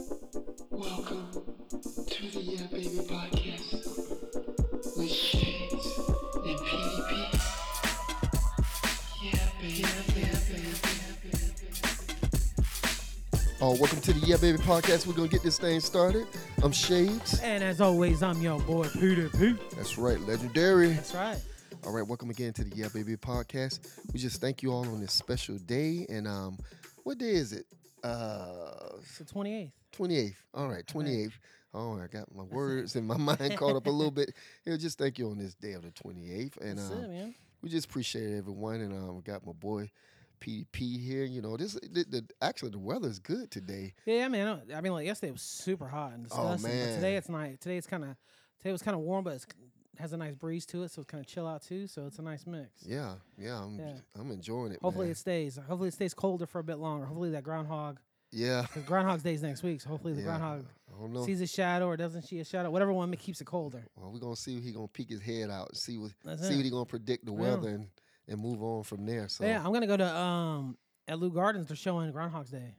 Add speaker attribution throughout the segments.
Speaker 1: Welcome to the Yeah Baby Podcast with Shades and PDP. Yeah, baby, yeah, baby.
Speaker 2: Uh, welcome to the Yeah Baby podcast. We're gonna get this thing started. I'm Shades.
Speaker 3: And as always, I'm your boy Peter P.
Speaker 2: That's right, legendary.
Speaker 3: That's right.
Speaker 2: All right, welcome again to the Yeah Baby podcast. We just thank you all on this special day. And um, what day is it? Uh,
Speaker 3: It's the 28th.
Speaker 2: 28th. All right, 28th. Oh, I got my words and my mind caught up a little bit. Yeah, just thank you on this day of the 28th. And
Speaker 3: That's
Speaker 2: um,
Speaker 3: it, man.
Speaker 2: we just appreciate everyone. And um, got my boy PDP here. You know, this the, the, actually the weather is good today.
Speaker 3: Yeah, man. I mean, like yesterday was super hot and
Speaker 2: Oh,
Speaker 3: disgusting. But
Speaker 2: man.
Speaker 3: today it's nice. Today it's kind of today was kind of warm, but it's, has a nice breeze to it, so it's kind of chill out too. So it's a nice mix.
Speaker 2: Yeah, yeah, I'm
Speaker 3: Yeah.
Speaker 2: I'm enjoying it.
Speaker 3: Hopefully
Speaker 2: man.
Speaker 3: it stays. Hopefully it stays colder for a bit longer. Hopefully that groundhog,
Speaker 2: Yeah.
Speaker 3: because Groundhog's Day's next week. So hopefully the
Speaker 2: Yeah.
Speaker 3: groundhog
Speaker 2: I don't know.
Speaker 3: sees a shadow or doesn't see a shadow, whatever one keeps it colder.
Speaker 2: well, we're gonna see if he gonna peek his head out, see what
Speaker 3: That's
Speaker 2: see
Speaker 3: it.
Speaker 2: what he gonna predict the
Speaker 3: Yeah.
Speaker 2: weather and, and move on from there. So
Speaker 3: Yeah, uh, I'm gonna go to um at Lou Gardens. They're showing Groundhog's Day.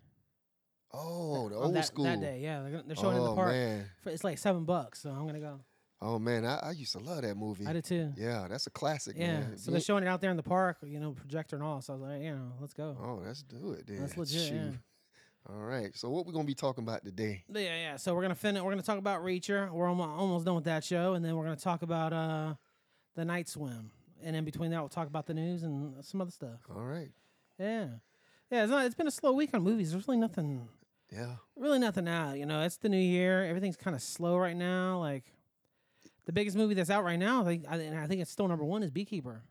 Speaker 2: oh, the
Speaker 3: on
Speaker 2: old
Speaker 3: that,
Speaker 2: school.
Speaker 3: that day. Yeah, they're, gonna- they're showing it in
Speaker 2: Oh,
Speaker 3: the park.
Speaker 2: man.
Speaker 3: For, it's like seven bucks, so I'm gonna go.
Speaker 2: Oh man, I, I used to love that movie.
Speaker 3: I did too.
Speaker 2: Yeah, that's a classic.
Speaker 3: Yeah.
Speaker 2: man.
Speaker 3: So they're
Speaker 2: You-
Speaker 3: showing it out there in the park, you know, projector and all. So I was like, you know, let's go.
Speaker 2: oh, let's do it. Then.
Speaker 3: That's legit. Yeah.
Speaker 2: Shoot. All right. So what we gonna be talking about today?
Speaker 3: But yeah, yeah. So we're gonna finish. We're gonna talk about Reacher. We're almost, almost done with that show, and then we're gonna talk about uh, the night swim. And in between that, we'll talk about the news and some other stuff.
Speaker 2: All right.
Speaker 3: Yeah, yeah. It's not. It's been a slow week on movies. There's really nothing.
Speaker 2: Yeah.
Speaker 3: Really nothing out. You know, it's the new year. Everything's kind of slow right now. Like the biggest movie that's out right now, I think, I- and I think it's still number one, is Beekeeper.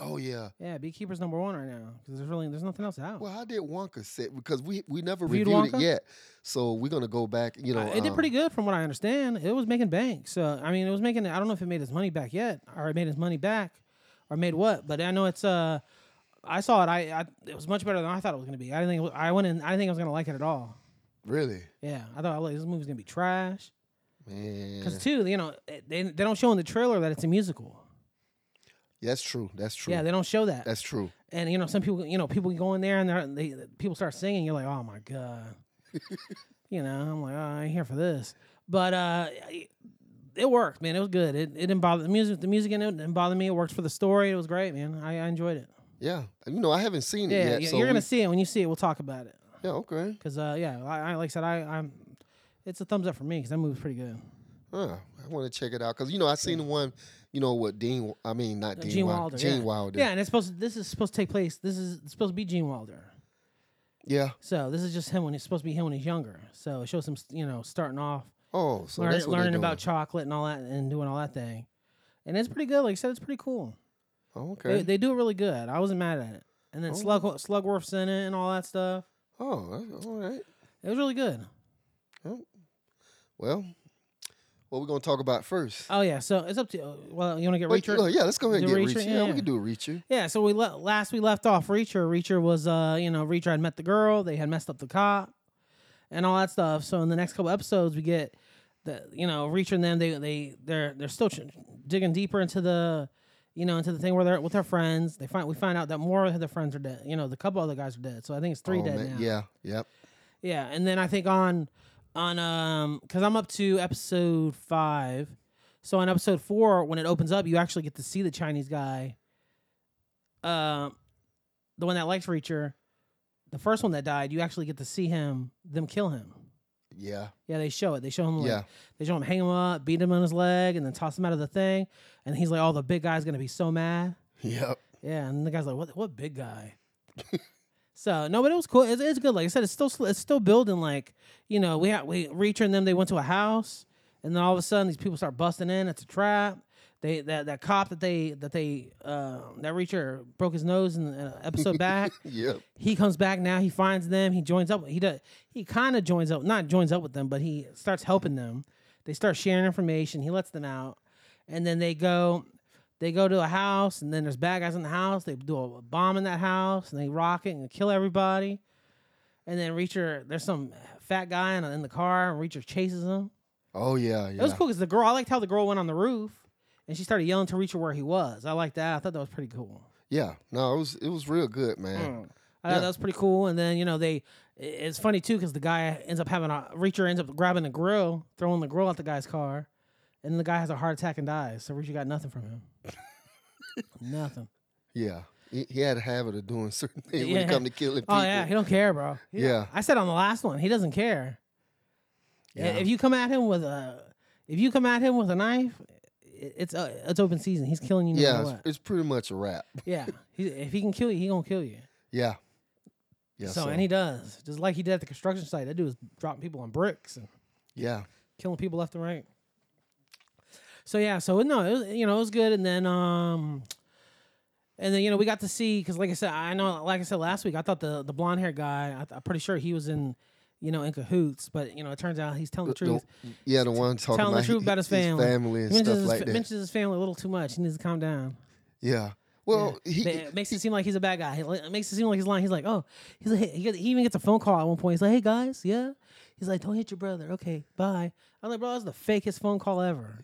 Speaker 2: Oh yeah.
Speaker 3: Yeah, Beekeeper's number one right now because there's really there's nothing else out.
Speaker 2: Well, how did Wonka sit? Because we we never reviewed
Speaker 3: Viewed
Speaker 2: it
Speaker 3: Oh. Wonka?
Speaker 2: yet, so we're gonna go back. You know,
Speaker 3: Uh, it did
Speaker 2: um,
Speaker 3: pretty good from what I understand. It was making bank. So I mean, it was making. I don't know if it made its money back yet, or it made its money back, or made what. But I know it's. Uh, I saw it. I, I it was much better than I thought it was gonna be. I didn't think it was- I went in. I didn't think I was gonna like it at all.
Speaker 2: Really,
Speaker 3: Yeah, I thought like, this movie's gonna be trash.
Speaker 2: man.
Speaker 3: Cause too, you know, it- they they don't show in the trailer that it's a musical.
Speaker 2: That's true. That's true.
Speaker 3: Yeah, they don't show that.
Speaker 2: that's true.
Speaker 3: and you know, some people, you know, people go in there and they're- they people start singing. You're like, oh my god, you know, I'm like, oh, I ain't here for this. But uh, it worked, man. It was good. It, it didn't bother the music. The music in it didn't bother me. It worked for the story. It was great, man. I, I enjoyed it.
Speaker 2: Yeah, And, you know I haven't seen it
Speaker 3: Yeah,
Speaker 2: yet.
Speaker 3: you-
Speaker 2: so
Speaker 3: you're gonna
Speaker 2: we-
Speaker 3: see it when you see it. We'll talk about it.
Speaker 2: Yeah, okay.
Speaker 3: Cause uh, yeah, I, I like I said, I, I'm. It's a thumbs up for me because that movie's pretty good.
Speaker 2: Huh. I want to check it out because you know I seen the one, you know what Dean? I mean not Dean
Speaker 3: Gene
Speaker 2: Wil-
Speaker 3: Wilder.
Speaker 2: Gene
Speaker 3: yeah.
Speaker 2: Wilder.
Speaker 3: Yeah, and it's supposed. To, this is supposed to take place. This is it's supposed to be Gene Wilder.
Speaker 2: Yeah.
Speaker 3: So this is just him when he's supposed to be him when he's younger. So it shows him, you know, starting off
Speaker 2: Oh, so
Speaker 3: Learn-
Speaker 2: that's what they're
Speaker 3: learning
Speaker 2: doing.
Speaker 3: about chocolate and all that and doing all that thing. And it's pretty good. Like I said, it's pretty cool.
Speaker 2: Oh, okay.
Speaker 3: They, they do it really good. I wasn't mad at it. And then Slug, Slugworth's in it and all that stuff.
Speaker 2: oh, that's- all right.
Speaker 3: It was really good.
Speaker 2: Well, what we gonna talk about first?
Speaker 3: Oh, yeah. So it's up to you. Well, you want to get
Speaker 2: Wait,
Speaker 3: Reacher?
Speaker 2: oh, yeah, let's go ahead and
Speaker 3: Do
Speaker 2: get
Speaker 3: Reacher?
Speaker 2: Reacher. Yeah,
Speaker 3: Yeah,
Speaker 2: we
Speaker 3: yeah.
Speaker 2: can do a Reacher.
Speaker 3: Yeah, so we le- last we left off Reacher. Reacher was uh, you know, Reacher had met the girl, they had messed up the cop and all that stuff. So in the next couple episodes we get the you know, Reacher and them they they they're they're still ch- digging deeper into the you know, into the thing where they're with their friends. They find we find out that more of their friends are dead. You know, the couple other guys are dead. So I think it's three
Speaker 2: Oh,
Speaker 3: dead
Speaker 2: man.
Speaker 3: now.
Speaker 2: Yeah. Yep.
Speaker 3: Yeah, and then I think on on um because I'm up to episode five, so on episode four when it opens up, you actually get to see the Chinese guy, uh, the one that likes Reacher, the first one that died. You actually get to see him, them kill him.
Speaker 2: Yeah.
Speaker 3: Yeah, they show it. They show him. Like,
Speaker 2: Yeah.
Speaker 3: They show him hang him up, beat him on his leg, and then toss him out of the thing. And he's like, "Oh, the big guy's gonna be so mad."
Speaker 2: Yep.
Speaker 3: Yeah, and the guy's like, "What? What big guy?" so no, but it was cool. It's, it's good. Like I said, it's still it's still building. Like you know, we had we Reacher and them. They went to a house, and then all of a sudden, these people start busting in. It's a trap. They that, that cop that they that they uh, that Reacher broke his nose in an episode back.
Speaker 2: Yep.
Speaker 3: He comes back now. He finds them. He joins up. He does. He kind of joins up, not joins up with them, but he starts helping them. They start sharing information. He lets them out, and then they go. They go to a house, and then there's bad guys in the house. They do a bomb in that house, and they rock it and kill everybody. And then Reacher, there's some fat guy in, in the car, and Reacher chases him.
Speaker 2: Oh yeah. Yeah.
Speaker 3: It was cool because the girl. I liked how the girl went on the roof, and she started yelling to Reacher where he was. I liked that. I thought that was pretty cool.
Speaker 2: Yeah. No, it was it was real good, man.
Speaker 3: Mm. I thought
Speaker 2: Yeah.
Speaker 3: that was pretty cool. And then you know they, i- it's funny too because the guy ends up having a Reacher ends up grabbing the grill, throwing the grill at the guy's car, and the guy has a heart attack and dies. So Reacher got nothing from him. nothing.
Speaker 2: Yeah. He, he had a habit of doing certain things when
Speaker 3: Yeah.
Speaker 2: it come to killing people.
Speaker 3: Oh yeah, he don't care, bro. He don't-
Speaker 2: Yeah.
Speaker 3: I said on the last one, he doesn't care. I-
Speaker 2: Yeah.
Speaker 3: If you come at him with a, if you come at him with a knife, i- it's uh, it's open season. He's killing you no
Speaker 2: Yeah,
Speaker 3: matter
Speaker 2: it's,
Speaker 3: what.
Speaker 2: it's pretty much a wrap.
Speaker 3: yeah, he, if he can kill you, he gonna kill you.
Speaker 2: Yeah. Yeah.
Speaker 3: so,
Speaker 2: So,
Speaker 3: and he does, just like he did at the construction site. That dude was dropping people on bricks and
Speaker 2: yeah.
Speaker 3: killing people left and right. So yeah, so no, it was, you know, it was good, and then um, and then you know we got to see because like I said, I know like I said last week, I thought the the blonde hair guy, I, I'm pretty sure he was in, you know, in cahoots, but you know it turns out he's telling the
Speaker 2: The- the-
Speaker 3: truth.
Speaker 2: yeah, the one talking
Speaker 3: telling the
Speaker 2: about,
Speaker 3: truth about his family.
Speaker 2: and
Speaker 3: mentions,
Speaker 2: stuff
Speaker 3: his,
Speaker 2: like that.
Speaker 3: mentions his family a little too much. He needs to calm down.
Speaker 2: yeah. Well, Oh,
Speaker 3: Yeah.
Speaker 2: he,
Speaker 3: They- it makes it seem like he's a bad guy. He- It makes it seem like he's lying. He's like, oh, he's like, he, he even gets a phone call at one point. He's like, hey guys, yeah. He's like, don't hit your brother. Okay, bye. I'm like, bro, that's the fakest phone call ever.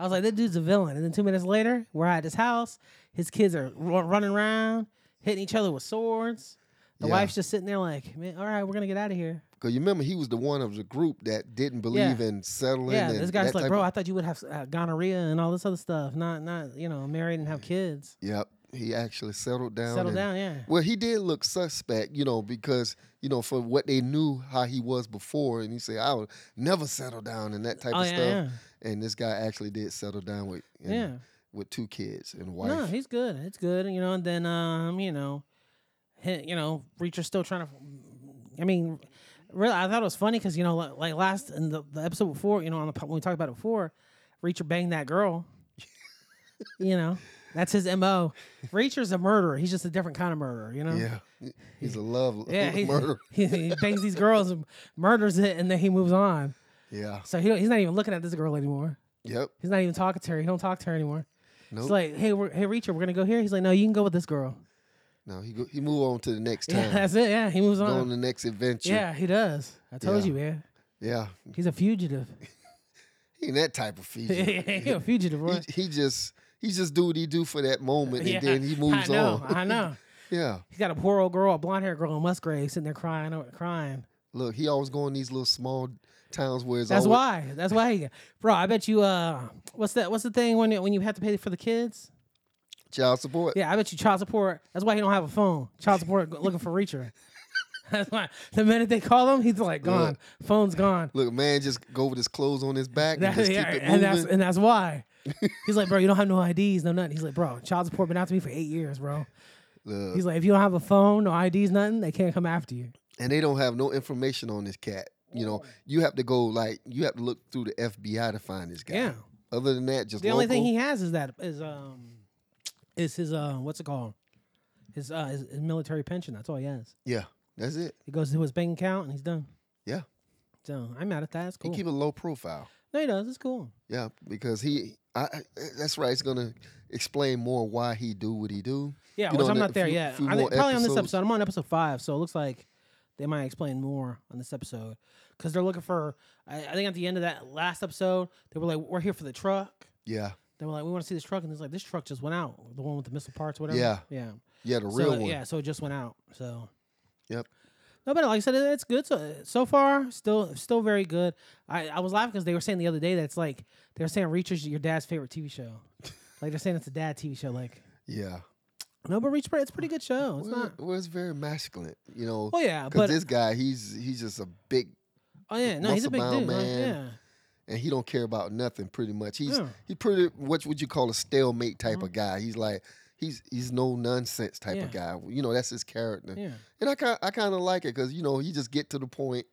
Speaker 3: I was like, that dude's a villain. And then two minutes later, we're at his house. His kids are ru- running around, hitting each other with swords. The
Speaker 2: Yeah.
Speaker 3: wife's just sitting there like, man, all right, we're gonna get out of here.
Speaker 2: because you remember he was the one of the group that didn't believe in settling.
Speaker 3: Yeah,
Speaker 2: and
Speaker 3: this guy's
Speaker 2: that
Speaker 3: like,
Speaker 2: type
Speaker 3: bro,
Speaker 2: of-
Speaker 3: I thought you would have uh, gonorrhea and all this other stuff. Not, not, you know, married and have kids.
Speaker 2: yep. He actually settled down.
Speaker 3: Settle
Speaker 2: and-
Speaker 3: down, yeah.
Speaker 2: Well, he did look suspect, you know, because you know for what they knew how he was before, and he said, "I will never settle down" and that type
Speaker 3: Oh
Speaker 2: of
Speaker 3: yeah,
Speaker 2: stuff. And this guy actually did settle down with
Speaker 3: yeah,
Speaker 2: and-
Speaker 3: yeah.
Speaker 2: with two kids and a wife.
Speaker 3: No, he's good. It's good, you know. And then, um, you know, he, you know, Reacher's still trying to. I mean, really, I thought it was funny because you know, li- like last in the, the episode before, you know, on the po- when we talked about it before, Reacher banged that girl. you know, that's his mo. Reacher's a murderer. He's just a different kind of murderer. You know.
Speaker 2: yeah, he's a love
Speaker 3: Yeah, he,
Speaker 2: murder.
Speaker 3: he, bangs these girls and murders it, and then he moves on.
Speaker 2: Yeah,
Speaker 3: So he don't, he's not even looking at this girl anymore.
Speaker 2: yep.
Speaker 3: He's not even talking to her. He don't talk to her anymore. It's
Speaker 2: Nope.
Speaker 3: like, hey, we're, hey, Reacher, we're gonna go here. He's like, no, you can go with this girl.
Speaker 2: No, he go, he move on to the next
Speaker 3: Yeah,
Speaker 2: time,
Speaker 3: that's it. Yeah, he moves
Speaker 2: go on
Speaker 3: on.
Speaker 2: the next adventure.
Speaker 3: Yeah, he does. I told
Speaker 2: Yeah.
Speaker 3: you, man.
Speaker 2: yeah.
Speaker 3: He's a fugitive.
Speaker 2: He ain't that type of feature.
Speaker 3: He's a fugitive, boy.
Speaker 2: he, he just he just do what he do for that moment,
Speaker 3: Yeah,
Speaker 2: and then he moves
Speaker 3: I know,
Speaker 2: on.
Speaker 3: I know.
Speaker 2: yeah.
Speaker 3: He's got a poor old girl, a blonde haired girl in Musgrave, sitting there crying, over- crying.
Speaker 2: Look, he always go in these little small towns where it's
Speaker 3: That's
Speaker 2: always,
Speaker 3: why. That's why, he, bro. I bet you. Uh, what's that? What's the thing when you- when you have to pay for the kids?
Speaker 2: child support.
Speaker 3: Yeah, I bet you child support. That's why he don't have a phone. Child support go- looking for Reacher. That's why the minute they call him, he's like gone. Phone's gone.
Speaker 2: Look, man, just go with his clothes on his back
Speaker 3: That-
Speaker 2: and just
Speaker 3: yeah,
Speaker 2: keep it
Speaker 3: and that's
Speaker 2: moving.
Speaker 3: and that's why. He's like, bro, you don't have no IDs, no nothing. He's like, bro, child support been after me for eight years, bro.
Speaker 2: Look,
Speaker 3: He's like, if you don't have a phone, no IDs, nothing, they can't come after you.
Speaker 2: and they don't have no information on this cat. You know, you have to go like you have to look through the FBI to find this guy.
Speaker 3: Yeah.
Speaker 2: Other than that, just
Speaker 3: The only thing
Speaker 2: local.
Speaker 3: he has is that is um is his uh what's it called? His uh his, his military pension. That's all he has.
Speaker 2: yeah, that's it.
Speaker 3: He goes to his bank account and he's done.
Speaker 2: Yeah.
Speaker 3: So I'm mad at that. It's cool.
Speaker 2: He keep a low profile.
Speaker 3: no, he does. It's cool.
Speaker 2: Yeah, because he, I, I that's right. It's gonna explain more why he do what he do.
Speaker 3: Yeah,
Speaker 2: You
Speaker 3: which
Speaker 2: know,
Speaker 3: I'm
Speaker 2: and
Speaker 3: not
Speaker 2: if
Speaker 3: there
Speaker 2: you-
Speaker 3: yet.
Speaker 2: if you
Speaker 3: I think
Speaker 2: want
Speaker 3: probably on this
Speaker 2: episodes-
Speaker 3: episode. I'm on episode five, so it looks like they might explain more on this episode because they're looking for. I, I think at the end of that last episode, they were like, "We're here for the truck."
Speaker 2: Yeah,
Speaker 3: They were like, "We want to see this truck," and it's like, "This truck just went out. The one with the missile parts, whatever."
Speaker 2: Yeah.
Speaker 3: yeah,
Speaker 2: yeah, the
Speaker 3: So,
Speaker 2: real one.
Speaker 3: Yeah, so it just went out. So.
Speaker 2: Yep.
Speaker 3: No, but like I said, it- it's good so so far. Still, still very good. I, I was laughing because they were saying the other day that it's like they were saying Reacher's your dad's favorite TV show. like they're saying it's a dad TV show. Like
Speaker 2: Yeah,
Speaker 3: no, but Reach, it's a pretty good show. It's
Speaker 2: well,
Speaker 3: not.
Speaker 2: well, it's very masculine. You know,
Speaker 3: Well, yeah,
Speaker 2: because
Speaker 3: but
Speaker 2: this guy, he's he's just a big,
Speaker 3: oh yeah, no, he's a big
Speaker 2: muscle-bound
Speaker 3: dude. like,
Speaker 2: man. and he don't care about nothing. Pretty much,
Speaker 3: yeah, Uh-huh.
Speaker 2: he's
Speaker 3: yeah,
Speaker 2: he pretty what would you call a stalemate type of guy. He's like he's he's no nonsense type of guy. You know, that's his character.
Speaker 3: yeah.
Speaker 2: And I kind I kind of like it because you know he just get to the point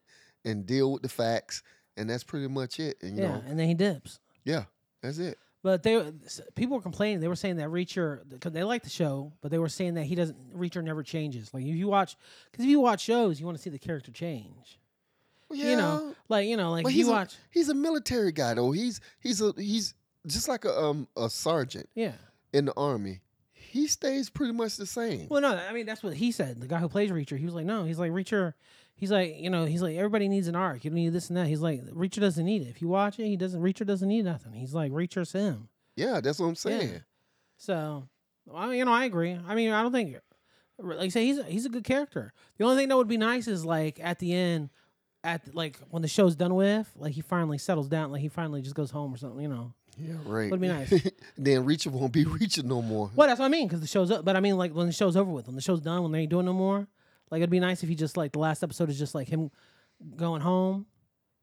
Speaker 2: and deal with the facts, and that's pretty much it. And you
Speaker 3: yeah,
Speaker 2: know,
Speaker 3: and then he dips.
Speaker 2: yeah, that's it.
Speaker 3: But they s- people were complaining. They were saying that Reacher because they like the show, but they were saying that he doesn't. Reacher never changes. Like if you watch, because if you watch shows, you want to see the character change.
Speaker 2: Well,
Speaker 3: You know, Like you know, like
Speaker 2: Well,
Speaker 3: if
Speaker 2: he's
Speaker 3: you
Speaker 2: a-
Speaker 3: watch,
Speaker 2: he's a military guy though. He's he's a he's just like a um a sergeant
Speaker 3: yeah.
Speaker 2: in the army. He stays pretty much the same.
Speaker 3: Well, no, I mean that's what he said. The guy who plays Reacher, he was like, no, he's like Reacher. He's like, you know, he's like everybody needs an arc. You don't need this and that. He's like Reacher doesn't need it. If you watch it, he doesn't. Reacher doesn't need nothing. He's like Reacher's him.
Speaker 2: yeah, that's what I'm
Speaker 3: Yeah.
Speaker 2: saying.
Speaker 3: So, well, you know, I agree. I mean, I don't think like I say, he's a, he's a good character. The only thing that would be nice is like at the end, at the- like when the show's done with, like he finally settles down, like he finally just goes home or something, you know.
Speaker 2: Yeah, right.
Speaker 3: Would be nice.
Speaker 2: then Reacher won't be Reacher no more.
Speaker 3: Well, that's what I mean because the show's up. But I mean, like when the show's over with, when the show's done, when they ain't doing no more, like it'd be nice if he just like the last episode is just like him going home.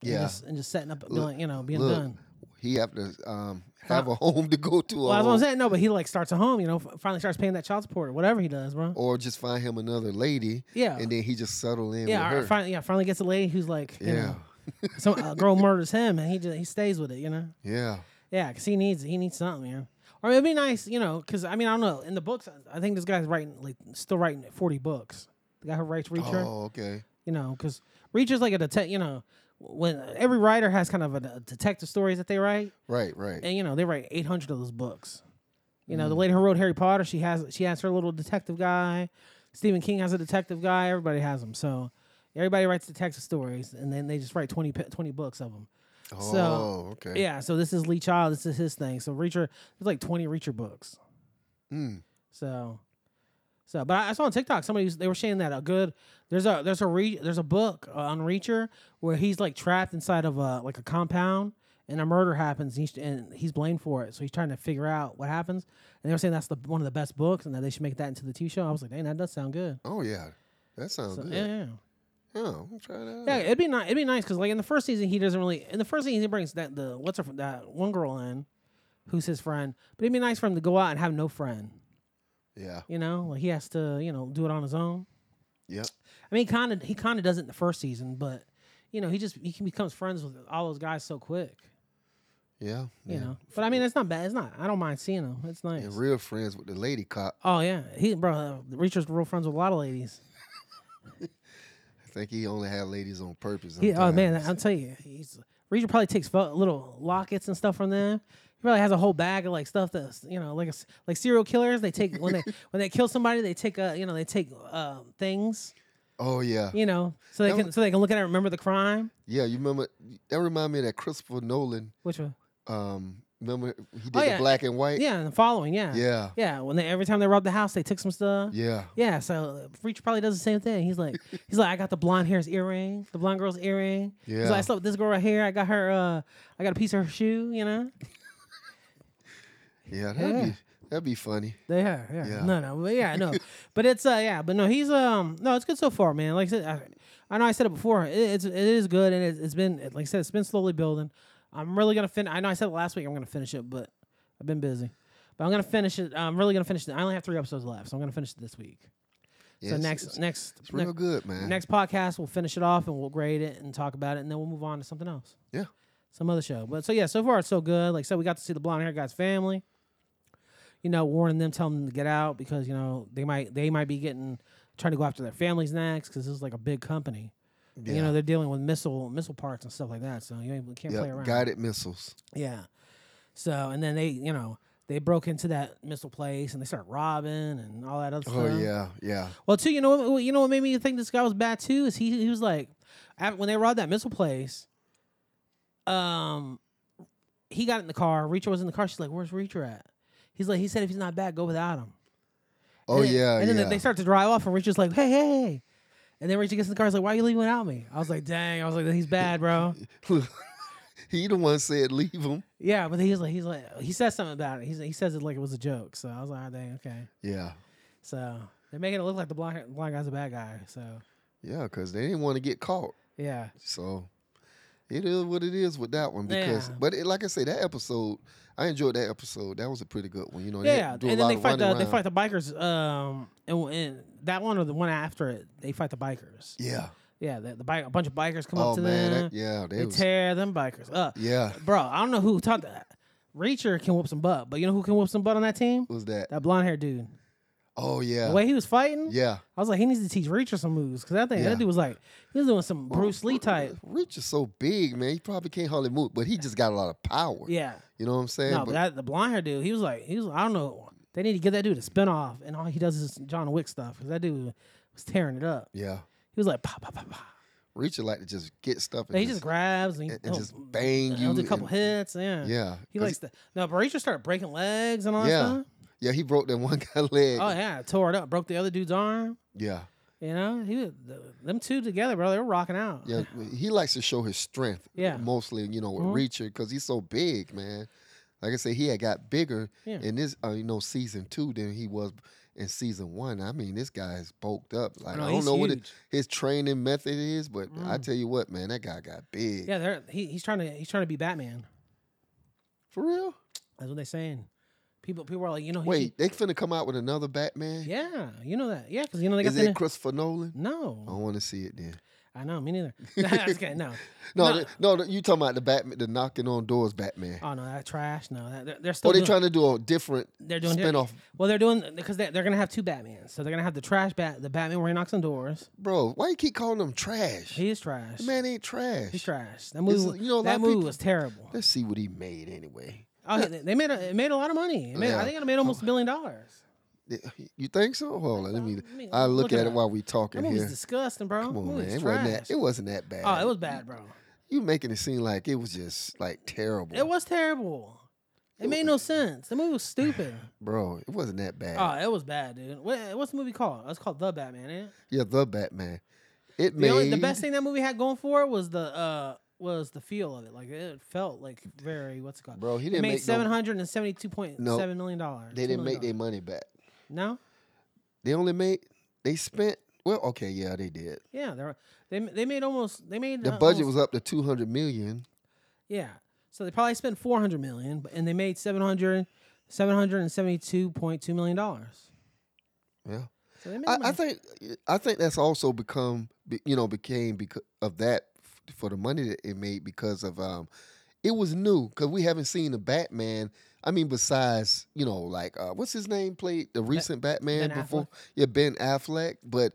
Speaker 3: and
Speaker 2: Yeah.
Speaker 3: just, and just setting up,
Speaker 2: Look-
Speaker 3: doing, you know, being
Speaker 2: Look,
Speaker 3: done.
Speaker 2: he have to um, have a home to go to,
Speaker 3: Well, that's what I'm
Speaker 2: or-
Speaker 3: saying. No, but he like starts a home, you know, f- finally starts paying that child support or whatever he does, bro.
Speaker 2: or just find him another lady,
Speaker 3: Yeah.
Speaker 2: and then he just settle in
Speaker 3: yeah,
Speaker 2: with
Speaker 3: or
Speaker 2: her.
Speaker 3: finally, yeah, finally gets a lady who's like, you
Speaker 2: yeah,
Speaker 3: know, some a girl murders him and he just, he stays with it, you know.
Speaker 2: yeah,
Speaker 3: Yeah, because he needs he needs something, man. Or it'd be nice, you know, because I mean I don't know. In the books, I think this guy's writing like still writing forty books. The guy who writes Reacher,
Speaker 2: Oh, okay.
Speaker 3: you know, because Reacher's like a detective. You know, when every writer has kind of a, a detective stories that they write,
Speaker 2: Right, right.
Speaker 3: and you know they write eight hundred of those books. You know, the lady who wrote Harry Potter, she has she has her little detective guy. Stephen King has a detective guy. Everybody has them. So everybody writes detective stories, and then they just write 20, pa- 20 books of them.
Speaker 2: oh, okay.
Speaker 3: Yeah, so this is Lee Child. This is his thing. So Reacher, there's like 20 Reacher books.
Speaker 2: Mm.
Speaker 3: So, so, but I, I saw on TikTok somebody was, they were saying that a good there's a there's a re, there's a book uh, on Reacher where he's like trapped inside of a like a compound and a murder happens and he's, and he's blamed for it. So he's trying to figure out what happens. And they were saying that's the one of the best books and that they should make that into the TV show. I was like, dang, that does sound good.
Speaker 2: Oh, yeah. That sounds
Speaker 3: So,
Speaker 2: good.
Speaker 3: yeah, yeah.
Speaker 2: Oh, I'm trying that.
Speaker 3: Yeah,
Speaker 2: out.
Speaker 3: it'd be nice. It'd be nice because like in the first season, he doesn't really. In the first season, he brings that the what's her that one girl in, who's his friend. But it'd be nice for him to go out and have no friend.
Speaker 2: Yeah.
Speaker 3: You know, like he has to you know do it on his own.
Speaker 2: Yep.
Speaker 3: I mean, kind of he kind of does it in the first season, but you know he just he can becomes friends with all those guys so quick.
Speaker 2: Yeah.
Speaker 3: You
Speaker 2: yeah.
Speaker 3: know, but I mean it's not bad. It's not. I don't mind seeing him. It's nice.
Speaker 2: And real friends with the lady cop.
Speaker 3: oh yeah, he bro, uh, Reacher's real friends with a lot of ladies.
Speaker 2: I think he only had ladies on purpose.
Speaker 3: He, oh man,
Speaker 2: sometimes.
Speaker 3: I'll tell you, he's Reacher probably takes fo- little lockets and stuff from them. He probably has a whole bag of like stuff that's you know like a s like serial killers. They take when they when they kill somebody, they take uh you know they take uh, things
Speaker 2: oh yeah.
Speaker 3: you know so they
Speaker 2: That
Speaker 3: can so they can look at it and remember the crime.
Speaker 2: Yeah. You remember? That remind me of that Christopher Nolan.
Speaker 3: Which one?
Speaker 2: Um, remember he did
Speaker 3: Oh,
Speaker 2: the
Speaker 3: yeah.
Speaker 2: black and white.
Speaker 3: Yeah, and the following. Yeah,
Speaker 2: Yeah.
Speaker 3: yeah. When they every time they robbed the house, they took some stuff.
Speaker 2: Yeah.
Speaker 3: Yeah, so Reacher probably does the same thing. He's like, he's like, I got the blonde hair's earring, the blonde girl's earring. He's
Speaker 2: Yeah.
Speaker 3: like, I slept with this girl right here. I got her, uh, I got a piece of her shoe. You know.
Speaker 2: Yeah. That'd
Speaker 3: Yeah.
Speaker 2: be that'd be funny.
Speaker 3: They are, yeah.
Speaker 2: Yeah.
Speaker 3: No, no, but yeah, no. but it's uh, yeah, but no, he's um, no, it's good so far, man. Like I said, I, I know I said it before. It, it's it is good, and it, it's been like I said, it's been slowly building. I'm really gonna finish. I know I said it last week. I'm gonna finish it, but I've been busy. But I'm gonna finish it. I'm really gonna finish it. I only have three episodes left, so I'm gonna finish it this week.
Speaker 2: Yeah,
Speaker 3: so
Speaker 2: it's-
Speaker 3: next,
Speaker 2: it's,
Speaker 3: next,
Speaker 2: it's
Speaker 3: ne-
Speaker 2: real good, man.
Speaker 3: next podcast, we'll finish it off and we'll grade it and talk about it, and then we'll move on to something else.
Speaker 2: Yeah.
Speaker 3: Some other show. But so yeah, so far it's so good. Like I said, we got to see the blonde hair guy's family. You know, warning them, telling them to get out because you know they might they might be getting trying to go after their families next because this is like a big company. And,
Speaker 2: Yeah.
Speaker 3: You know, they're dealing with missile missile parts and stuff like that. So you ain't- we can't
Speaker 2: yeah.
Speaker 3: play around.
Speaker 2: Guided missiles.
Speaker 3: Yeah. So and then they you know they broke into that missile place and they started robbing and all that other
Speaker 2: Oh
Speaker 3: stuff.
Speaker 2: yeah. Yeah.
Speaker 3: Well, too, you know what? what- You know what made me think this guy was bad too is he he was like, af- when they robbed that missile place, um, he got in the car. Reacher was in the car. She's like, "Where's Reacher at?" He's like, "He said if he's not back, go without him."
Speaker 2: Oh
Speaker 3: And then-
Speaker 2: yeah.
Speaker 3: And then
Speaker 2: yeah.
Speaker 3: they- they start to drive off, and Reacher's like, "Hey, hey, hey!" And then Reacher gets in the car. He's like, "Why are you leaving without me?" I was like, "Dang!" I was like, "He's bad, bro."
Speaker 2: he the one said leave him.
Speaker 3: yeah, but he's like, he's like, he says something about it. He's, he says it like it was a joke. So I was like, oh, "Dang, okay."
Speaker 2: Yeah.
Speaker 3: So they're making it look like the blind blind guy's a bad guy. So
Speaker 2: Yeah, because they didn't want to get caught.
Speaker 3: yeah.
Speaker 2: So it is what it is with that one. Because,
Speaker 3: Yeah.
Speaker 2: but it, like I say, that episode, I enjoyed that episode. That was a pretty good one. You know,
Speaker 3: Yeah,
Speaker 2: do a
Speaker 3: and then
Speaker 2: lot
Speaker 3: they
Speaker 2: of
Speaker 3: fight the
Speaker 2: running
Speaker 3: they
Speaker 2: around.
Speaker 3: fight the bikers. Um, and, and that one or the one after it, they fight the bikers.
Speaker 2: Yeah.
Speaker 3: Yeah, the, the bike, a bunch of bikers come
Speaker 2: Oh
Speaker 3: up to
Speaker 2: man,
Speaker 3: them.
Speaker 2: that, yeah, they
Speaker 3: they
Speaker 2: was,
Speaker 3: tear them bikers up.
Speaker 2: yeah.
Speaker 3: Bro, I don't know who taught that. Reacher can whoop some butt, but you know who can whoop some butt on that team?
Speaker 2: What was that?
Speaker 3: That blonde haired dude.
Speaker 2: Oh yeah,
Speaker 3: The way he was fighting,
Speaker 2: yeah.
Speaker 3: I was like, he needs to teach Reacher some moves because that thing,
Speaker 2: Yeah.
Speaker 3: that dude was like, he was doing some Bruce Lee type.
Speaker 2: Rich is so big, man. He probably can't hardly move, but he just got a lot of power.
Speaker 3: Yeah,
Speaker 2: You know what I'm saying?
Speaker 3: no, but that the blonde haired dude, he was like, he was, I don't know. They need to give that dude a spin off, and all he does is John Wick stuff because that dude was tearing it up.
Speaker 2: yeah,
Speaker 3: He was like, pop, pop, pop, pop.
Speaker 2: Richard like to just get stuff and
Speaker 3: he
Speaker 2: just,
Speaker 3: just grabs and, he
Speaker 2: and- and just
Speaker 3: oh,
Speaker 2: bang
Speaker 3: that
Speaker 2: you.
Speaker 3: was a couple
Speaker 2: and-
Speaker 3: hits. Yeah.
Speaker 2: Yeah,
Speaker 3: He
Speaker 2: 'cause
Speaker 3: likes to. Now, Brazier started breaking legs and all
Speaker 2: Yeah.
Speaker 3: that stuff.
Speaker 2: Yeah, he broke that one guy leg.
Speaker 3: Oh yeah, tore it up, broke the other dude's arm.
Speaker 2: yeah.
Speaker 3: You know, he was, the, them two together, bro. They were rocking out.
Speaker 2: Yeah, he likes to show his strength.
Speaker 3: Yeah.
Speaker 2: mostly you know with
Speaker 3: Mhm.
Speaker 2: Reacher because he's so big, man. Like I said, he had got bigger
Speaker 3: Yeah.
Speaker 2: in this uh, you know season two than he was in season one. I mean, this guy is bulked up. Like
Speaker 3: No,
Speaker 2: I don't
Speaker 3: he's
Speaker 2: know what it,
Speaker 3: huge.
Speaker 2: his training method is, but I
Speaker 3: Mm.
Speaker 2: tell you what, man, that guy got big.
Speaker 3: Yeah, they're, he, he's trying to he's trying to be Batman.
Speaker 2: for real.
Speaker 3: That's what they're saying. People people are like, you know, he
Speaker 2: Wait, they finna come out with another Batman?
Speaker 3: should- yeah, you know that, yeah, because you know they got
Speaker 2: is
Speaker 3: the
Speaker 2: it Oh. Christopher Nolan?
Speaker 3: no,
Speaker 2: I want to see it then.
Speaker 3: I know me neither. That's good. No,
Speaker 2: No,
Speaker 3: No.
Speaker 2: th- no, th- you talking about the Batman, the knocking on doors Batman?
Speaker 3: oh no, that trash. No, that, they're, they're
Speaker 2: or
Speaker 3: still
Speaker 2: Oh, they
Speaker 3: doing,
Speaker 2: trying to do a different
Speaker 3: They're doing different-
Speaker 2: spinoff?
Speaker 3: Well, they're doing because they, they're gonna have two Batmans, so they're gonna have the trash bat, the Batman where he knocks on doors.
Speaker 2: Bro, why you keep calling him trash?
Speaker 3: He is trash.
Speaker 2: The man ain't trash.
Speaker 3: He's trash. That
Speaker 2: This
Speaker 3: movie,
Speaker 2: is- you know, a lot
Speaker 3: that
Speaker 2: of
Speaker 3: movie
Speaker 2: people-
Speaker 3: was terrible.
Speaker 2: Let's see what he made anyway.
Speaker 3: Oh, they- they made a, it made a lot of money. It made,
Speaker 2: Yeah.
Speaker 3: I think it made almost a billion dollars.
Speaker 2: Th- You think so? Hold on, let me.
Speaker 3: Let me
Speaker 2: I look,
Speaker 3: look it
Speaker 2: at it
Speaker 3: up.
Speaker 2: while we talking
Speaker 3: That movie's
Speaker 2: here.
Speaker 3: disgusting, bro.
Speaker 2: Come
Speaker 3: That
Speaker 2: on, man,
Speaker 3: movie's
Speaker 2: it wasn't that.
Speaker 3: trash.
Speaker 2: It wasn't that bad.
Speaker 3: Oh, it was bad, bro.
Speaker 2: You making it seem like it was just like terrible.
Speaker 3: It was terrible. It made no sense. The movie was stupid.
Speaker 2: bro. It wasn't that bad.
Speaker 3: Oh, it was bad, dude. What, what's the movie called? It's called The Batman. Ain't it?
Speaker 2: yeah, the Batman. It
Speaker 3: The,
Speaker 2: made
Speaker 3: only, the best thing that movie had going for it was the uh was the feel of it. Like it felt like very what's it called?
Speaker 2: Bro, he
Speaker 3: It
Speaker 2: didn't
Speaker 3: made
Speaker 2: make
Speaker 3: seven
Speaker 2: no,
Speaker 3: hundred and seventy-two point seven million
Speaker 2: No.
Speaker 3: dollars.
Speaker 2: They didn't
Speaker 3: $2
Speaker 2: make
Speaker 3: million
Speaker 2: their
Speaker 3: dollars.
Speaker 2: money back.
Speaker 3: no.
Speaker 2: They only made. They spent. Well, okay, yeah, they did.
Speaker 3: Yeah, they were- they they made almost they made
Speaker 2: The
Speaker 3: uh,
Speaker 2: budget
Speaker 3: almost-
Speaker 2: was up to two hundred million.
Speaker 3: Yeah. So they probably spent 400 million but- and they made 700 772.2 million dollars.
Speaker 2: Yeah.
Speaker 3: So they made
Speaker 2: I, I
Speaker 3: money.
Speaker 2: think I think that's also become be- you know became because of that f- for the money that it made because of um it was new because we haven't seen a Batman. I mean, besides you know like uh, what's his name played the recent Batman
Speaker 3: Ben
Speaker 2: before yeah Ben Affleck, but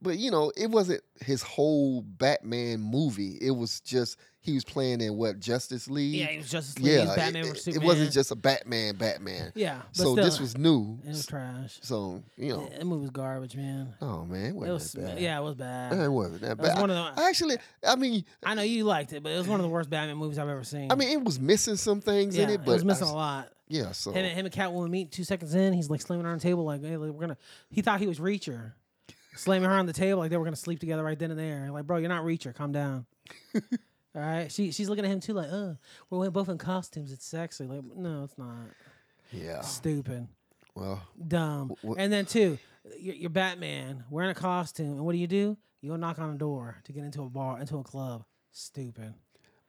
Speaker 2: but you know it wasn't his whole Batman movie. It was just he was playing in what Justice League.
Speaker 3: yeah, it was Justice League,
Speaker 2: yeah.
Speaker 3: it was Batman
Speaker 2: it,
Speaker 3: versus
Speaker 2: it- it
Speaker 3: Superman.
Speaker 2: wasn't just a Batman Batman.
Speaker 3: Yeah, but
Speaker 2: so this
Speaker 3: still,
Speaker 2: was new.
Speaker 3: it was trash.
Speaker 2: So you know.
Speaker 3: Yeah, that movie was garbage, man.
Speaker 2: Oh man, it
Speaker 3: It
Speaker 2: wasn't
Speaker 3: was
Speaker 2: that bad.
Speaker 3: yeah, it was bad.
Speaker 2: It wasn't that
Speaker 3: It was
Speaker 2: bad.
Speaker 3: one of uh, the-
Speaker 2: I- Actually, I mean,
Speaker 3: I know you liked it, but it was one of the worst Batman movies I've ever seen.
Speaker 2: I mean, it was missing some things
Speaker 3: yeah,
Speaker 2: in it, but
Speaker 3: it was missing
Speaker 2: I-
Speaker 3: a lot.
Speaker 2: yeah. So
Speaker 3: Him, and- him and Catwoman meet two seconds in. He's like slamming her on the table, like hey, like, we're gonna. He thought he was Reacher, slamming her on the table, like they were gonna sleep together right then and there. Like, bro, you're not Reacher. Calm down. All right. She she's looking at him too, like, uh, we're wearing both in costumes. It's sexy. Like, no, it's not.
Speaker 2: yeah,
Speaker 3: Stupid,
Speaker 2: well,
Speaker 3: dumb.
Speaker 2: Wh- wh-
Speaker 3: And then two, you're, you're Batman wearing a costume, and what do you do? You go knock on a door to get into a bar, into a club. Stupid.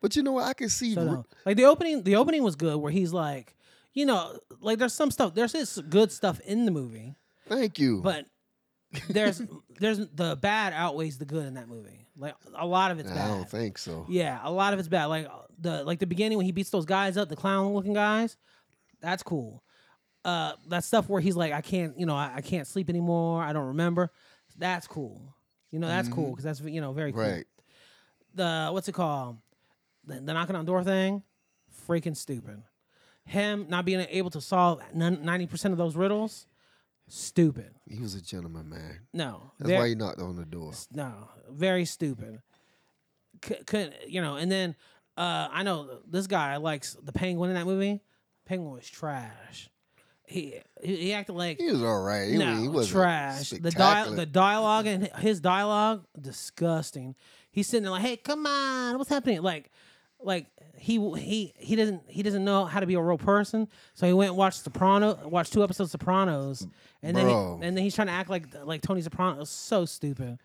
Speaker 2: but you know what? I can see.
Speaker 3: So
Speaker 2: re-
Speaker 3: no. Like the opening, the opening was good, where he's like, you know, like there's some stuff, there's this good stuff in the movie,
Speaker 2: Thank you.
Speaker 3: but there's there's the bad outweighs the good in that movie. Like a lot of it's
Speaker 2: I
Speaker 3: bad.
Speaker 2: don't think so.
Speaker 3: yeah, a lot of it's bad. Like the like the beginning when he beats those guys up, the clown looking guys, that's cool. Uh, that stuff where he's like, I can't, you know, I, I can't sleep anymore. I don't remember. That's cool. You know, that's cool because that's you know very cool
Speaker 2: Mm-hmm. Right.
Speaker 3: the what's it called? The, the knocking on door thing, freaking stupid. Him not being able to solve ninety percent of those riddles, stupid.
Speaker 2: He was a gentleman, man.
Speaker 3: No,
Speaker 2: That's
Speaker 3: ver-
Speaker 2: why he knocked on the door.
Speaker 3: no, very stupid. C- couldn't you know? And then uh, I know this guy likes the penguin in that movie. Penguin was trash. He he, he acted like
Speaker 2: He was all right. He,
Speaker 3: no,
Speaker 2: was, he was
Speaker 3: trash. The dial, the dialogue and his dialogue, disgusting. He's sitting there like, "Hey, come on, what's happening?" Like, like he he he doesn't he doesn't know how to be a real person. So he went and watched Soprano, watched two episodes of Sopranos, and
Speaker 2: Bro.
Speaker 3: then he, and then he's trying to act like like Tony Soprano. It's so stupid.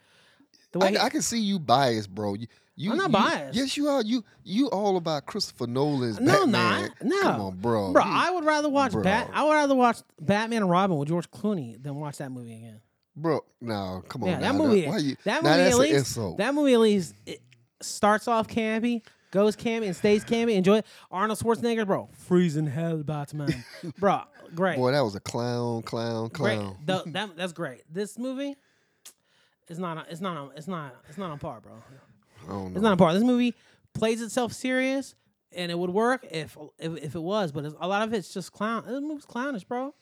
Speaker 3: The way
Speaker 2: I,
Speaker 3: he-
Speaker 2: I can see you biased, bro. You, you,
Speaker 3: I'm not
Speaker 2: you-
Speaker 3: biased.
Speaker 2: Yes, you are. You you all about Christopher Nolan's
Speaker 3: no, I'm
Speaker 2: Batman.
Speaker 3: not no,
Speaker 2: Come on, bro.
Speaker 3: Bro,
Speaker 2: You-
Speaker 3: I would rather watch
Speaker 2: Bro.
Speaker 3: Bat. I would rather watch Batman and Robin with George Clooney than watch that movie again.
Speaker 2: bro. No, come on.
Speaker 3: Yeah, that
Speaker 2: now.
Speaker 3: movie.
Speaker 2: Oh, Why you,
Speaker 3: that
Speaker 2: now
Speaker 3: movie
Speaker 2: that's
Speaker 3: at
Speaker 2: an
Speaker 3: least.
Speaker 2: insult.
Speaker 3: That movie at least it starts off campy, goes campy, and stays campy. Enjoy it. Arnold Schwarzenegger, bro, freezing hell, Batman, bro, great,
Speaker 2: Boy, that was a clown, clown,
Speaker 3: great.
Speaker 2: clown.
Speaker 3: Tho- that, that's great. This movie. It's not. It's not. on- It's not. It's not on par, bro.
Speaker 2: I don't know.
Speaker 3: It's not on par. This movie plays itself serious, and it would work if if, if it was. But it's, a lot of it's just clown. This movie's clownish, bro.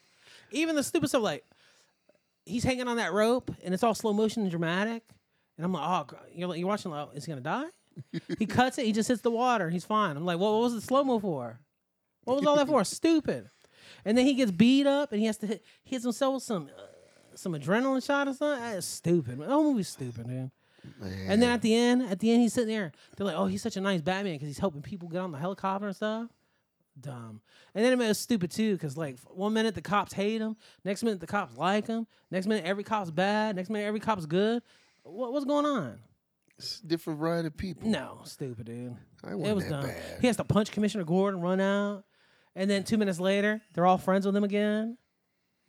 Speaker 3: Even the stupid stuff like he's hanging on that rope, and it's all slow motion and dramatic. And I'm like, oh, gr- you're like, you're watching. Like, oh, is he gonna die? he cuts it. He just hits the water. He's fine. I'm like, well, what was the slow mo for? What was all that for? Stupid. And then he gets beat up, and he has to hit, hits himself with some uh, some adrenaline shot or something. That's stupid. man. That movie's stupid, man. And
Speaker 2: Mm-hmm.
Speaker 3: then at the end, at the end, he's sitting there. They're like, "Oh, he's such a nice Batman because he's helping people get on the helicopter and stuff." Dumb. And then it was stupid too because like one minute the cops hate him, next minute the cops like him, next minute every cop's bad, next minute every cop's good. What, what's going on?
Speaker 2: It's a different variety of people.
Speaker 3: No, stupid dude.
Speaker 2: I
Speaker 3: it
Speaker 2: wasn't
Speaker 3: was
Speaker 2: that
Speaker 3: dumb.
Speaker 2: bad.
Speaker 3: He has to punch Commissioner Gordon, run out, and then two minutes later they're all friends with him again.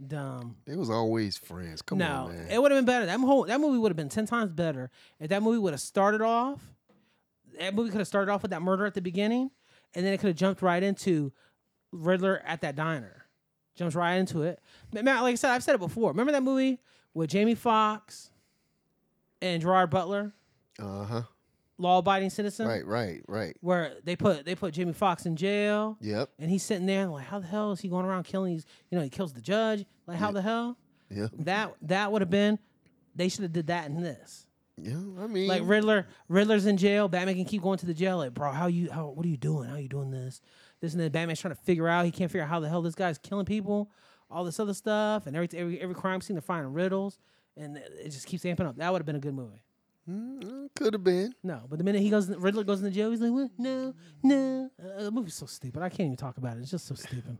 Speaker 3: Dumb.
Speaker 2: They was always friends. Come
Speaker 3: no,
Speaker 2: on, man.
Speaker 3: it would have been better. That whole that movie would have been ten times better if that movie would have started off. That movie could have started off with that murder at the beginning, and then it could have jumped right into Riddler at that diner. Jumps right into it. Ma- Matt, like I said, I've said it before. Remember that movie with Jamie Foxx and Gerard Butler,
Speaker 2: uh huh.
Speaker 3: Law Abiding Citizen,
Speaker 2: Right, right, right.
Speaker 3: where they put they put Jamie Foxx in jail.
Speaker 2: Yep,
Speaker 3: And he's sitting there like, how the hell is he going around killing these? You know, he kills the judge. Like, how the hell?
Speaker 2: yep,
Speaker 3: That that would have been. They should have did that in this.
Speaker 2: yeah. I mean,
Speaker 3: Like Riddler, Riddler's in jail. Batman can keep going to the jail. Like, bro, how you? How what are you doing? How you doing this? This and then Batman's trying to figure out. He can't figure out how the hell this guy's killing people. All this other stuff and every every, every crime scene they're finding riddles, and it just keeps amping up. That would have been a good movie.
Speaker 2: could have been.
Speaker 3: No, but the minute he goes, Riddler goes in the jail. He's like, what? no, no. Uh, the movie's so stupid. I can't even talk about it. It's just so stupid.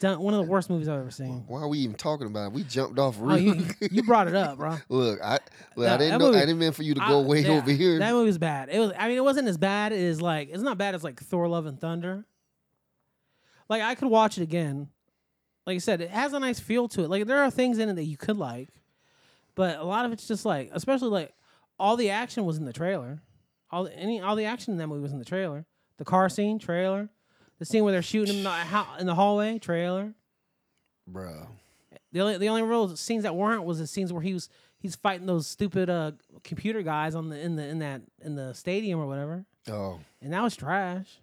Speaker 3: Done, one of the worst movies I've ever seen.
Speaker 2: Why are we even talking about it? We jumped off
Speaker 3: Oh,
Speaker 2: real.
Speaker 3: you, you brought it up, bro.
Speaker 2: Look, I look,
Speaker 3: Nah,
Speaker 2: I didn't
Speaker 3: that
Speaker 2: know.
Speaker 3: movie-
Speaker 2: I didn't mean for you to
Speaker 3: I-
Speaker 2: go way
Speaker 3: yeah,
Speaker 2: over here.
Speaker 3: That movie was bad. It was. I mean, it wasn't as bad as like. It's not bad as like Thor: Love and Thunder. Like I could watch it again. Like I said, it has a nice feel to it. Like there are things in it that you could like, but a lot of it's just like, especially like all the action was in the trailer. All the, any all the action in that movie was in the trailer. The car scene, trailer. The scene where they're shooting him in the, hou- in the hallway, trailer.
Speaker 2: Bro,
Speaker 3: The only the only real scenes that weren't was the scenes where he was he's fighting those stupid uh computer guys on the in the in that in the stadium or whatever,
Speaker 2: oh,
Speaker 3: and that was trash.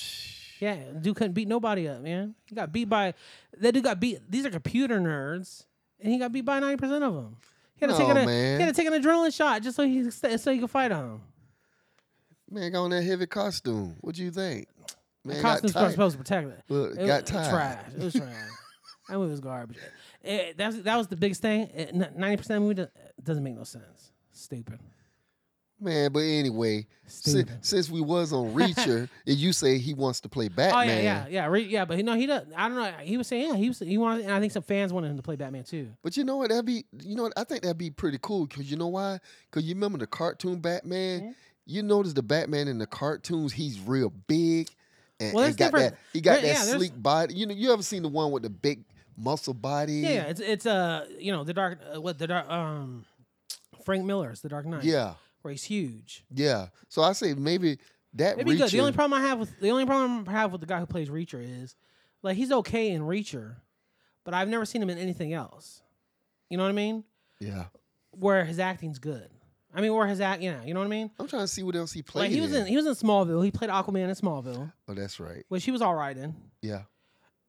Speaker 3: Yeah, dude couldn't beat nobody up, man. He got beat by that dude got beat. These are computer nerds, and he got beat by ninety percent of them. He had to take
Speaker 2: No,
Speaker 3: an
Speaker 2: Oh, man.
Speaker 3: he had to take an adrenaline shot just so he so he could fight him.
Speaker 2: man, got on that heavy costume. What do you think? Man, got
Speaker 3: Costumes
Speaker 2: tight.
Speaker 3: were supposed to protect it.
Speaker 2: Look,
Speaker 3: It
Speaker 2: got
Speaker 3: was
Speaker 2: tired.
Speaker 3: trash. It was trash. that movie was garbage. It, that's that was the biggest thing. Ninety percent of the movie do- doesn't make no sense. Stupid.
Speaker 2: Man, but anyway, since,
Speaker 3: Stupid.
Speaker 2: since we was on Reacher, and you say he wants to play
Speaker 3: Oh
Speaker 2: Batman.
Speaker 3: yeah, yeah, yeah, Re- yeah. But he, no, he does. I don't know. He was saying yeah, he was he wanted, and I think some fans wanted him to play Batman too.
Speaker 2: But you know what? That'd be you know what? I think that'd be pretty cool because you know why? Because you remember the cartoon Batman.
Speaker 3: Mm-hmm.
Speaker 2: You notice the Batman in the cartoons, he's real big, and,
Speaker 3: Well,
Speaker 2: and
Speaker 3: there's
Speaker 2: got
Speaker 3: different-
Speaker 2: that he got
Speaker 3: there- yeah,
Speaker 2: that
Speaker 3: there's-
Speaker 2: sleek body. You know, you ever seen the one with the big muscle body?
Speaker 3: Yeah, it's it's uh you know the dark uh, what the dark um Frank Miller's The Dark Knight.
Speaker 2: yeah,
Speaker 3: where he's huge.
Speaker 2: yeah. So I say maybe that
Speaker 3: It'd be good. The
Speaker 2: Reacher-
Speaker 3: only problem I have with the only problem I have with the guy who plays Reacher is like he's okay in Reacher, but I've never seen him in anything else. You know what I mean?
Speaker 2: Yeah,
Speaker 3: Where his acting's good. I mean, where his act, you know, you know what I mean?
Speaker 2: I'm trying to see what else he played.
Speaker 3: Like he was in E he was in Smallville. He played Aquaman in Smallville,
Speaker 2: Oh, that's right.
Speaker 3: which he was all right in.
Speaker 2: Yeah,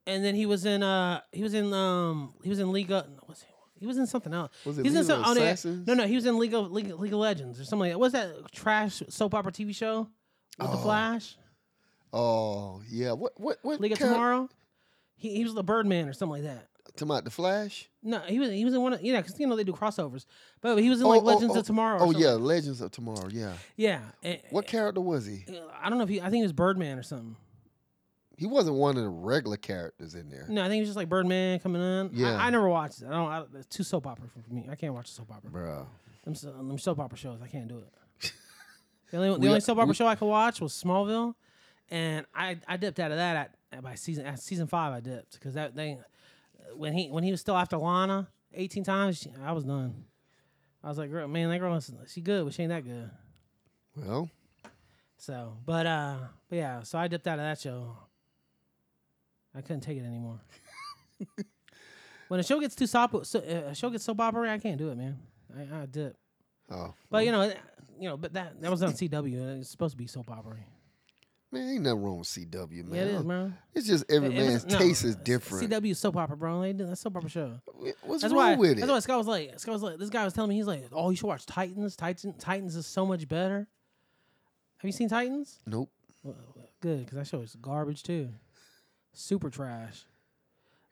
Speaker 3: and then he was in uh he was in um he was in League of no, what's he, he was in something else.
Speaker 2: Was it
Speaker 3: He's
Speaker 2: League
Speaker 3: in some,
Speaker 2: of
Speaker 3: oh, no, yeah.
Speaker 2: Assassins?
Speaker 3: no, no, he was in League of League, League of Legends or something like that. What's that trash soap opera TV show with the
Speaker 2: Oh.
Speaker 3: Flash?
Speaker 2: Oh yeah. What what what?
Speaker 3: League of
Speaker 2: kind-
Speaker 3: Tomorrow. He, he was the Birdman or something like that.
Speaker 2: Talking about the Flash.
Speaker 3: No, he was he was in one of yeah, because you know they do crossovers. But he was in
Speaker 2: Oh,
Speaker 3: like
Speaker 2: oh,
Speaker 3: Legends
Speaker 2: oh.
Speaker 3: of Tomorrow. Or
Speaker 2: Oh
Speaker 3: something. Eh.
Speaker 2: yeah, Legends of Tomorrow. Yeah.
Speaker 3: yeah. And-
Speaker 2: What character was he?
Speaker 3: I don't know if he I think he was Birdman or something.
Speaker 2: He wasn't one of the regular characters in there.
Speaker 3: No, I think he was just like Birdman coming in.
Speaker 2: Yeah.
Speaker 3: I, I never watched it. I don't. I, it's too soap opera for me. I can't watch a soap opera.
Speaker 2: Bro.
Speaker 3: them, so- them soap opera shows. I can't do it. The only, the
Speaker 2: We-
Speaker 3: only soap opera
Speaker 2: we-
Speaker 3: show I could watch was Smallville, and I, I dipped out of that at, at by season at season five. I dipped because that thing when he when he was still after Lana eighteen times, she, I was done. I was like, girl, man, that girl, is- she good, but she ain't that good.
Speaker 2: Well,
Speaker 3: So, but uh, but yeah, so I dipped out of that show. I couldn't take it anymore. when a show gets too soap, so, uh, a show gets soap opera, I can't do it, man. I, I dip.
Speaker 2: oh
Speaker 3: But you know, you know, but that that was on CW. and It's supposed to be soap opera.
Speaker 2: man, ain't nothing wrong with CW, man.
Speaker 3: Yeah, it is, man.
Speaker 2: It's just every
Speaker 3: It- it
Speaker 2: man's
Speaker 3: was- no,
Speaker 2: taste is
Speaker 3: C-
Speaker 2: different.
Speaker 3: CW is soap opera, bro. Like, that's soap opera show.
Speaker 2: What's wrong
Speaker 3: That's why.
Speaker 2: with it?
Speaker 3: That's why Scott was like. Scott was like. This guy was telling me he's like, oh, you should watch Titans. Titans. Titans is so much better. Have you seen Titans?
Speaker 2: nope.
Speaker 3: Well, Good, because that show is garbage too. Super trash.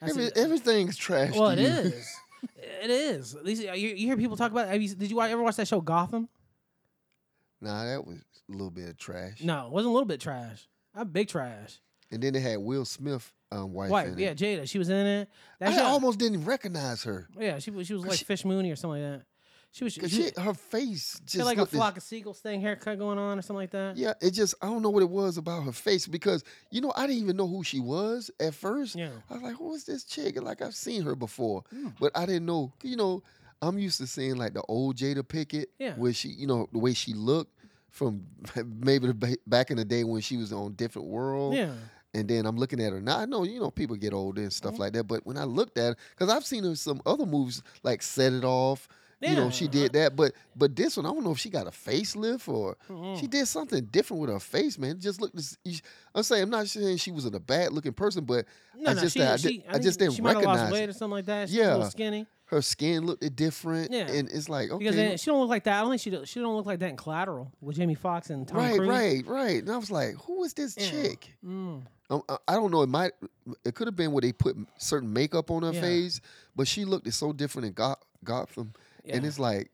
Speaker 3: I said,
Speaker 2: Every, everything's trash.
Speaker 3: well,
Speaker 2: to
Speaker 3: it
Speaker 2: you.
Speaker 3: is. It is. At least uh, you, you hear people talk about. It. Have you, did you ever watch that show Gotham?
Speaker 2: Nah, that was a little bit of trash.
Speaker 3: No, it wasn't a little bit trash. I'm big trash.
Speaker 2: And then they had Will Smith um, wife.
Speaker 3: Wife,
Speaker 2: in
Speaker 3: yeah,
Speaker 2: It.
Speaker 3: Jada. She was in it. That
Speaker 2: I
Speaker 3: show-
Speaker 2: almost didn't recognize her
Speaker 3: Yeah, she was. She was
Speaker 2: 'Cause
Speaker 3: like
Speaker 2: she-
Speaker 3: Fish Mooney or something like that. She was. She,
Speaker 2: because she, her face
Speaker 3: she
Speaker 2: just
Speaker 3: had like a
Speaker 2: looked as-
Speaker 3: flock of seagulls thing haircut going on or something like that.
Speaker 2: Yeah, it just I don't know what it was about her face because you know I didn't even know who she was at first.
Speaker 3: Yeah.
Speaker 2: I was like, who is this chick? And, Like I've seen her before,
Speaker 3: Hmm.
Speaker 2: but I didn't know. You know, I'm used to seeing like the old Jada Pickett,
Speaker 3: Yeah.
Speaker 2: where she, you know, the way she looked from maybe the ba- back in the day when she was on Different World.
Speaker 3: Yeah.
Speaker 2: And then I'm looking at her now. I know you know people get older and
Speaker 3: Mm-hmm.
Speaker 2: stuff like that, but when I looked at her, because I've seen her in some other movies like Set It Off. You know, she
Speaker 3: Yeah.
Speaker 2: did that, but but this one I don't know if she got a facelift or
Speaker 3: Mm-mm.
Speaker 2: she did something different with her face, man. It Just looked. this- you- I'm saying I'm not saying she wasn't a bad looking person, but
Speaker 3: No,
Speaker 2: I
Speaker 3: no,
Speaker 2: just-
Speaker 3: she,
Speaker 2: I
Speaker 3: she,
Speaker 2: di- I just
Speaker 3: think
Speaker 2: didn't
Speaker 3: she might have
Speaker 2: recognize
Speaker 3: lost
Speaker 2: it.
Speaker 3: weight or something like that. She's yeah. a
Speaker 2: Yeah.
Speaker 3: little skinny
Speaker 2: her skin looked different.
Speaker 3: Yeah.
Speaker 2: and it's like okay,
Speaker 3: because then she don't look like that. I don't think she do, she don't look like that in Collateral with Jamie Foxx and Tom
Speaker 2: right,
Speaker 3: Cruise.
Speaker 2: right, right. And I was like, who is this
Speaker 3: Yeah.
Speaker 2: chick?
Speaker 3: Mm.
Speaker 2: Um, I, I don't know. It might. It could have been where they put certain makeup on her
Speaker 3: Yeah.
Speaker 2: face, but she looked so different in Goth- Gotham.
Speaker 3: Yeah.
Speaker 2: And it's like,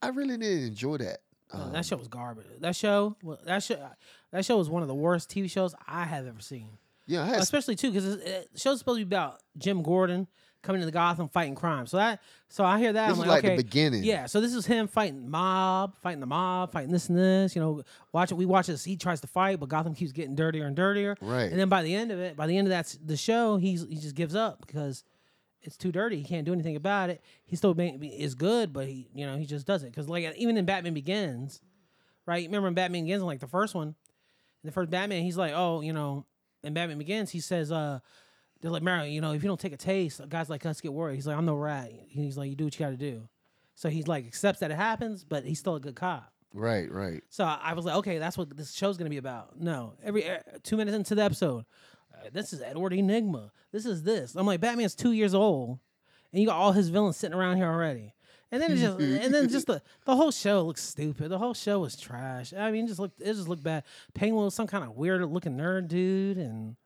Speaker 2: I really didn't enjoy that.
Speaker 3: No,
Speaker 2: Um,
Speaker 3: that show was garbage. That show, wa- that show, that show was one of the worst TV shows I have ever seen.
Speaker 2: yeah, I had, s-
Speaker 3: Especially too, because the show's supposed to be about Jim Gordon coming to the Gotham fighting crime. So that, so I hear that.
Speaker 2: this
Speaker 3: I'm
Speaker 2: is
Speaker 3: like,
Speaker 2: like
Speaker 3: okay,
Speaker 2: the beginning.
Speaker 3: yeah. So this is him fighting mob, fighting the mob, fighting this and this. You know, watch it. We watch this. He tries to fight, but Gotham keeps getting dirtier and dirtier.
Speaker 2: right.
Speaker 3: And then by the end of it, by the end of that s- the show, he's he just gives up because it's too dirty. He can't do anything about it. He still may, be- is good, but he you know he just doesn't because like even in Batman Begins, right? Remember in Batman Begins, like the first one, in the first Batman, he's like, oh, you know, in Batman Begins, he says, uh. They're like, Mario, you know, if you don't take a taste, guys like us get worried. He's like, I'm no rat. He's like, you do what you got to do. So he's like, accepts that it happens, but he's still a good cop.
Speaker 2: right, right.
Speaker 3: So I I was like, okay, that's what this show's gonna be about. No, every uh, two minutes into the episode, uh, this is Edward Enigma. This is this. I'm like, Batman's two years old, and you got all his villains sitting around here already. And then it just,
Speaker 2: Mm-hmm.
Speaker 3: and then just the the whole show looks stupid. The whole show was trash. I mean, it just looked it just looked bad. Penguin was some kind of weird looking nerd dude, and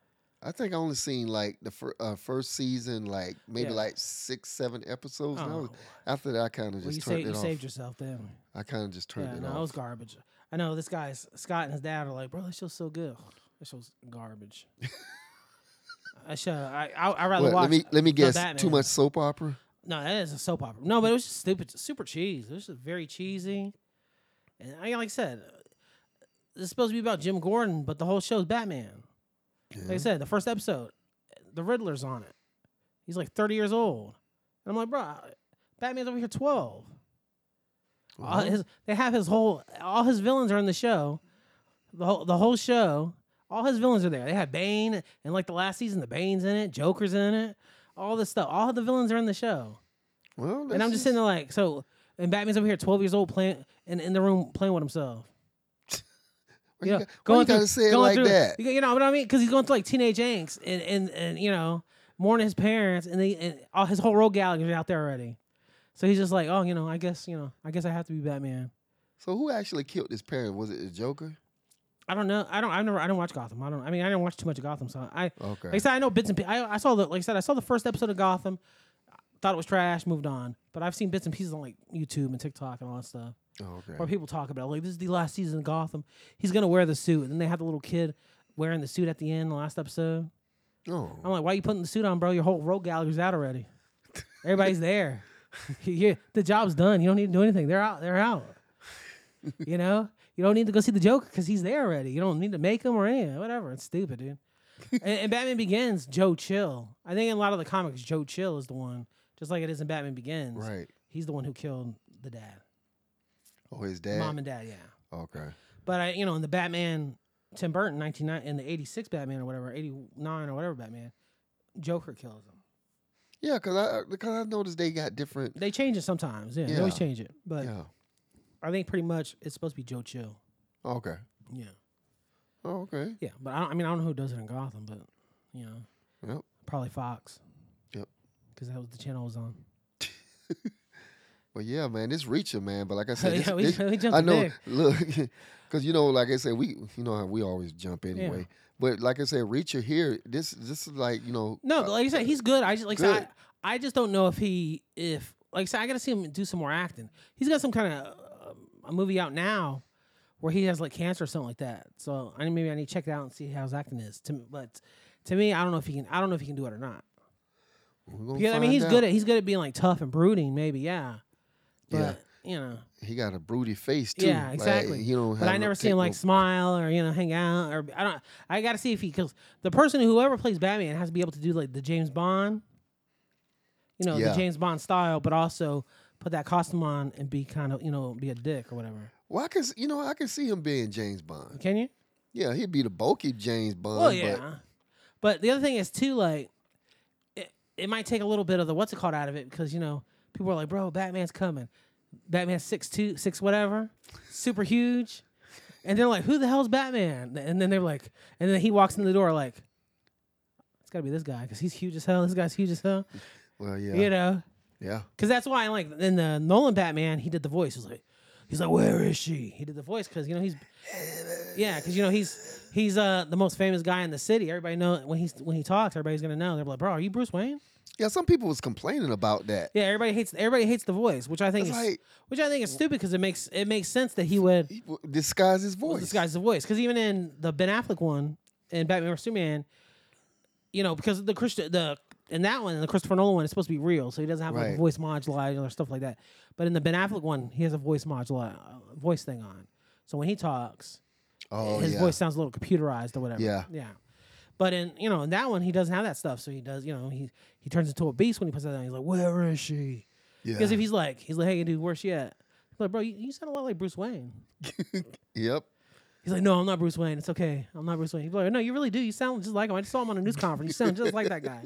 Speaker 2: I think I only seen like the fir- uh, first season, like maybe
Speaker 3: Yeah.
Speaker 2: like six, seven episodes. And I was-
Speaker 3: Oh.
Speaker 2: after that, I kind of
Speaker 3: well, you,
Speaker 2: just
Speaker 3: sa-
Speaker 2: turned
Speaker 3: you
Speaker 2: it off.
Speaker 3: saved yourself then.
Speaker 2: I kind of just turned
Speaker 3: Yeah,
Speaker 2: it
Speaker 3: no,
Speaker 2: off.
Speaker 3: it was garbage. I know this guy's Scott and his dad are like, bro, this show's so good. This show's garbage. I show. I I I'd rather
Speaker 2: What,
Speaker 3: watch.
Speaker 2: let me let me
Speaker 3: the
Speaker 2: guess. Too
Speaker 3: Batman.
Speaker 2: much soap opera.
Speaker 3: No, that is a soap opera. No, but it was just stupid, super cheesy. It was just very cheesy. And I like I said, it's supposed to be about Jim Gordon, but the whole show's Batman. Like I
Speaker 2: Yeah.
Speaker 3: said, the first episode, the Riddler's on it. He's like thirty years old, and I'm like, bro, Batman's over here twelve. All
Speaker 2: Uh-huh.
Speaker 3: his, they have his whole all his villains are in the show. The whole the whole show, all his villains are there. They have Bane and like the last season, the Bane's in it, Joker's in it, all this stuff. All the villains are in the show.
Speaker 2: Well,
Speaker 3: and
Speaker 2: that's
Speaker 3: I'm just sitting there like, so and Batman's over here twelve years old playing and in the room playing with himself.
Speaker 2: why you
Speaker 3: yeah,
Speaker 2: got- why
Speaker 3: going
Speaker 2: you gotta
Speaker 3: through-
Speaker 2: say it
Speaker 3: going
Speaker 2: like
Speaker 3: through-
Speaker 2: that.
Speaker 3: You, know what I mean? Because he's going through like teenage angst and and, and you know mourning his parents and they and all his whole road Gallagher's out there already. So he's just like, oh, you know, I guess you know, I guess I have to be Batman.
Speaker 2: So who actually killed his parent? Was it the Joker?
Speaker 3: I don't know. I don't. I've never. I don't watch Gotham. I don't. I mean, I didn't watch too much of Gotham. So I,
Speaker 2: Okay.
Speaker 3: like I said, I know bits and. pi- I, I saw the. Like I said, I saw the first episode of Gotham. Thought it was trash. Moved on. But I've seen bits and pieces on like YouTube and TikTok and all that stuff,
Speaker 2: Oh, okay.
Speaker 3: where people talk about like this is the last season of Gotham. He's gonna wear the suit, and then they had the little kid wearing the suit at the end, the last episode.
Speaker 2: Oh.
Speaker 3: I'm like, why you putting the suit on, bro? Your whole road gallery's out already. Everybody's there. yeah, the job's done. You don't need to do anything. They're out. They're out. you know, you don't need to go see the Joker because he's there already. You don't need to make him or anything. Whatever. It's stupid, dude. and, and Batman Begins, Joe Chill. I think in a lot of the comics, Joe Chill is the one, just like it is in Batman Begins.
Speaker 2: Right.
Speaker 3: He's the one who killed the dad,
Speaker 2: Oh, his dad.
Speaker 3: mom and dad. Yeah.
Speaker 2: okay.
Speaker 3: But I, you know, in the Batman, Tim Burton, 1990, in the 86 Batman or whatever, 89 or whatever Batman, Joker kills him.
Speaker 2: Yeah, cause I because I noticed they got different.
Speaker 3: They change it sometimes. Yeah, they always
Speaker 2: Yeah.
Speaker 3: change it. But
Speaker 2: yeah.
Speaker 3: I think pretty much it's supposed to be Joe Chill.
Speaker 2: Okay.
Speaker 3: Yeah,
Speaker 2: Oh, okay.
Speaker 3: yeah. But I, don't, I mean, I don't know who does it in Gotham, but you know,
Speaker 2: Yep.
Speaker 3: probably Fox.
Speaker 2: Yep.
Speaker 3: Because that was the channel I was on.
Speaker 2: But yeah, man, it's reaching, man. But like I said,
Speaker 3: Yeah,
Speaker 2: this-
Speaker 3: we-
Speaker 2: this-
Speaker 3: we jumped
Speaker 2: I know.
Speaker 3: big.
Speaker 2: Look, because you know, like I said, we you know how we always jump anyway. But like I said, reacher here. This this is like you know.
Speaker 3: No,
Speaker 2: uh,
Speaker 3: but like you said, he's good. I just like I said,
Speaker 2: Good.
Speaker 3: I, I just don't know if he if like I said, I gotta see him do some more acting. He's got some kind of uh, a movie out now where he has like cancer or something like that. So I maybe I need to check it out and see how his acting is. To m- but to me, I don't know if he can. I don't know if he can do it or not.
Speaker 2: we're gonna
Speaker 3: Because I
Speaker 2: find
Speaker 3: mean, he's
Speaker 2: out.
Speaker 3: good at he's good at being like tough and brooding. Maybe yeah, but
Speaker 2: Yeah.
Speaker 3: you know,
Speaker 2: He got a broody face too.
Speaker 3: Yeah,
Speaker 2: Like,
Speaker 3: exactly.
Speaker 2: you know,
Speaker 3: but I never see him like smile or you know hang out or I don't. I gotta see if he because the person whoever plays Batman has to be able to do like the James Bond, you know,
Speaker 2: Yeah.
Speaker 3: the James Bond style, but also put that costume on and be kind of you know be a dick or whatever.
Speaker 2: Well, I can s- you know I can see him being James Bond.
Speaker 3: Can you?
Speaker 2: Yeah, he'd be the bulky James Bond.
Speaker 3: Well, Oh, yeah. But, the other thing is too, like, it, it might take a little bit of the what's it called out of it because you know people are like, bro, Batman's coming, Batman's six two six whatever, super huge, and they're like, who the hell's Batman? And then they're like, and then he walks in the door like, it's got to be this guy because he's huge as hell. This guy's huge as hell.
Speaker 2: But, well, yeah,
Speaker 3: You know,
Speaker 2: yeah.
Speaker 3: because that's why, like, in the Nolan Batman, he did the voice. He's like, he's like, where is she? He did the voice because you know he's, yeah, because you know he's he's uh the most famous guy in the city. Everybody know when he's when he talks, everybody's gonna know. They're like, bro, are you Bruce Wayne?
Speaker 2: Yeah, some people was complaining about that.
Speaker 3: Yeah, everybody hates everybody hates the voice, which I think
Speaker 2: It's
Speaker 3: is
Speaker 2: like-
Speaker 3: which I think is stupid because it makes it makes sense that he would
Speaker 2: He w- disguise his voice.
Speaker 3: disguise the voice because even in the Ben Affleck one in Batman vs Superman, you know, because the Christian the in that one the Christopher Nolan one is supposed to be real, so he doesn't have like
Speaker 2: Right.
Speaker 3: a voice modulator or stuff like that. But in the Ben Affleck one, he has a voice modulator uh, voice thing on, so when he talks,
Speaker 2: Oh
Speaker 3: his
Speaker 2: yeah.
Speaker 3: voice sounds a little computerized or whatever.
Speaker 2: Yeah.
Speaker 3: yeah. But in you know in that one he doesn't have that stuff, so he does you know he he turns into a beast when he puts that on. He's like, where is she?
Speaker 2: yeah.
Speaker 3: Because if he's like he's like, hey dude, where's she at? He's like, bro, you, you sound a lot like Bruce Wayne.
Speaker 2: yep.
Speaker 3: He's like, no, I'm not Bruce Wayne. It's okay. I'm not Bruce Wayne. He's like, no, you really do. You sound just like him. I just saw him on a news conference. You sound just like that guy.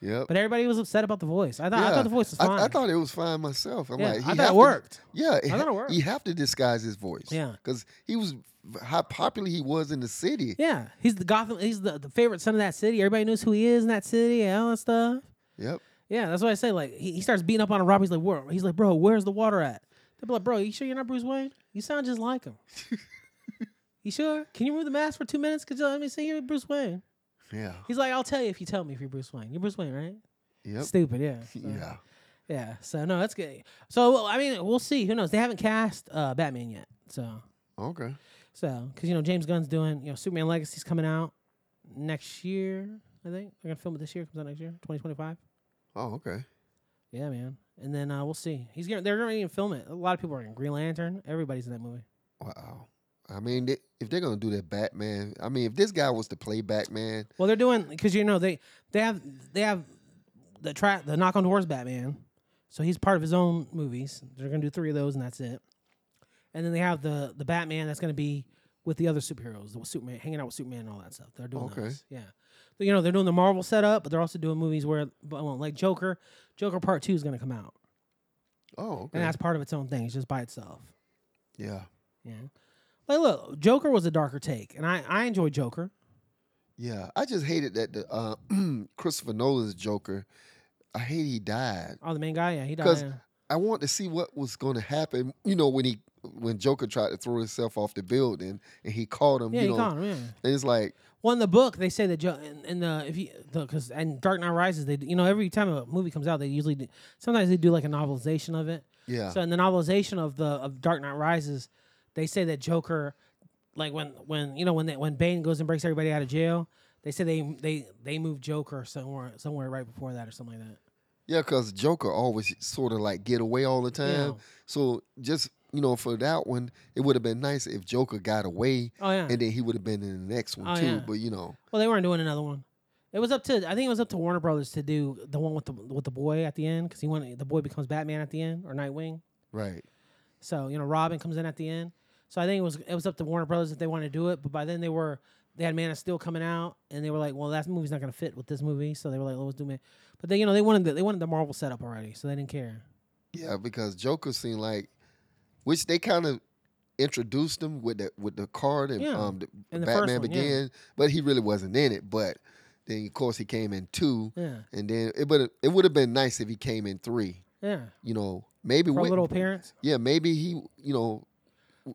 Speaker 2: Yep.
Speaker 3: But everybody was upset about the voice. I thought, I
Speaker 2: Yeah.
Speaker 3: thought the voice was
Speaker 2: I-
Speaker 3: fine.
Speaker 2: I, thought it was fine myself. I'm
Speaker 3: Yeah,
Speaker 2: like,
Speaker 3: I
Speaker 2: he
Speaker 3: thought
Speaker 2: have
Speaker 3: it
Speaker 2: to-
Speaker 3: worked.
Speaker 2: yeah,
Speaker 3: I thought it worked.
Speaker 2: He have to disguise his voice.
Speaker 3: Yeah.
Speaker 2: because he was how popular he was in the city.
Speaker 3: yeah, he's the Gotham. He's the, the favorite son of that city. Everybody knows who he is in that city and all that stuff.
Speaker 2: Yep.
Speaker 3: Yeah, that's what I say. Like he, he starts beating up on a robber. He's like, where? He's like, bro, where's the water at? They're like, bro, you sure you're not Bruce Wayne? You sound just like him. you sure? Can you remove the mask for two minutes? Cause uh, let me see you're Bruce Wayne.
Speaker 2: Yeah.
Speaker 3: He's like, I'll tell you if you tell me if you're Bruce Wayne. You're Bruce Wayne, right?
Speaker 2: Yep.
Speaker 3: Stupid, yeah. So-
Speaker 2: Yeah.
Speaker 3: Yeah, so no, that's good. So well, I mean, we'll see. Who knows? They haven't cast uh, Batman yet, so
Speaker 2: Okay.
Speaker 3: so because you know James Gunn's doing you know Superman Legacy's coming out next year. I think they're gonna film it this year. Comes out next year, twenty twenty five.
Speaker 2: Oh, okay.
Speaker 3: Yeah, man. And then uh, we'll see. He's gonna they're gonna even film it. A lot of people are in Green Lantern. Everybody's in that movie.
Speaker 2: Wow. I mean, they, if they're gonna do that Batman, I mean, if this guy was to play Batman,
Speaker 3: Well, they're doing because you know they they have they have the track the knock on doors Batman, so he's part of his own movies. They're gonna do three of those and that's it. And then they have the the Batman that's gonna be with the other superheroes, the Superman hanging out with Superman and all that stuff. They're doing
Speaker 2: Okay.
Speaker 3: those, yeah. So, you know they're doing the Marvel setup, but they're also doing movies where but, well, like Joker, Joker Part Two is gonna come out,
Speaker 2: oh, okay.
Speaker 3: and that's part of its own thing. It's just by itself.
Speaker 2: yeah,
Speaker 3: Yeah. Like look, Joker was a darker take, and I I enjoy Joker.
Speaker 2: yeah. I just hated that the uh, Christopher Nolan's Joker. I hate he died.
Speaker 3: Oh, the main guy, yeah, he died.
Speaker 2: 'Cause-
Speaker 3: yeah.
Speaker 2: I want to see what was going to happen. You know, when he when Joker tried to throw himself off the building and he caught him.
Speaker 3: Yeah,
Speaker 2: you
Speaker 3: he
Speaker 2: know,
Speaker 3: gone, yeah.
Speaker 2: and it's like,
Speaker 3: Well, in the book, they say that Joe and, and the if you because and Dark Knight Rises, they do- you know every time a movie comes out, they usually do, sometimes they do like a novelization of it.
Speaker 2: yeah,
Speaker 3: So in the novelization of the of Dark Knight Rises, they say that Joker, like when when you know when they, when Bane goes and breaks everybody out of jail, they say they they they move Joker somewhere somewhere right before that or something like that.
Speaker 2: yeah, because Joker always sort of like get away all the time.
Speaker 3: Yeah.
Speaker 2: So just you know, for that one, it would have been nice if Joker got away,
Speaker 3: Oh yeah.
Speaker 2: and then he would have been in the next one
Speaker 3: Oh,
Speaker 2: too.
Speaker 3: yeah.
Speaker 2: But you know,
Speaker 3: well, they weren't doing another one. It was up to I think it was up to Warner Brothers to do the one with the with the boy at the end because he wanted the boy becomes Batman at the end or Nightwing.
Speaker 2: right?
Speaker 3: So you know, Robin comes in at the end. So I think it was it was up to Warner Brothers if they wanted to do it. But by then they were they had Man of Steel coming out, and they were like, well, that movie's not gonna fit with this movie. So they were like, well, let's do Man. But they you know they wanted the, they wanted the Marvel setup already, so they didn't care.
Speaker 2: Yeah, because Joker seemed like, which they kind of introduced him with the with the card and
Speaker 3: Yeah,
Speaker 2: um the,
Speaker 3: in the first
Speaker 2: Batman
Speaker 3: one, yeah.
Speaker 2: Begin, but he really wasn't in it. But then of course he came in two.
Speaker 3: Yeah.
Speaker 2: And then it would it would have been nice if he came in three.
Speaker 3: Yeah.
Speaker 2: You know, maybe
Speaker 3: For
Speaker 2: Whit-
Speaker 3: little appearance.
Speaker 2: yeah, maybe he you know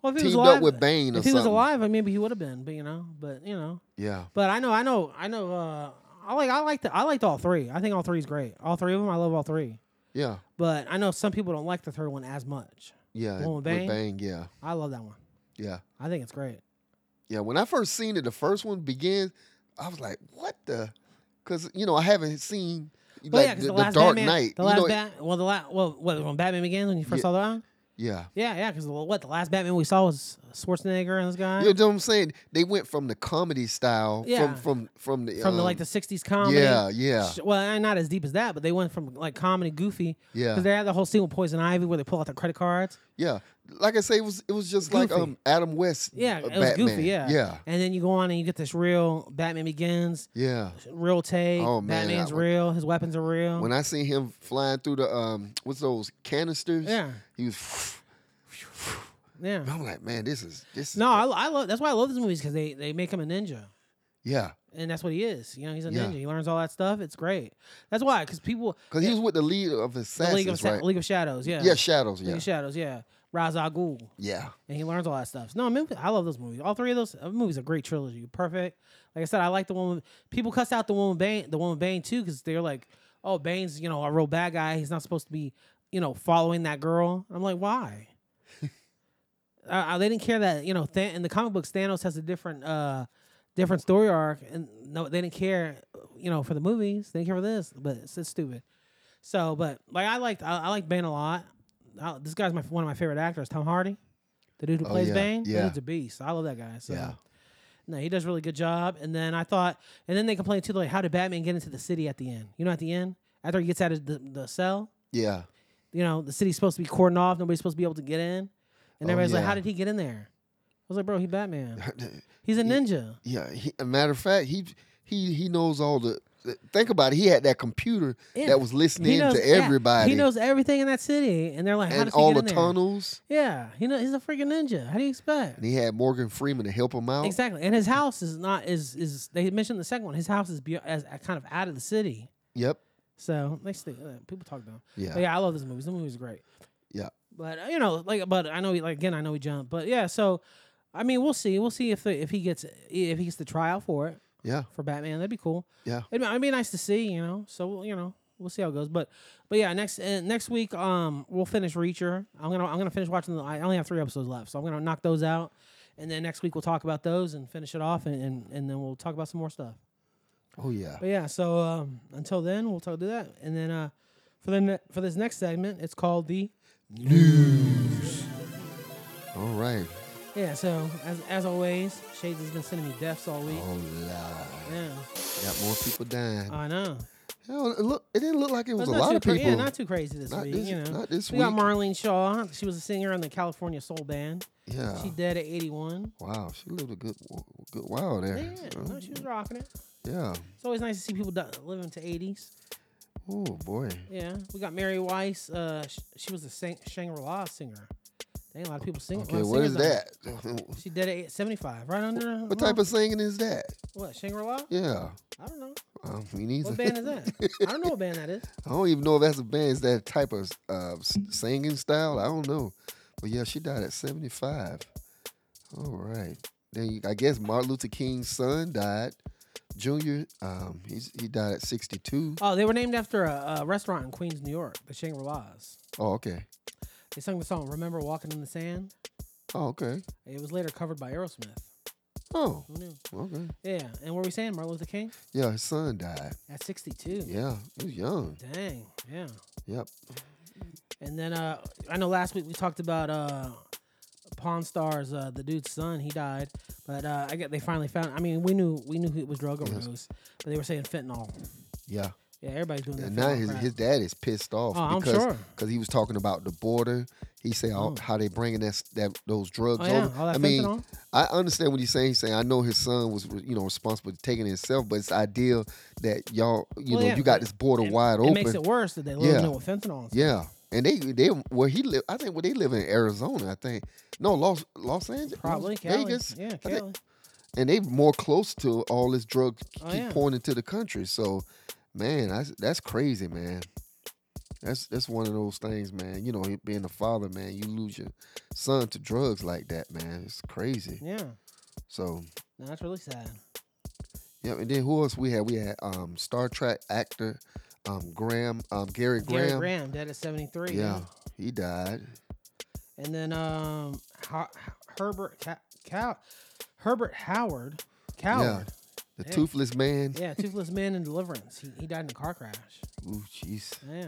Speaker 3: Well, if he was
Speaker 2: teamed
Speaker 3: alive,
Speaker 2: up with Bane or
Speaker 3: if he was
Speaker 2: something.
Speaker 3: alive, I maybe he would have been. But you know, but you know,
Speaker 2: Yeah,
Speaker 3: but I know, I know, I know. Uh, I like, I like the, I liked all three. I think all three is great. All three of them, I love all three.
Speaker 2: yeah,
Speaker 3: But I know some people don't like the third one as much.
Speaker 2: yeah.
Speaker 3: The one with Bane?
Speaker 2: yeah,
Speaker 3: I love that one.
Speaker 2: yeah,
Speaker 3: I think it's great.
Speaker 2: yeah. When I first seen it, the first one begins, I was like, what the? Because you know I haven't seen like
Speaker 3: Well, yeah, 'cause
Speaker 2: the,
Speaker 3: the,
Speaker 2: the
Speaker 3: last
Speaker 2: Dark
Speaker 3: Batman,
Speaker 2: Knight.
Speaker 3: the
Speaker 2: you
Speaker 3: last
Speaker 2: know,
Speaker 3: Bat, well, the last, well, what, when Batman Begins, when you first
Speaker 2: Yeah.
Speaker 3: saw that one,
Speaker 2: yeah.
Speaker 3: yeah, yeah, because what the last Batman we saw was Schwarzenegger and this guy
Speaker 2: You know what I'm saying? They went from the comedy style
Speaker 3: Yeah.
Speaker 2: from from from the
Speaker 3: from the,
Speaker 2: um,
Speaker 3: like the '60s comedy.
Speaker 2: yeah yeah
Speaker 3: Sh- Well, and not as deep as that, but they went from like comedy goofy
Speaker 2: yeah Uh,
Speaker 3: because they had the whole scene with Poison Ivy where they pull out their credit cards.
Speaker 2: yeah. Like I say, it was it was just like
Speaker 3: Goofy.
Speaker 2: um Adam West.
Speaker 3: Yeah,
Speaker 2: uh,
Speaker 3: it was goofy,
Speaker 2: Batman.
Speaker 3: yeah.
Speaker 2: yeah
Speaker 3: And then you go on and you get this real Batman Begins,
Speaker 2: yeah.
Speaker 3: real take.
Speaker 2: Oh, man,
Speaker 3: Batman's
Speaker 2: that one-
Speaker 3: real. His weapons are real.
Speaker 2: When I seen him flying through the um what's those canisters?
Speaker 3: yeah,
Speaker 2: He was.
Speaker 3: yeah.
Speaker 2: I'm like, man, this is this. Is,
Speaker 3: No, I, I love. That's why I love these movies because they they make him a ninja.
Speaker 2: Yeah,
Speaker 3: and that's what he is. You know, he's a
Speaker 2: Yeah.
Speaker 3: ninja. He learns all that stuff. It's great. That's why, because people,
Speaker 2: because he was with the leader of
Speaker 3: the
Speaker 2: assassins,
Speaker 3: League of, Sa-
Speaker 2: right?
Speaker 3: League of Shadows, yeah,
Speaker 2: yeah, shadows.
Speaker 3: League
Speaker 2: Yeah,
Speaker 3: of Shadows, yeah, Ra's al Ghul,
Speaker 2: yeah,
Speaker 3: and he learns all that stuff. No, I mean, I love those movies. All three of those uh, movies are great trilogy. Perfect. Like I said, I like the one. With, people cussed out the one with Bane, the one with Bane too, because they're like, oh, Bane's you know a real bad guy. He's not supposed to be you know following that girl. I'm like, why? uh, uh, they didn't care that you know Than- in the comic books Thanos has a different uh different story arc and no they didn't care you know for the movies they didn't care for this but it's, it's stupid so but like I liked I, I like Bane a lot I, this guy's my one of my favorite actors Tom Hardy the dude who
Speaker 2: Oh,
Speaker 3: plays
Speaker 2: yeah,
Speaker 3: Bane
Speaker 2: yeah.
Speaker 3: that dude's a beast I love that guy so
Speaker 2: Yeah.
Speaker 3: no he does a really good job and then I thought and then they complained too like how did Batman get into the city at the end you know at the end after he gets out of the, the cell
Speaker 2: yeah,
Speaker 3: you know, the city's supposed to be cordoned off. Nobody's supposed to be able to get in. And
Speaker 2: Oh,
Speaker 3: everybody's like,
Speaker 2: yeah.
Speaker 3: how did he get in there? I was like, bro, he Batman. He's a
Speaker 2: He-
Speaker 3: ninja.
Speaker 2: yeah. He, a matter of fact, he he he knows all the. Think about it. He had that computer
Speaker 3: Yeah.
Speaker 2: that was listening to
Speaker 3: yeah,
Speaker 2: everybody
Speaker 3: e-, he knows everything in that city. And they're like, how
Speaker 2: and
Speaker 3: does he
Speaker 2: all
Speaker 3: get
Speaker 2: the
Speaker 3: in there?
Speaker 2: tunnels.
Speaker 3: Yeah, he know, he's a freaking ninja. How do you expect?
Speaker 2: And he had Morgan Freeman to help him out.
Speaker 3: Exactly. And his house is not, is, is they mentioned the second one. His house is be, as, uh, kind of out of the city.
Speaker 2: Yep.
Speaker 3: So, next thing, uh, people talk down.
Speaker 2: Yeah.
Speaker 3: But yeah, I love this movie. The movie's great.
Speaker 2: Yeah.
Speaker 3: But uh, you know, like, but I know, we, like again, I know we jumped, but yeah. So, I mean, we'll see. We'll see if if he gets if he gets the trial for it
Speaker 2: Yeah.
Speaker 3: for Batman. That'd be cool.
Speaker 2: Yeah.
Speaker 3: It'd, be- it'd be nice to see. You know. So we'll- you know, we'll see how it goes. But but yeah, next uh, next week, um, we'll finish Reacher. I'm gonna I'm gonna finish watching. The, I only have three episodes left, so I'm gonna knock those out. And then next week we'll talk about those and finish it off, and, and, and then we'll talk about some more stuff.
Speaker 2: Oh yeah.
Speaker 3: But yeah, so um, until then, we'll talk do that, and then uh, for the ne- for this next segment, it's called the
Speaker 2: All right.
Speaker 3: yeah. So as as always, Shades has been sending me deaths all week.
Speaker 2: Oh la.
Speaker 3: Yeah,
Speaker 2: Got more people dying.
Speaker 3: I know.
Speaker 2: Hell, it look, it didn't look like it was
Speaker 3: Uh, But
Speaker 2: a
Speaker 3: not
Speaker 2: lot
Speaker 3: too
Speaker 2: of
Speaker 3: cra-
Speaker 2: people.
Speaker 3: yeah, not too crazy this
Speaker 2: Not
Speaker 3: week.
Speaker 2: this-
Speaker 3: you know,
Speaker 2: not this
Speaker 3: we got
Speaker 2: week.
Speaker 3: Marlene Shaw. She was a singer in the California Soul Band.
Speaker 2: yeah.
Speaker 3: She dead at 81.
Speaker 2: Wow, she lived a good, good while there.
Speaker 3: Yeah, no, she was rocking it.
Speaker 2: Yeah.
Speaker 3: It's always nice to see people di- living to 80s.
Speaker 2: Oh boy.
Speaker 3: Yeah, we got Mary Weiss. Uh, sh- she was a sang- Shangri-La singer. Dang, a lot of people sing. a lot
Speaker 2: Okay,
Speaker 3: of
Speaker 2: what is
Speaker 3: singers out.
Speaker 2: that?
Speaker 3: She dead at eight- 75, right under.
Speaker 2: what type of singing is that?
Speaker 3: what Shangri-La?
Speaker 2: Yeah.
Speaker 3: I don't know.
Speaker 2: Um, we need
Speaker 3: What band is that? I don't know what band that is.
Speaker 2: I don't even know if that's a band. Is that type of uh, s- singing style? I don't know. But yeah, she died at 75. All right. Then you, I guess Martin Luther King's son died. Junior, um, he's, he died at 62.
Speaker 3: Oh, they were named after a, a restaurant in Queens, New York, the Shangri-Las.
Speaker 2: Oh, okay.
Speaker 3: They sung the song "Remember Walking in the Sand."
Speaker 2: Oh, okay.
Speaker 3: It was later covered by Aerosmith.
Speaker 2: Oh,
Speaker 3: Who knew?
Speaker 2: okay.
Speaker 3: Yeah, and what were we saying? Martin Luther King
Speaker 2: Yeah, his son died.
Speaker 3: at 62.
Speaker 2: Yeah, he was young.
Speaker 3: Dang. Yeah.
Speaker 2: Yep.
Speaker 3: And then uh, I know last week we talked about uh, Pawn Stars, uh, the dude's son. He died, but uh, I get they finally found. I mean, we knew we knew it was drug overdose, but they were saying fentanyl.
Speaker 2: Yeah.
Speaker 3: Yeah, everybody's doing
Speaker 2: And
Speaker 3: that.
Speaker 2: now
Speaker 3: fentanyl
Speaker 2: his,
Speaker 3: crap.
Speaker 2: his dad is pissed off
Speaker 3: Oh, I'm
Speaker 2: because
Speaker 3: sure.
Speaker 2: cause he was talking about the border. He said all, how they bringing that, s- that those drugs
Speaker 3: Oh, yeah,
Speaker 2: over.
Speaker 3: all that
Speaker 2: I mean,
Speaker 3: fentanyl.
Speaker 2: I understand what he's saying. He's saying I know his son was you know responsible for taking it himself, but it's ideal that y'all you
Speaker 3: Well,
Speaker 2: know
Speaker 3: yeah,
Speaker 2: you got this border
Speaker 3: it,
Speaker 2: wide
Speaker 3: it
Speaker 2: open.
Speaker 3: makes it worse that they load
Speaker 2: Yeah.
Speaker 3: it with fentanyl. and stuff.
Speaker 2: yeah, and they they where he live. I think where they live in Arizona. I think no Los Los Angeles,
Speaker 3: Probably
Speaker 2: Las
Speaker 3: Cali.
Speaker 2: Vegas.
Speaker 3: Yeah,
Speaker 2: I think-
Speaker 3: Cali.
Speaker 2: and they more close to all this drug
Speaker 3: Oh,
Speaker 2: keep
Speaker 3: yeah.
Speaker 2: pouring into the country. So, man, that's that's crazy, man. That's that's one of those things, man. You know, being a father, man, you lose your son to drugs like that, man. It's crazy.
Speaker 3: Yeah.
Speaker 2: So,
Speaker 3: No, that's really sad.
Speaker 2: yeah. And then who else we had? We had um, Star Trek actor um, Graham um, Gary Graham.
Speaker 3: Gary Graham dead at 73.
Speaker 2: Yeah, he died.
Speaker 3: And then um Ho- Herbert Ca- Cow Herbert Howard Coward.
Speaker 2: The
Speaker 3: Dang.
Speaker 2: Toothless Man.
Speaker 3: Yeah, Toothless Man in Deliverance. He, he died in a car crash.
Speaker 2: Ooh, jeez.
Speaker 3: Yeah.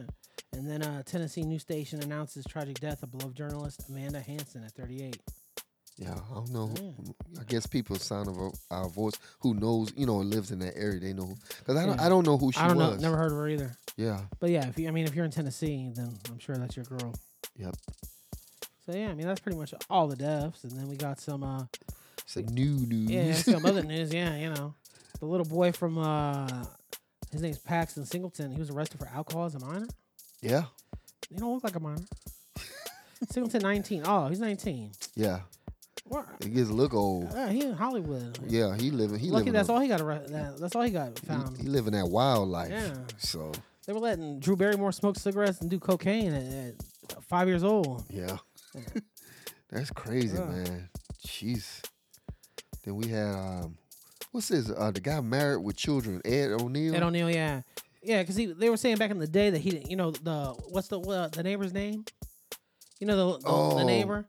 Speaker 3: And then uh, Tennessee news station announces tragic death of beloved journalist Amanda Hansen at 38.
Speaker 2: Yeah, I don't know. I guess people sound of our- our voice who knows, you know, and lives in that area. They know because I don't.
Speaker 3: Yeah.
Speaker 2: I don't know who she
Speaker 3: I don't
Speaker 2: was.
Speaker 3: know, never heard of her either.
Speaker 2: Yeah.
Speaker 3: But yeah, if you, I mean, if you're in Tennessee, then I'm sure that's your girl.
Speaker 2: Yep.
Speaker 3: So yeah, I mean, that's pretty much all the deaths. And then we got some, uh,
Speaker 2: It's a new news.
Speaker 3: yeah, some other news. Yeah, you know, the little boy from, uh, his name's Paxton Singleton. He was arrested for alcohol as a minor.
Speaker 2: yeah.
Speaker 3: You don't look like a minor. Singleton 19. Oh, he's 19.
Speaker 2: Yeah.
Speaker 3: What?
Speaker 2: It gets look old.
Speaker 3: Yeah, he in Hollywood.
Speaker 2: Yeah, he living. He
Speaker 3: Lucky
Speaker 2: living.
Speaker 3: that's
Speaker 2: a-
Speaker 3: all he got. arre- That, that's all he got found.
Speaker 2: He, he living that wild life.
Speaker 3: Yeah.
Speaker 2: So
Speaker 3: They were letting Drew Barrymore smoke cigarettes and do cocaine at, at five years old.
Speaker 2: yeah, that's crazy,
Speaker 3: Yeah.
Speaker 2: man. Jeez. Then we had um, what's this? Uh, the guy married with children, Ed O'Neill.
Speaker 3: Ed O'Neill, yeah, yeah, because they were saying back in the day that he, didn't- you know, the what's the uh, the neighbor's name? You know the the, the
Speaker 2: Oh.
Speaker 3: neighbor.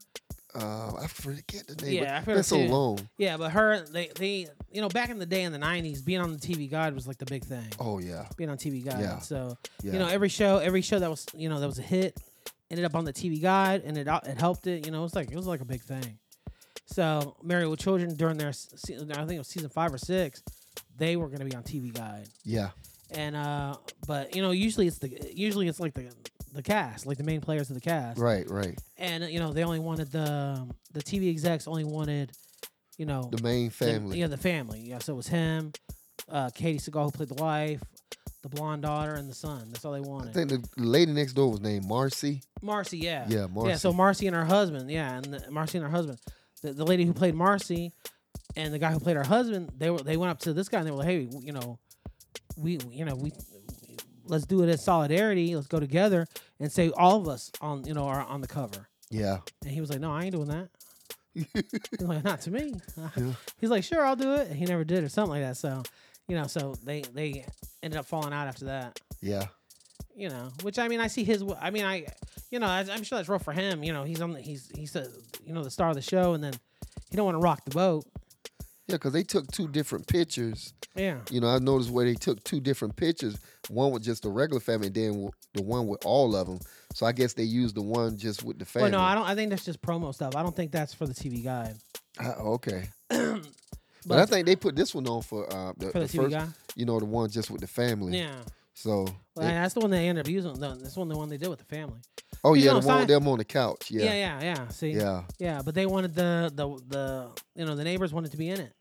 Speaker 2: Uh, I forget the name.
Speaker 3: Yeah, I
Speaker 2: Yeah,
Speaker 3: forget
Speaker 2: been so
Speaker 3: too.
Speaker 2: long.
Speaker 3: Yeah, but her, they, they, you know, back in the day in the '90s, being on the TV Guide was like the big thing.
Speaker 2: Oh yeah,
Speaker 3: Being on TV Guide,
Speaker 2: Yeah.
Speaker 3: so
Speaker 2: yeah.
Speaker 3: you know every show, every show that was, you know, that was a hit, ended up on the TV Guide, and it out- it helped it. You know, it was like it was like a big thing. So Married with Children during their, s- se- I think it was season five or six, they were going to be on TV Guide.
Speaker 2: yeah,
Speaker 3: and uh but you know usually it's the usually it's like the the cast like the main players of the cast
Speaker 2: right, right.
Speaker 3: and you know they only wanted the the tv execs only wanted you know
Speaker 2: The main family.
Speaker 3: yeah the family yeah so it was him uh katie Segal who played the wife the blonde daughter and the son that's all they
Speaker 2: I
Speaker 3: wanted
Speaker 2: think the lady next door was named Marcy.
Speaker 3: marcy yeah
Speaker 2: Yeah, Marcy.
Speaker 3: yeah so marcy and her husband yeah and the, marcy and her husband the, the lady who played marcy and the guy who played her husband they were they went up to this guy and they were like hey you know we you know we let's do it as solidarity let's go together and say all of us on you know are on the cover
Speaker 2: yeah,
Speaker 3: and he was like no i ain't doing that he's like not to me he's like sure i'll do it and he never did or something like that so you know so they they ended up falling out after that
Speaker 2: yeah,
Speaker 3: you know which i mean i see his w- i mean i you know I, i'm sure that's rough for him you know he's on the, he's he's a, you know the star of the show and then he don't want to rock the boat
Speaker 2: yeah. Because they took two different pictures.
Speaker 3: yeah
Speaker 2: You know, I noticed where they took two different pictures. One with just the regular family, and then w- the one with all of them. So I guess they used the one just with the
Speaker 3: well
Speaker 2: family.
Speaker 3: no i don't i think that's just promo stuff i don't think that's for the tv guide
Speaker 2: Ah, okay. but,
Speaker 3: But-
Speaker 2: I think they put this one on for uh, the,
Speaker 3: for the,
Speaker 2: the
Speaker 3: tv
Speaker 2: first.
Speaker 3: guide
Speaker 2: You know, the one just with the family.
Speaker 3: yeah
Speaker 2: So.
Speaker 3: well,
Speaker 2: they-
Speaker 3: that's the one they ended up using though. that's one the one they did with the family
Speaker 2: oh
Speaker 3: you
Speaker 2: yeah,
Speaker 3: know,
Speaker 2: the one
Speaker 3: Sci-
Speaker 2: with them on the couch.
Speaker 3: yeah
Speaker 2: Yeah.
Speaker 3: yeah yeah, see
Speaker 2: Yeah.
Speaker 3: Yeah, but they wanted the the the you know the neighbors wanted to be in it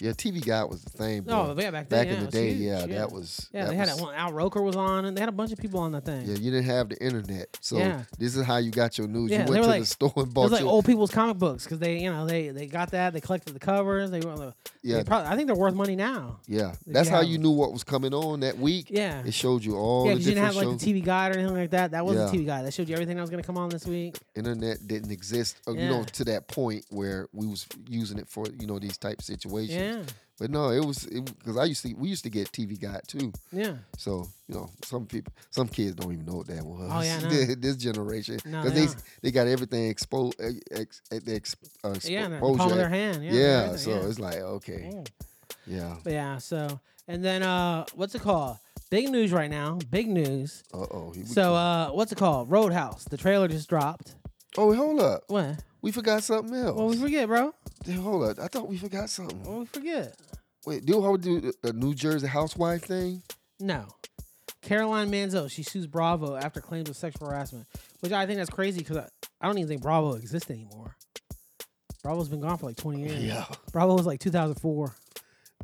Speaker 2: Yeah, TV Guide was the thing.
Speaker 3: No,
Speaker 2: boy.
Speaker 3: yeah, back then,
Speaker 2: back
Speaker 3: yeah,
Speaker 2: in
Speaker 3: it
Speaker 2: the
Speaker 3: was
Speaker 2: day,
Speaker 3: huge,
Speaker 2: yeah,
Speaker 3: yeah.
Speaker 2: that was.
Speaker 3: yeah
Speaker 2: that
Speaker 3: they had
Speaker 2: was-
Speaker 3: that one al roker was on and they had a bunch of people on that thing
Speaker 2: Yeah, you didn't have the internet, so
Speaker 3: Yeah.
Speaker 2: this is how you got your news.
Speaker 3: Yeah,
Speaker 2: you
Speaker 3: they
Speaker 2: went
Speaker 3: were
Speaker 2: to
Speaker 3: like-
Speaker 2: the store and
Speaker 3: It was
Speaker 2: bought
Speaker 3: like oh,
Speaker 2: your.
Speaker 3: old people's comic books because they, you know, they they got that. They collected the covers. They were, they
Speaker 2: yeah,
Speaker 3: probably, I think they're worth money now.
Speaker 2: yeah.
Speaker 3: you
Speaker 2: That's how
Speaker 3: have
Speaker 2: you
Speaker 3: them.
Speaker 2: knew what was coming on that week.
Speaker 3: Yeah,
Speaker 2: It showed you all
Speaker 3: yeah,
Speaker 2: the
Speaker 3: because you didn't
Speaker 2: different
Speaker 3: have like
Speaker 2: shows.
Speaker 3: the TV guide or anything like that. That wasn't
Speaker 2: Yeah.
Speaker 3: TV guide. That showed you everything that was going to come on this week.
Speaker 2: internet didn't exist, uh, you know,
Speaker 3: Yeah.
Speaker 2: to that point where we was using it for you know these type of situations.
Speaker 3: Yeah,
Speaker 2: But no, it was because I used to we used to get TV Guide too.
Speaker 3: yeah,
Speaker 2: So you know, some people, some kids don't even know what that was.
Speaker 3: Oh, yeah, I know.
Speaker 2: this generation
Speaker 3: No,
Speaker 2: because they
Speaker 3: they don't.
Speaker 2: they got everything exposed ex, at the ex, uh, expo-
Speaker 3: yeah. in The
Speaker 2: exposure
Speaker 3: palm of
Speaker 2: at-
Speaker 3: their hand. Yeah,
Speaker 2: Yeah,
Speaker 3: right there,
Speaker 2: so
Speaker 3: yeah.
Speaker 2: it's like okay,
Speaker 3: Mm.
Speaker 2: yeah.
Speaker 3: But yeah, so and then uh, what's it called? Big news right now. Big news.
Speaker 2: Uh oh.
Speaker 3: So uh, what's it called? Roadhouse. The trailer just dropped.
Speaker 2: oh, wait, hold up.
Speaker 3: What?
Speaker 2: We forgot something else.
Speaker 3: Well, we forget, bro.
Speaker 2: Dude, hold up. I thought we forgot something.
Speaker 3: Well, we forget.
Speaker 2: Wait, do how we do the- the New Jersey housewife thing?
Speaker 3: No. Caroline Manzo, she sues Bravo after claims of sexual harassment, which I think that's crazy because I, I don't even think Bravo exists anymore. Bravo's been gone for like 20 years.
Speaker 2: Yeah,
Speaker 3: Bravo was like 2004.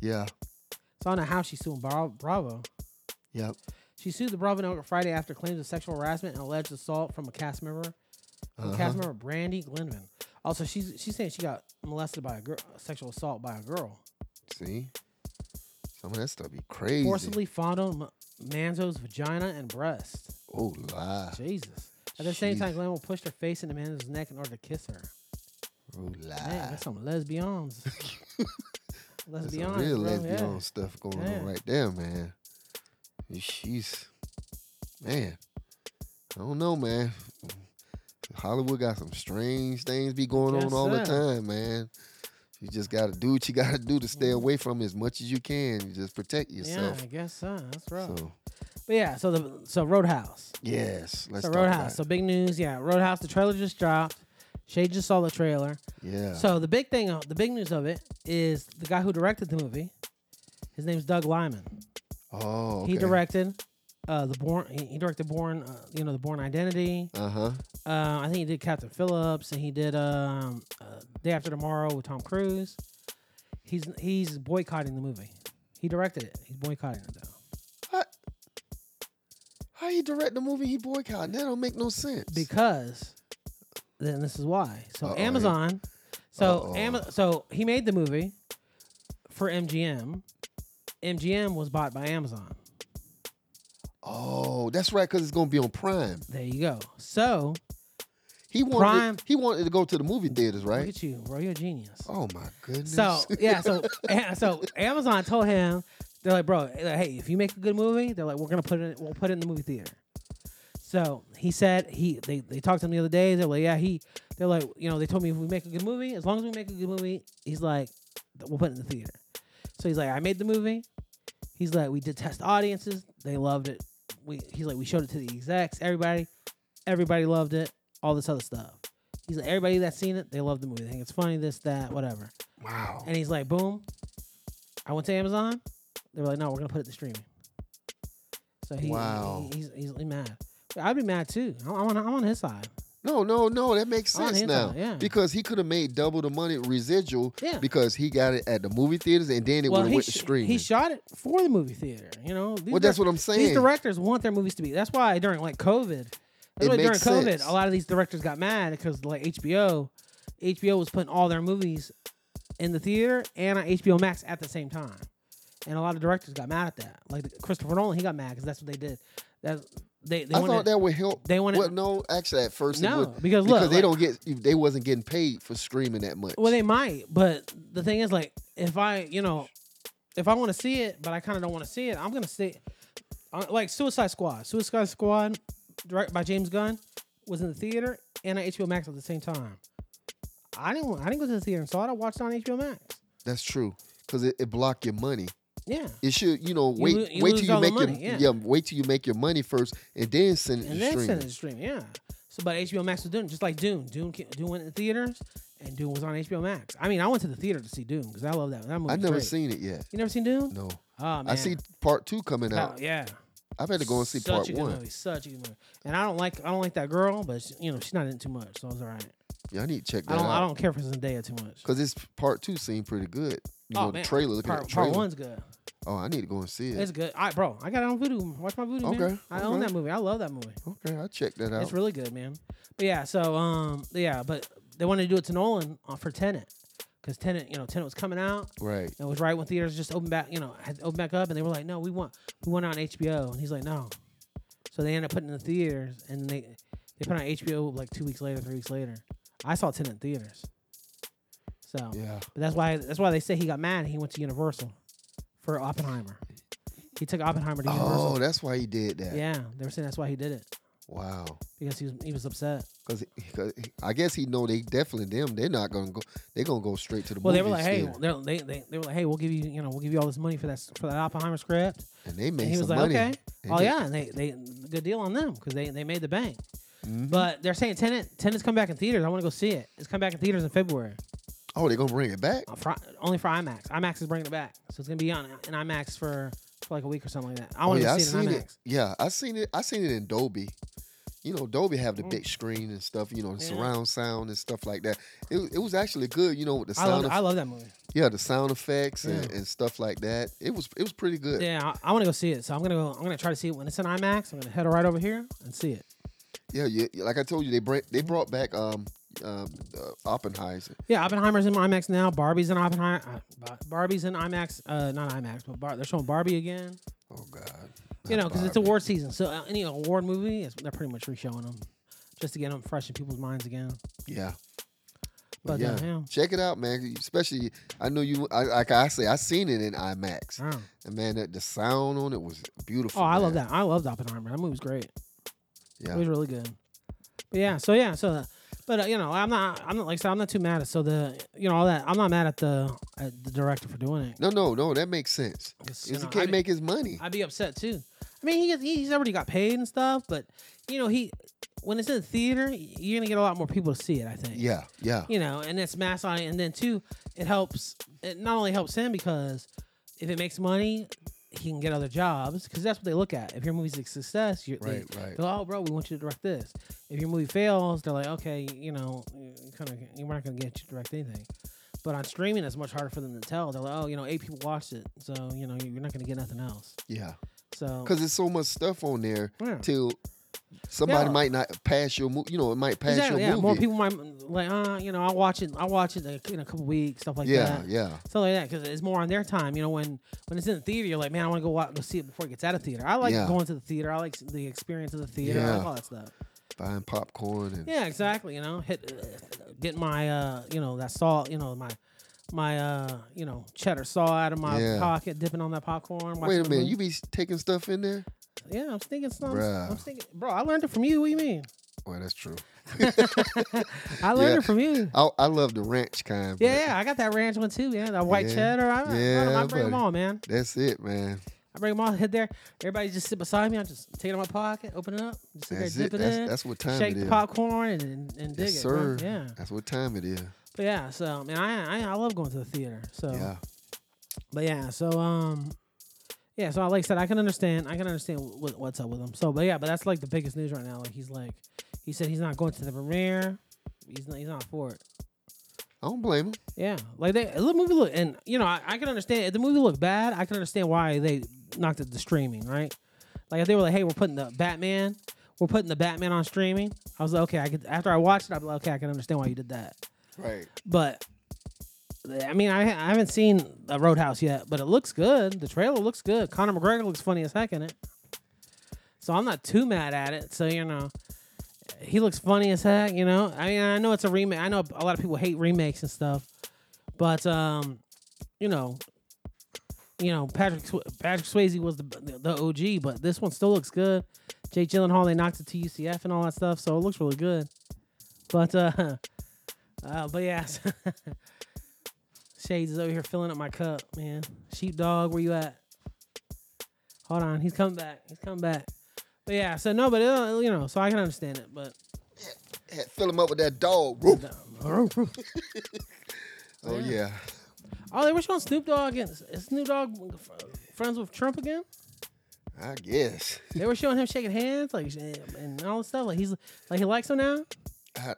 Speaker 2: yeah,
Speaker 3: So I don't know how she's suing Bra- Bravo.
Speaker 2: yeah.
Speaker 3: She sued the Bravo Network Friday after claims of sexual harassment and alleged assault from a cast member, from
Speaker 2: Uh-huh.
Speaker 3: cast member Brandy Glenvin. Also, she's she's saying she got molested by a girl, sexual assault by a girl,
Speaker 2: See, some of that stuff be crazy.
Speaker 3: forcibly fondled M- Manzo's vagina and breast.
Speaker 2: Oh, lie.
Speaker 3: Jesus. At the same
Speaker 2: Jeez.
Speaker 3: time, Glenn will push her face into Amanda's neck in order to kiss her.
Speaker 2: Oh,
Speaker 3: Man,
Speaker 2: lie.
Speaker 3: that's some lesbians.
Speaker 2: That's
Speaker 3: lesbians,
Speaker 2: some real
Speaker 3: bro,
Speaker 2: lesbian
Speaker 3: yeah.
Speaker 2: stuff going
Speaker 3: Yeah.
Speaker 2: on right there, man. And She's, man, I don't know, man. Hollywood got some strange things be going
Speaker 3: Yes,
Speaker 2: on all the
Speaker 3: sir.
Speaker 2: time, man. You just gotta do what you gotta do to stay
Speaker 3: Mhm.
Speaker 2: away from it as much as you can. You just protect
Speaker 3: Yeah,
Speaker 2: yourself.
Speaker 3: I guess so. That's right.
Speaker 2: so
Speaker 3: But yeah, so the so Roadhouse.
Speaker 2: yes, let's talk
Speaker 3: so
Speaker 2: about
Speaker 3: Roadhouse.
Speaker 2: it.
Speaker 3: So big news. Yeah, Roadhouse. The trailer just dropped. Shay just saw the trailer.
Speaker 2: yeah,
Speaker 3: So the big thing, uh, the big news of it is the guy who directed the movie. His name's Doug Lyman.
Speaker 2: oh,
Speaker 3: He directed uh, the Born. He, he directed Born. Uh, you know, the Born Identity.
Speaker 2: Uh huh.
Speaker 3: Uh, I think he did Captain Phillips, and he did um, uh, Day After Tomorrow with Tom Cruise. He's he's boycotting the movie. He directed it. He's boycotting it though
Speaker 2: How he direct the movie he boycotted? That don't make no sense.
Speaker 3: because then this is why. So
Speaker 2: Uh-oh, here-
Speaker 3: Amazon. So
Speaker 2: Uh-oh.
Speaker 3: Ama- so he made the movie for MGM. MGM was bought by Amazon.
Speaker 2: oh, that's right, because it's gonna be on Prime.
Speaker 3: There you go. So
Speaker 2: He wanted
Speaker 3: Prime.
Speaker 2: he wanted to go to the movie theaters,
Speaker 3: look
Speaker 2: right?
Speaker 3: at you, bro. You're a genius.
Speaker 2: Oh my goodness.
Speaker 3: So yeah, so yeah, so Amazon told him they're like, bro, they're like, hey, if you make a good movie, they're like, we're gonna put it, in, we'll put it in the movie theater. So he said he they, they talked to him the other day. They're like, yeah, he they're like, you know, they told me if we make a good movie, as long as we make a good movie, he's like, "th- we'll put it in the theater. So he's like, I made the movie. He's like, we did test audiences. They loved it. We he's like, we showed it to the execs, everybody, everybody loved it. All this other stuff. He's like, everybody that's seen it, they love the movie. They think it's funny, this, that, whatever.
Speaker 2: wow.
Speaker 3: And he's like, boom. I went to Amazon. They were like, no, we're gonna put it to streaming. So he,
Speaker 2: Wow.
Speaker 3: he- he's, he's mad. But I'd be mad too. I- I'm on, I'm on his side.
Speaker 2: No, no, no. That makes
Speaker 3: On
Speaker 2: sense
Speaker 3: his
Speaker 2: now
Speaker 3: side, yeah.
Speaker 2: because he could have made double the money residual
Speaker 3: Yeah.
Speaker 2: because he got it at the movie theaters and then it
Speaker 3: well,
Speaker 2: would have
Speaker 3: he,
Speaker 2: went to
Speaker 3: sh- he
Speaker 2: streaming.
Speaker 3: shot it for the movie theater. You know. These
Speaker 2: well, that's
Speaker 3: dir-
Speaker 2: what I'm
Speaker 3: these
Speaker 2: saying.
Speaker 3: directors want their movies to be. That's why during like COVID, that's
Speaker 2: It
Speaker 3: why during
Speaker 2: makes
Speaker 3: COVID,
Speaker 2: sense.
Speaker 3: a lot of these directors got mad because like HBO, HBO was putting all their movies in the theater and on HBO Max at the same time, and a lot of directors got mad at that. Like Christopher Nolan, he got mad because that's what they did. That they they
Speaker 2: I
Speaker 3: wanted,
Speaker 2: thought that would help.
Speaker 3: they wanted
Speaker 2: well, no, actually, at first it
Speaker 3: no
Speaker 2: would,
Speaker 3: because
Speaker 2: because
Speaker 3: look
Speaker 2: they don't
Speaker 3: like-
Speaker 2: get they wasn't getting paid for streaming that much.
Speaker 3: Well, they might, but the thing is, like, if I, you know, if I want to see it, but I kind of don't want to see it, I'm gonna see, uh, like Suicide Squad. Suicide Squad, directed by James Gunn, was in the theater and on HBO Max at the same time. I didn't, I didn't go to the theater and saw it. I watched it on HBO Max.
Speaker 2: that's true because it, it blocked your money.
Speaker 3: Yeah,
Speaker 2: It should, you know,
Speaker 3: You
Speaker 2: wait,
Speaker 3: lo- you
Speaker 2: wait
Speaker 3: lose
Speaker 2: till you
Speaker 3: all the
Speaker 2: make
Speaker 3: money,
Speaker 2: your
Speaker 3: yeah.
Speaker 2: wait till you make your money first and then send it
Speaker 3: and
Speaker 2: to
Speaker 3: then sent
Speaker 2: streaming.
Speaker 3: it to stream. Yeah. So, but HBO Max was doing it, just like Dune. Dune, ca- Dune went in the theaters, and Dune was on HBO Max. I mean, I went to the theater to see Dune because I love that. that movie's
Speaker 2: I've never
Speaker 3: great.
Speaker 2: seen it yet.
Speaker 3: You never seen Dune?
Speaker 2: No,
Speaker 3: Oh, man.
Speaker 2: I see part two coming
Speaker 3: Oh,
Speaker 2: out.
Speaker 3: yeah.
Speaker 2: I've had to go and see
Speaker 3: such
Speaker 2: part
Speaker 3: a good
Speaker 2: one.
Speaker 3: Movie, such a good movie. And I don't like I don't like that girl, but she, you know she's not in too much, so it's all right.
Speaker 2: Yeah, I need to check that
Speaker 3: I don't I
Speaker 2: out
Speaker 3: don't care for Zendaya too much.
Speaker 2: because this part two seemed pretty good. You
Speaker 3: Oh,
Speaker 2: know,
Speaker 3: man.
Speaker 2: the trailer. Looking
Speaker 3: Part,
Speaker 2: at the
Speaker 3: part
Speaker 2: trailer.
Speaker 3: one's good.
Speaker 2: Oh, I need to go and see it.
Speaker 3: It's good. I bro, I got it on Voodoo. Watch my Voodoo.
Speaker 2: Okay,
Speaker 3: Man. I own
Speaker 2: okay.
Speaker 3: that movie. I love that movie.
Speaker 2: okay, I'll check that out.
Speaker 3: It's really good, man. But yeah, so um yeah, but they wanted to do it to Nolan uh, for Tenant because Tenant you know Tenant was coming out.
Speaker 2: right.
Speaker 3: It was right when theaters just opened back, you know, had opened back up, and they were like, "No, we want, we want it on HBO," and he's like, "No." So they ended up putting it in the theaters, and they they put it on HBO like two weeks later, three weeks later. I saw Tenet in theaters, so
Speaker 2: Yeah.
Speaker 3: but that's why that's why they say he got mad. and He went to Universal for Oppenheimer. He took Oppenheimer to
Speaker 2: Oh,
Speaker 3: Universal.
Speaker 2: that's why he did that.
Speaker 3: yeah, they were saying that's why he did it
Speaker 2: Wow.
Speaker 3: because he was he was upset.
Speaker 2: Because I guess he know they definitely them. They're not gonna go. They're gonna go straight to the
Speaker 3: Well, they were
Speaker 2: movies
Speaker 3: like, "Hey,
Speaker 2: then.
Speaker 3: they're- they, they they were like, hey, we'll give you you know we'll give you all this money for that s- for that Oppenheimer script."
Speaker 2: and they made
Speaker 3: And he
Speaker 2: some
Speaker 3: was like,
Speaker 2: money.
Speaker 3: okay.
Speaker 2: They
Speaker 3: Oh
Speaker 2: did.
Speaker 3: yeah, and they they good deal on them because they, they made the bank.
Speaker 2: Mhm.
Speaker 3: But they're saying Tenant Tenant's come back in theaters. I want to go see it. It's come back in theaters in February.
Speaker 2: Oh, they're gonna bring it back.
Speaker 3: Uh, for- only for IMAX. IMAX is bringing it back, so it's gonna be on in IMAX for, for like a week or something like that. I
Speaker 2: Oh
Speaker 3: want to
Speaker 2: yeah, I
Speaker 3: see it
Speaker 2: seen
Speaker 3: in IMAX.
Speaker 2: it. Yeah, I seen it. I seen it in Dolby. You know, Dolby have the big screen and stuff. You know, the
Speaker 3: Mm. Yeah.
Speaker 2: surround sound and stuff like that. It, was- it was actually good. You know, with the
Speaker 3: I
Speaker 2: sound.
Speaker 3: love
Speaker 2: eff-
Speaker 3: I love that movie.
Speaker 2: yeah, the sound effects and,
Speaker 3: Yeah.
Speaker 2: and stuff like that. It was it was pretty good. Yeah,
Speaker 3: Yeah, I, I want to go see it. So I'm gonna go. I'm gonna try to see it when it's in IMAX. I'm gonna head right over here and see it.
Speaker 2: yeah. yeah, like I told you, they bring, they brought back um um uh, Oppenheimer.
Speaker 3: Yeah, Oppenheimer's in IMAX now. Barbie's in Oppenheimer. Uh, Barbie's in IMAX. Uh, not IMAX, but Bar- they're showing Barbie again.
Speaker 2: Oh God,
Speaker 3: you know, because it's
Speaker 2: Biopic.
Speaker 3: award season. So uh, any award movie, it's, they're pretty much re-showing them just to get them fresh in people's minds again.
Speaker 2: Yeah.
Speaker 3: But,
Speaker 2: yeah.
Speaker 3: uh, yeah.
Speaker 2: check it out, man. Especially, I know you. I, like I say, I seen it in IMAX,
Speaker 3: Wow.
Speaker 2: and man, that, the sound on it was beautiful.
Speaker 3: Uh. Oh, I love
Speaker 2: man.
Speaker 3: that. I loved Oppenheimer. That movie was great.
Speaker 2: Yeah,
Speaker 3: It was really good. But yeah, so yeah, so, uh, but uh, you know, I'm not, I'm not like I said, I'm not too mad at so the, you know, all that. I'm not mad at the at the director for doing it.
Speaker 2: no, no, no. That makes sense.
Speaker 3: 'Cause, you
Speaker 2: Because he
Speaker 3: know, I
Speaker 2: can't
Speaker 3: did-
Speaker 2: make his money.
Speaker 3: I'd be upset too. I mean, he gets, he's already got paid and stuff, but you know, he when it's in the theater, you're gonna get a lot more people to see it. I think.
Speaker 2: yeah, yeah,
Speaker 3: You know, and it's mass audience, and then too, it helps. It not only helps him because if it makes money, he can get other jobs because that's what they look at. If your movie's a success, you're, they,
Speaker 2: Right, right.
Speaker 3: They're like, oh, bro, we want you to direct this. If your movie fails, they're like, okay, you know, kind of, we're not gonna get you to direct anything. But on streaming, it's much harder for them to tell. They're like, oh, you know, eight people watched it, so you know, you're not gonna get nothing else.
Speaker 2: yeah.
Speaker 3: So
Speaker 2: Because there's so much stuff on there
Speaker 3: Yeah.
Speaker 2: till somebody
Speaker 3: Yeah.
Speaker 2: might not pass your movie. You know, it might pass
Speaker 3: exactly,
Speaker 2: your
Speaker 3: yeah.
Speaker 2: movie.
Speaker 3: More people might like, uh, you know, I'll watch it. I'll watch it like, in a couple weeks, stuff like
Speaker 2: yeah,
Speaker 3: that.
Speaker 2: yeah,
Speaker 3: Stuff like that because it's more on their time. You know, when when it's in the theater, you're like, man, I want to go out go see it before it gets out of theater. I like
Speaker 2: Yeah.
Speaker 3: going to the theater. I like the experience of the theater. I
Speaker 2: Yeah.
Speaker 3: like all that stuff.
Speaker 2: buying popcorn and
Speaker 3: Yeah, exactly. You know, hit uh, get my uh, you know, that salt. You know, my my uh, you know, cheddar saw out of my
Speaker 2: Yeah.
Speaker 3: pocket, dipping on that popcorn.
Speaker 2: Wait
Speaker 3: watching
Speaker 2: a
Speaker 3: the
Speaker 2: minute,
Speaker 3: movie.
Speaker 2: you be taking stuff in there?
Speaker 3: yeah, I'm thinking something.
Speaker 2: Bruh.
Speaker 3: I'm thinking, bro. I learned it from you. What do you mean?
Speaker 2: Well, that's true.
Speaker 3: I learned
Speaker 2: Yeah.
Speaker 3: it from you.
Speaker 2: I, I love the ranch kind. but
Speaker 3: Yeah, yeah, I got that ranch one too. Yeah, that white
Speaker 2: Yeah.
Speaker 3: cheddar. I, I, I
Speaker 2: Yeah,
Speaker 3: bring them
Speaker 2: buddy.
Speaker 3: all, man.
Speaker 2: That's it, man.
Speaker 3: I bring them all. Hit there. Everybody just sit beside me. I just take it out of my pocket, open it up, just sit
Speaker 2: That's
Speaker 3: there,
Speaker 2: it.
Speaker 3: dip it,
Speaker 2: That's,
Speaker 3: in,
Speaker 2: that's what time
Speaker 3: shake
Speaker 2: it
Speaker 3: the
Speaker 2: is.
Speaker 3: popcorn, and and, and dig
Speaker 2: yes,
Speaker 3: it. bro.
Speaker 2: sir.
Speaker 3: Yeah,
Speaker 2: That's what time it is.
Speaker 3: but yeah. So man, I, I I love going to the theater. So
Speaker 2: Yeah.
Speaker 3: but yeah. So um. Yeah, so like I said, I can understand. I can understand what, what's up with him. So, but yeah, but that's like the biggest news right now. Like he's like, he said he's not going to the premiere. He's not. He's not for it.
Speaker 2: I don't blame him.
Speaker 3: Yeah, like they the movie look, and you know, I, I can understand if the movie looked bad. I can understand why they knocked it to streaming, right? Like if they were like, "Hey, we're putting the Batman, we're putting the Batman on streaming," I was like, "Okay, I could." After I watched it, I'd be like, "Okay, I can understand why you did that."
Speaker 2: Right.
Speaker 3: But I mean, I, I haven't seen a Roadhouse yet, but it looks good. The trailer looks good. Conor McGregor looks funny as heck in it, so I'm not too mad at it. So you know, he looks funny as heck. You know, I mean, I know it's a remake. I know a lot of people hate remakes and stuff, but um, you know, you know, Patrick Sw- Patrick Swayze was the the OG, but this one still looks good. Jake Gyllenhaal, they knocked it to UCF and all that stuff, so it looks really good. But uh, uh but yeah, Shades is over here filling up my cup, man. Sheepdog, where you at? Hold on, he's coming back. He's coming back. But yeah, so no, but it'll, you know, so I can understand it, but
Speaker 2: Yeah, fill him up with that dog. Woo.
Speaker 3: oh,
Speaker 2: Oh yeah.
Speaker 3: they were showing Snoop Dogg and is Snoop Dogg friends with Trump again.
Speaker 2: I guess.
Speaker 3: They were showing him shaking hands, like and all this stuff. Like he's like he likes him now.
Speaker 2: I-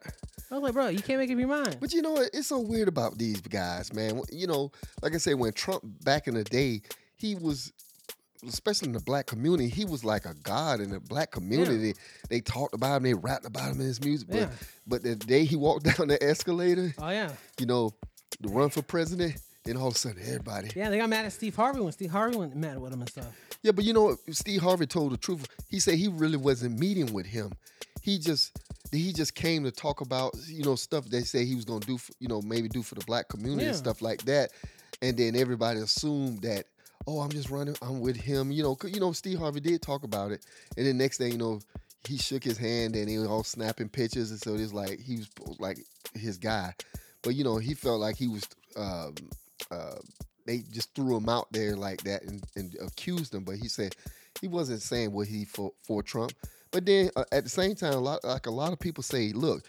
Speaker 3: I was like, bro, you can't make up your mind.
Speaker 2: But you know what? It's so weird about these guys, man. You know, like I said, when Trump back in the day, he was, especially in the black community, he was like a god in the black community. They talked about him, they rapped about him in his music. But,
Speaker 3: Yeah.
Speaker 2: but the day he walked down the escalator,
Speaker 3: Oh yeah,
Speaker 2: you know, to run for president, then all of a sudden everybody. Yeah,
Speaker 3: yeah. They got mad at Steve Harvey when Steve Harvey went mad with him and stuff.
Speaker 2: but you know what? Steve Harvey told the truth. He said he really wasn't meeting with him. He just. He just came to talk about, you know, stuff they say he was gonna do, for, you know, maybe do for the black community and
Speaker 3: Yeah.
Speaker 2: stuff like that, and then everybody assumed that, oh, I'm just running, I'm with him, you know, 'cause, you know, Steve Harvey did talk about it, and then next thing you know, he shook his hand and they were all snapping pictures, and so it's like he was like his guy, but you know, he felt like he was um, uh, they just threw him out there like that and, and accused him. But he said he wasn't saying what he for for Trump. But then uh, at the same time, a lot like a lot of people say, look,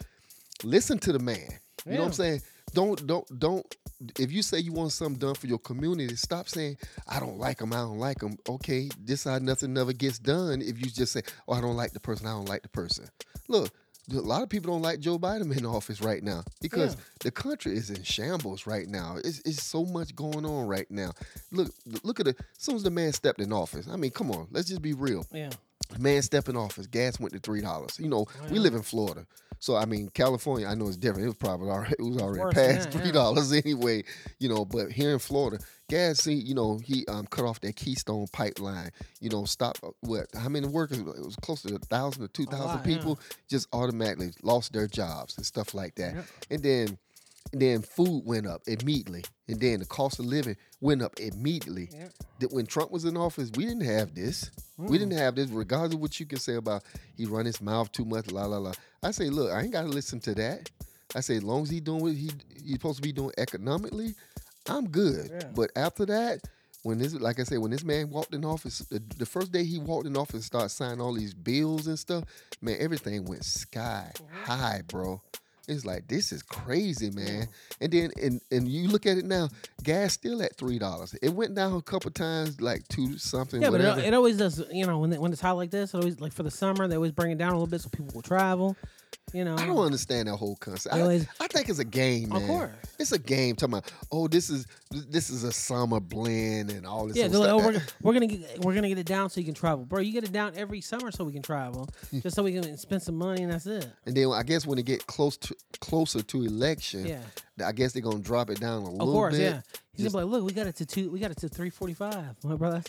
Speaker 2: listen to the man. You know what
Speaker 3: Yeah.
Speaker 2: I'm saying? Don't don't don't. If you say you want something done for your community, stop saying I don't like him. I don't like him. Okay, this how nothing never gets done. If you just say, oh, I don't like the person. I don't like the person. Look. A lot of people don't like Joe Biden in office right now because
Speaker 3: Yeah.
Speaker 2: the country is in shambles right now. It's, it's so much going on right now. Look, look at the. As soon as the man stepped in office, I mean, come on, let's just be real.
Speaker 3: Yeah,
Speaker 2: Man stepping off his gas went to three dollars. You know, we live in Florida, so I mean California. I know it's different. It was probably already it was already
Speaker 3: worse than
Speaker 2: past
Speaker 3: that,
Speaker 2: three
Speaker 3: yeah.
Speaker 2: dollars anyway. You know, but here in Florida, gas. See, you know, he um, cut off that Keystone pipeline. You know, stop uh, what? How many workers? It was close to a thousand or two thousand
Speaker 3: lot, yeah.
Speaker 2: people just automatically lost their jobs and stuff like that.
Speaker 3: Yep.
Speaker 2: And then, and then food went up immediately, and then the cost of living went up immediately
Speaker 3: Yep.
Speaker 2: that when Trump was in office, we didn't have this. We didn't have this, regardless of what you can say about he run his mouth too much, la la la. I say, look, I ain't gotta listen to that. I say, as long as he doing what he he's supposed to be doing economically, I'm good.
Speaker 3: Yeah.
Speaker 2: But after that, when this, like I said, when this man walked in office, the, the first day he walked in office, started signing all these bills and stuff. Man, everything went sky high, bro. It's like this is crazy, man. And then and and you look at it now, gas still at three dollars. It went down a couple times, like two something.
Speaker 3: Yeah, but
Speaker 2: whatever.
Speaker 3: it, it always does. You know, when it, when it's hot like this, it always like for the summer they always bring it down a little bit so people will travel. You know,
Speaker 2: I don't understand that whole concept.
Speaker 3: It was-
Speaker 2: I, I think it's a game, man.
Speaker 3: Of course.
Speaker 2: It's a game talking about, oh, this is this is a summer blend and all this.
Speaker 3: yeah,
Speaker 2: other
Speaker 3: they're like, oh,
Speaker 2: stuff.
Speaker 3: we're, we're gonna get we're gonna get it down so you can travel, bro. You get it down every summer so we can travel,
Speaker 2: Hmm.
Speaker 3: just so we can spend some money and that's it.
Speaker 2: And then I guess when it get close to closer to election,
Speaker 3: Yeah.
Speaker 2: I guess they're gonna drop it down a
Speaker 3: Of
Speaker 2: little
Speaker 3: course,
Speaker 2: bit.
Speaker 3: yeah. He's
Speaker 2: Just-
Speaker 3: gonna be like, look, we got it to two, we got it to three forty five, my brother.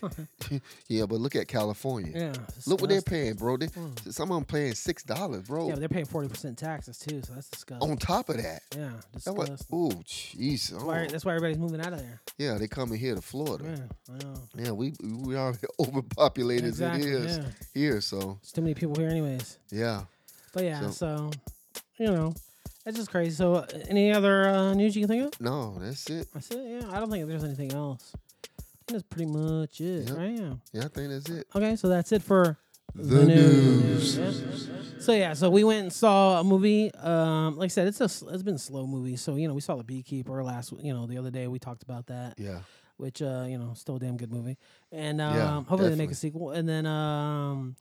Speaker 2: Yeah, but look at California.
Speaker 3: yeah,
Speaker 2: Look what
Speaker 3: disgusting. Mm.
Speaker 2: they're paying, bro. They, Some of them paying six dollars, bro.
Speaker 3: Yeah, but they're paying forty percent taxes too, so that's disgusting.
Speaker 2: on top of that,
Speaker 3: yeah,
Speaker 2: I'm like,
Speaker 3: disgusting.
Speaker 2: oh, jeez.
Speaker 3: That's why,
Speaker 2: oh.
Speaker 3: that's why everybody's moving out of there.
Speaker 2: Yeah, they coming here to Florida.
Speaker 3: Yeah, I know.
Speaker 2: Yeah, we we are overpopulated
Speaker 3: Exactly,
Speaker 2: as it is
Speaker 3: yeah.
Speaker 2: here. So
Speaker 3: There's too many people here, anyways.
Speaker 2: yeah,
Speaker 3: But yeah,
Speaker 2: So-
Speaker 3: so, you know, that's just crazy. So, uh, any other uh, news you can think of?
Speaker 2: no, that's it.
Speaker 3: I said, yeah, I don't think there's anything else. I think that's pretty much it.
Speaker 2: Yep.
Speaker 3: Right? Yeah.
Speaker 2: Yeah, I think that's it.
Speaker 3: Okay, so that's it for
Speaker 2: The news.
Speaker 3: yeah. So yeah, so we went and saw a movie. Um, like I said, it's a s- it's been a slow movie. So you know, we saw the Beekeeper last. You know, the other day we talked about that,
Speaker 2: Yeah,
Speaker 3: which uh, you know, still a damn good movie. And um,
Speaker 2: Yeah,
Speaker 3: hopefully they make
Speaker 2: definitely.
Speaker 3: a sequel. And then um,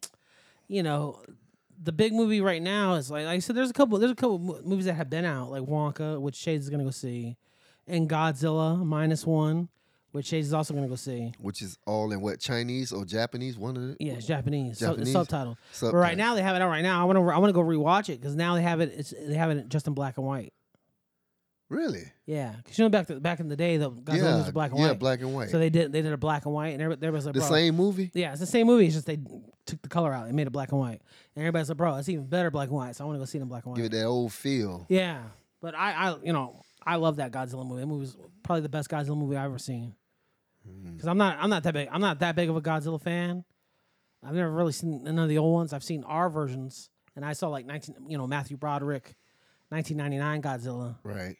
Speaker 3: you know, the big movie right now is like, like I said, there's a couple there's a couple mo- movies that have been out like Wonka, which Shades is gonna go see, and Godzilla minus one, which Shades is also gonna go see.
Speaker 2: which is all in what Chinese or Japanese? One of the
Speaker 3: Yeah, it's Japanese.
Speaker 2: Japanese?
Speaker 3: So, subtitle. But
Speaker 2: Subtitle.
Speaker 3: right now they have it out. Right now, I want to. I want to go rewatch it because now they have it. It's, they have it just in black and white.
Speaker 2: really.
Speaker 3: Yeah, because you know back to, back in the day, the Godzilla
Speaker 2: yeah,
Speaker 3: was black and
Speaker 2: yeah,
Speaker 3: white.
Speaker 2: black and white.
Speaker 3: So they did they did a black and white, and everybody, everybody's like,
Speaker 2: the
Speaker 3: bro,
Speaker 2: same movie.
Speaker 3: Yeah, it's the same movie. It's just they took the color out and made it black and white. And everybody's like, bro, it's even better black and white. So I want to go see it in black and
Speaker 2: Give
Speaker 3: white.
Speaker 2: it that old feel.
Speaker 3: Yeah, but I, I, you know, I love that Godzilla movie. That movie was probably the best Godzilla movie I've ever seen.
Speaker 2: Mm.
Speaker 3: Because I'm not, I'm not that big, I'm not that big of a Godzilla fan. I've never really seen none of the old ones. I've seen our versions, and I saw like 19, you know, Matthew Broderick, 1999 Godzilla.
Speaker 2: Right.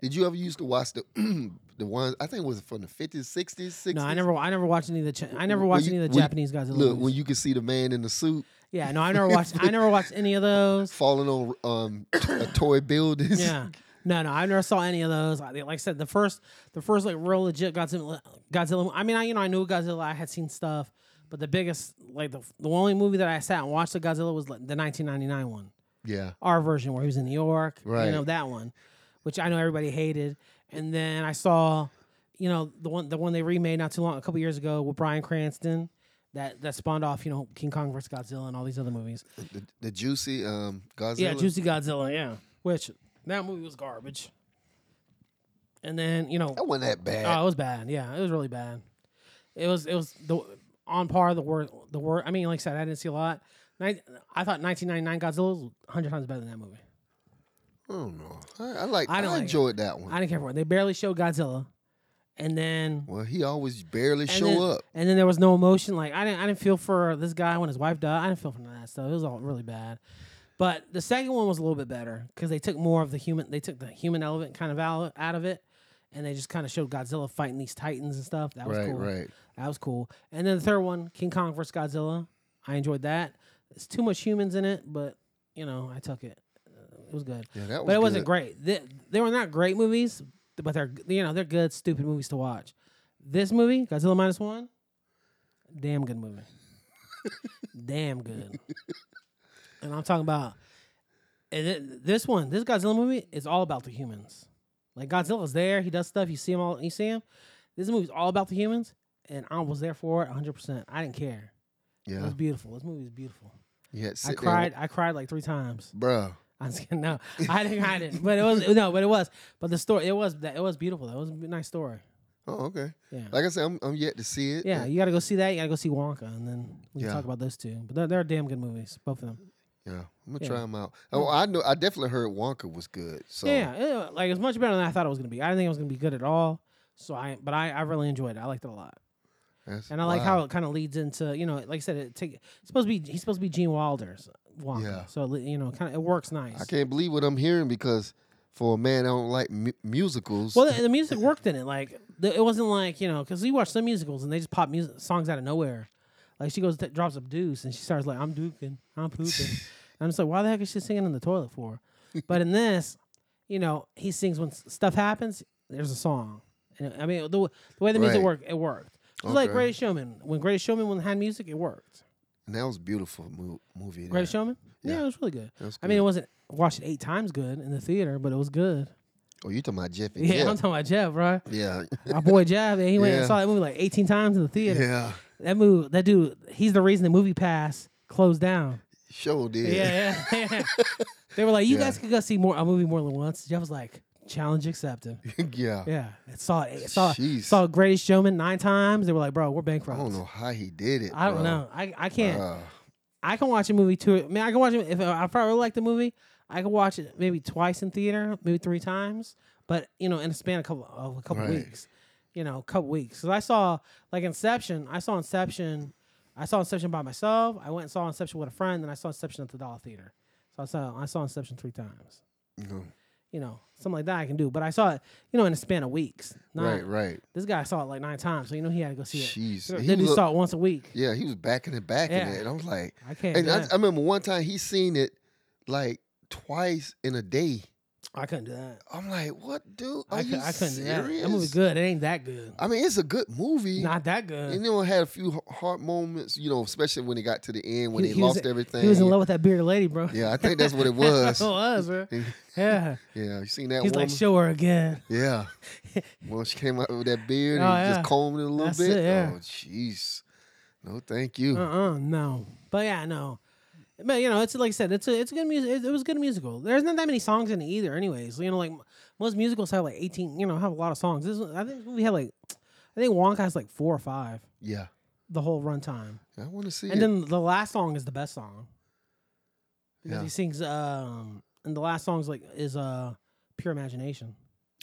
Speaker 2: Did you ever used to watch the the ones? I think it was from the fifties, sixties,
Speaker 3: No,
Speaker 2: sixties.
Speaker 3: I never, I never watched any of the, Ch- I never watched any of the Japanese Godzilla.
Speaker 2: Look,
Speaker 3: movies.
Speaker 2: when you could see the man in the suit
Speaker 3: yeah, no, I never watched, I never watched any of those.
Speaker 2: falling on um t- uh, toy buildings.
Speaker 3: Yeah. No, no, I never saw any of those. I- Like I said, the first, the first like real legit Godzilla, Godzilla. I mean, I you know I knew Godzilla, I had seen stuff, but the biggest, like the the only movie that I sat and watched the Godzilla was like, the 1999 one,
Speaker 2: yeah.
Speaker 3: our version where he was in New York.
Speaker 2: Right.
Speaker 3: You know that one, which I know everybody hated. And then I saw, you know, the one the one they remade not too long, a couple years ago with Brian Cranston. That, that spawned off, you know, King Kong vs. Godzilla and all these other movies.
Speaker 2: The, the juicy um Godzilla.
Speaker 3: Yeah, Juicy Godzilla. Yeah, which that movie was garbage. And then you know,
Speaker 2: That wasn't that bad.
Speaker 3: oh, it was bad. Yeah, it was really bad. It was it was the on par the word the word. I mean, like I said, I didn't see a lot. Nin- I thought 1999 Godzilla was 100 times better than that movie.
Speaker 2: I don't know. I, I like. I,
Speaker 3: I don't like it.
Speaker 2: enjoyed that one.
Speaker 3: I didn't care for it. They barely showed Godzilla, and then
Speaker 2: well, he always barely
Speaker 3: and
Speaker 2: show
Speaker 3: then,
Speaker 2: up.
Speaker 3: And then there was no emotion. Like I didn't I didn't feel for this guy when his wife died. I didn't feel for none of that stuff. It was all really bad. But the second one was a little bit better because they took more of the human. They took the human element kind of out, out of it, and they just kind of showed Godzilla fighting these titans and stuff. That was
Speaker 2: Right,
Speaker 3: cool.
Speaker 2: right.
Speaker 3: That was cool. And then the third one, King Kong vs Godzilla. I enjoyed that. It's too much humans in it, but you know I took it. Uh, It was good.
Speaker 2: Yeah, that was.
Speaker 3: But it wasn't
Speaker 2: good.
Speaker 3: great. They, they were not great movies, but they're you know they're good, stupid movies to watch. This movie, Godzilla minus one, damn good movie, damn good. And I'm talking about and it, this one, this Godzilla movie is all about the humans. Like Godzilla's there, he does stuff. You see him all, you see him. This movie's all about the humans, and I was there for it 100. percent I didn't care. It was
Speaker 2: Yeah.
Speaker 3: beautiful. This movie was beautiful.
Speaker 2: Yeah.
Speaker 3: I cried. I cried like three times.
Speaker 2: bro.
Speaker 3: I'm just kidding. No, I didn't. I didn't. But it was no. But it was. But the story. It was. It was beautiful. That was a nice story.
Speaker 2: Oh, okay.
Speaker 3: Yeah.
Speaker 2: Like I said, I'm, I'm yet to see it.
Speaker 3: Yeah, you got to go see that. You got to go see Wonka, and then we
Speaker 2: Yeah.
Speaker 3: can talk about those two. But they're, they're damn good movies, both of them.
Speaker 2: Yeah. I'm gonna
Speaker 3: Yeah.
Speaker 2: try them out. Oh, I know. I definitely heard Wonka was good. So
Speaker 3: Yeah, yeah, like it's much better than I thought it was gonna be. I didn't think it was gonna be good at all. So I, but I, I really enjoyed it. I liked it a lot,
Speaker 2: that's-
Speaker 3: and I like
Speaker 2: wow.
Speaker 3: how it kind of leads into you know, like I said, it take it's supposed to be he's supposed to be Gene Wilder's Wonka.
Speaker 2: Yeah.
Speaker 3: So it li- you know, kind of it works nice.
Speaker 2: I can't believe what I'm hearing because for a man, I don't like mu- musicals.
Speaker 3: Well, the, the music worked in it. Like the, it wasn't like you know, because you watch some musicals and they just pop music songs out of nowhere. Like she goes t- drops a deuce and she starts like I'm duking, I'm pooping. and I'm just like, why the heck is she singing in the toilet for? But in this, you know, he sings when s- stuff happens. There's a song. And I mean, the, w- the way the music
Speaker 2: Right.
Speaker 3: worked, it worked. It's like
Speaker 2: Okay.
Speaker 3: Greatest Showman. When Greatest Showman when had music, it worked.
Speaker 2: and that was beautiful mo- movie. there.
Speaker 3: Greatest Showman, yeah.
Speaker 2: Yeah.
Speaker 3: it was really good.
Speaker 2: That was
Speaker 3: I mean,
Speaker 2: good.
Speaker 3: it wasn't watched it eight times good in the theater, but it was good.
Speaker 2: oh, you talking about Jeffy?
Speaker 3: Yeah,
Speaker 2: Yeah,
Speaker 3: I'm talking about Jeff, right?
Speaker 2: yeah,
Speaker 3: My boy Jab, and he went and
Speaker 2: Yeah.
Speaker 3: saw that movie like 18 times in the
Speaker 2: yeah.
Speaker 3: theater. That move, that dude, he's the reason the movie pass closed down.
Speaker 2: Sure did.
Speaker 3: Yeah, yeah. they were like, you
Speaker 2: Yeah.
Speaker 3: guys could go see more a movie more than once. Jeff was like, challenge accepted.
Speaker 2: yeah.
Speaker 3: Yeah, it saw it saw
Speaker 2: Jeez.
Speaker 3: saw Greatest Showman nine times. They were like, bro, we're
Speaker 2: I
Speaker 3: bankrupt.
Speaker 2: don't know how he did it.
Speaker 3: I don't
Speaker 2: bro. Uh,
Speaker 3: know. I, I can't.
Speaker 2: Bruh.
Speaker 3: I can watch a movie two. I mean, I can watch it if, if I really like the movie. I can watch it maybe twice in theater, maybe three times, but you know, in a span of a couple of a couple
Speaker 2: Right.
Speaker 3: weeks, you know, a couple weeks. Because I saw like Inception. I saw Inception. I saw Inception by myself. I went and saw Inception with a friend. Then I saw Inception at the Dollar Theater. So I saw I saw Inception three times.
Speaker 2: No.
Speaker 3: You know, something like that I can do. But I saw it, you know, in a span of weeks. Not,
Speaker 2: Right, right.
Speaker 3: This guy saw it like nine times, so you know he had to go see it.
Speaker 2: Jeez.
Speaker 3: They
Speaker 2: He
Speaker 3: do
Speaker 2: look-
Speaker 3: saw it once a week.
Speaker 2: yeah, he was backing it, backing
Speaker 3: Yeah.
Speaker 2: it. And I was like,
Speaker 3: I can't.
Speaker 2: and
Speaker 3: do
Speaker 2: I,
Speaker 3: that.
Speaker 2: I remember one time he seen it like twice in a day.
Speaker 3: I couldn't do that.
Speaker 2: I'm like, what, dude? Are
Speaker 3: I,
Speaker 2: you
Speaker 3: cou- I couldn't do that.
Speaker 2: serious?
Speaker 3: That movie good. It ain't that good.
Speaker 2: I mean, it's a good movie.
Speaker 3: Not that
Speaker 2: And
Speaker 3: good.
Speaker 2: then it had a few h- hard moments, you know, especially when it got to the end when
Speaker 3: He-
Speaker 2: they
Speaker 3: he was-
Speaker 2: lost everything.
Speaker 3: He was in love with that bearded lady, bro.
Speaker 2: Yeah, I think that's what it
Speaker 3: it
Speaker 2: was.
Speaker 3: was, bro. Yeah.
Speaker 2: yeah, you seen that
Speaker 3: He's
Speaker 2: woman?
Speaker 3: like, show her again.
Speaker 2: yeah. Well, she came out with that beard
Speaker 3: Oh,
Speaker 2: and
Speaker 3: yeah.
Speaker 2: just combed it a little
Speaker 3: That's
Speaker 2: bit.
Speaker 3: it, yeah.
Speaker 2: Oh, jeez. No, thank you.
Speaker 3: Uh uh no. But yeah, no. But you know, it's like I said, it's a it's a good music. It, it was a good musical. There's not that many songs in it either, anyways. You know, like m- most musicals have like 18. You know, have a lot of songs. This one- I think we had like, I think Wonka has like four or five
Speaker 2: Yeah.
Speaker 3: the whole runtime.
Speaker 2: I want to see it.
Speaker 3: And then the last song is the best song. Because
Speaker 2: Yeah.
Speaker 3: he sings um and the last song's like is uh pure imagination.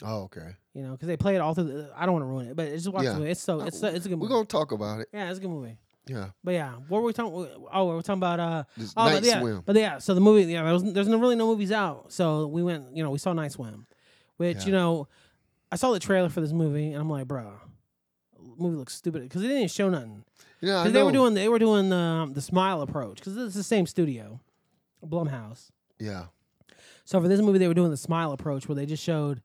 Speaker 2: oh, okay.
Speaker 3: You know, because they play it all through. The, I don't want to ruin it, but it's just watch
Speaker 2: Yeah.
Speaker 3: the movie. It's so
Speaker 2: Uh,
Speaker 3: it's so, it's a good
Speaker 2: We're
Speaker 3: movie.
Speaker 2: going to talk about it.
Speaker 3: yeah, it's a good movie.
Speaker 2: Yeah.
Speaker 3: But yeah, what were we talking? Oh, we we're talking about uh.
Speaker 2: This
Speaker 3: Oh,
Speaker 2: night
Speaker 3: but yeah,
Speaker 2: swim.
Speaker 3: but yeah. So the movie, yeah, there was, there's no, really no movies out. So we went, you know, we saw Night Swim, which
Speaker 2: Yeah.
Speaker 3: you know, I saw the trailer for this movie and I'm like, bro, movie looks stupid because they didn't even show nothing.
Speaker 2: Yeah, I
Speaker 3: Because they were
Speaker 2: know.
Speaker 3: doing they were doing the the smile approach because it's the same studio, Blumhouse.
Speaker 2: Yeah.
Speaker 3: So for this movie, they were doing the smile approach where they just showed,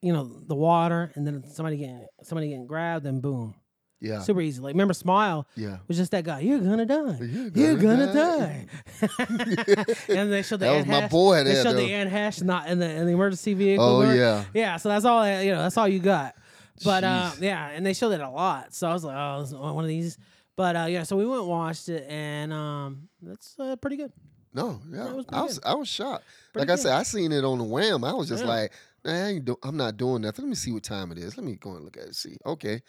Speaker 3: you know, the water and then somebody getting somebody getting grabbed and boom,
Speaker 2: Yeah.
Speaker 3: super easy. Like remember, smile
Speaker 2: yeah.
Speaker 3: was just that guy. You're gonna die.
Speaker 2: You're
Speaker 3: You're gonna
Speaker 2: die.
Speaker 3: die. and they showed the
Speaker 2: That
Speaker 3: Anne
Speaker 2: was my
Speaker 3: Hesh-
Speaker 2: boy
Speaker 3: They
Speaker 2: there,
Speaker 3: showed
Speaker 2: though.
Speaker 3: the Anne Hesh not in the in the emergency vehicle.
Speaker 2: Oh,
Speaker 3: or-
Speaker 2: yeah.
Speaker 3: yeah. So that's all I- you know. That's all you got. But uh,
Speaker 2: Jeez.
Speaker 3: yeah, and they showed it a lot. So I was like, oh, this is one of these. But uh, yeah, so we went and watched it, and um, that's uh, pretty good.
Speaker 2: No, yeah,
Speaker 3: was
Speaker 2: I
Speaker 3: pretty
Speaker 2: was I was shocked.
Speaker 3: Pretty
Speaker 2: like
Speaker 3: good.
Speaker 2: I said, I seen it on the wham. I was just
Speaker 3: Yeah.
Speaker 2: like, nah, I ain't do- I'm not doing nothing. Let me see what time it is. Let me go and look at it. See, okay,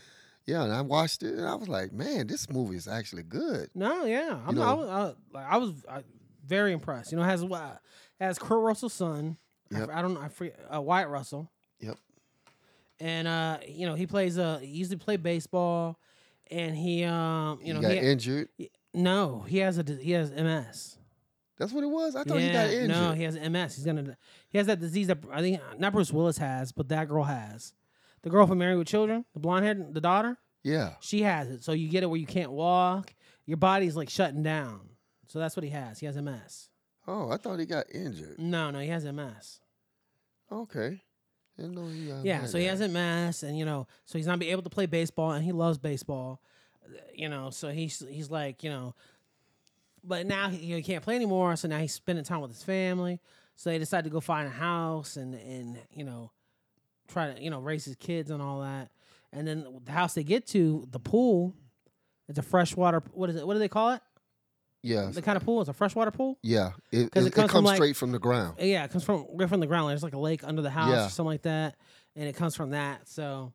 Speaker 2: yeah. And I watched it, and I was like, man, this movie is actually good.
Speaker 3: No, yeah, I'm
Speaker 2: You
Speaker 3: not, I
Speaker 2: know.
Speaker 3: was, I, like, I was uh very impressed. You know, it has uh, as Kurt Russell's son. I
Speaker 2: Yep.
Speaker 3: f- I, don't know. I forget, uh, Wyatt Russell.
Speaker 2: Yep.
Speaker 3: And uh, you know, he plays. Uh, he used to play baseball, and he, um, you know,
Speaker 2: he got
Speaker 3: he,
Speaker 2: injured.
Speaker 3: no, he has a dis- he has MS.
Speaker 2: That's what it was. I thought he got injured.
Speaker 3: no, he has MS. He's gonna he has that disease that I think not Bruce Willis has, but that girl has. The girl from Married with Children, the blonde haired, the daughter,
Speaker 2: yeah,
Speaker 3: she has it. So you get it where you can't walk. Your body's like shutting down. So that's what he has. He has MS.
Speaker 2: Oh, I thought he got injured.
Speaker 3: No, no, he has MS.
Speaker 2: Okay. Didn't know he got
Speaker 3: yeah,
Speaker 2: mad
Speaker 3: so he
Speaker 2: at-
Speaker 3: has MS, and you know, so he's not be able to play baseball, and he loves baseball, Uh, you know. So he's he's like, you know, but now he, you know, he can't play anymore. So now he's spending time with his family. So they decide to go find a house and and you know, try to you know raise his kids and all that. And then the house they get to, the pool It's a freshwater. What is it? What do they call it?
Speaker 2: Yeah,
Speaker 3: The kind of pool. It's a freshwater pool.
Speaker 2: yeah. It,
Speaker 3: 'Cause
Speaker 2: it, it
Speaker 3: it comes
Speaker 2: comes,
Speaker 3: from, like-
Speaker 2: straight from the ground.
Speaker 3: Yeah, it comes from right from the ground. There's like a lake under the house
Speaker 2: Yeah.
Speaker 3: or something like that, and it comes from that. So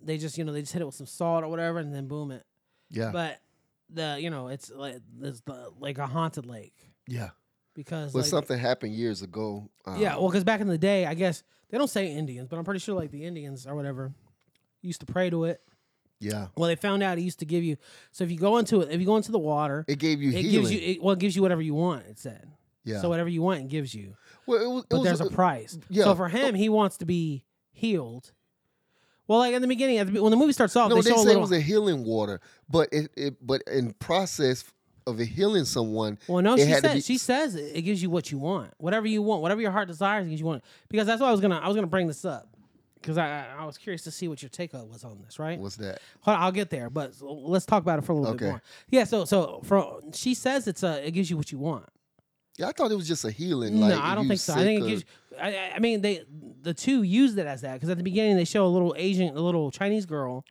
Speaker 3: they just you know they just hit it with some salt or whatever, and then boom it.
Speaker 2: Yeah,
Speaker 3: But the you know it's like it's the, like a haunted lake
Speaker 2: yeah.
Speaker 3: because
Speaker 2: But
Speaker 3: like,
Speaker 2: something happened years ago. Um,
Speaker 3: Yeah, well, because back in the day, I guess they don't say Indians, but I'm pretty sure like the Indians or whatever used to pray to it.
Speaker 2: yeah.
Speaker 3: Well, they found out it used to give you. So if you go into it, if you go into the water,
Speaker 2: It gave you
Speaker 3: it
Speaker 2: healing.
Speaker 3: gives you it, well, it gives you whatever you want. It said.
Speaker 2: yeah.
Speaker 3: So whatever you want, it gives you.
Speaker 2: well, it was, it
Speaker 3: But
Speaker 2: was
Speaker 3: there's a
Speaker 2: a-
Speaker 3: price.
Speaker 2: yeah.
Speaker 3: So for him, he wants to be healed. Well, like in the beginning, at the, be- when the movie starts off,
Speaker 2: no,
Speaker 3: they
Speaker 2: they,
Speaker 3: show a
Speaker 2: said it
Speaker 3: little.
Speaker 2: was a healing water, but it, it but in process of it healing someone,
Speaker 3: well, no,
Speaker 2: it
Speaker 3: she
Speaker 2: had to
Speaker 3: says
Speaker 2: be-
Speaker 3: she says it, it gives you what you want, whatever you want, whatever your heart desires, it gives you want. Because that's why I was gonna I was gonna bring this up because I, I I was curious to see what your take on was on this, right?
Speaker 2: was that
Speaker 3: Hold on, I'll get there, but so let's talk about it for a little bit
Speaker 2: Okay.
Speaker 3: more. Yeah, so so for she says it's a it gives you what you want.
Speaker 2: yeah. I thought it was just a healing. Like,
Speaker 3: no, I
Speaker 2: if
Speaker 3: don't
Speaker 2: you
Speaker 3: think so. I
Speaker 2: sick
Speaker 3: think
Speaker 2: or-
Speaker 3: it gives. you- I, I- I mean, they the two used it as that because at the beginning they show a little Asian, a little Chinese girl,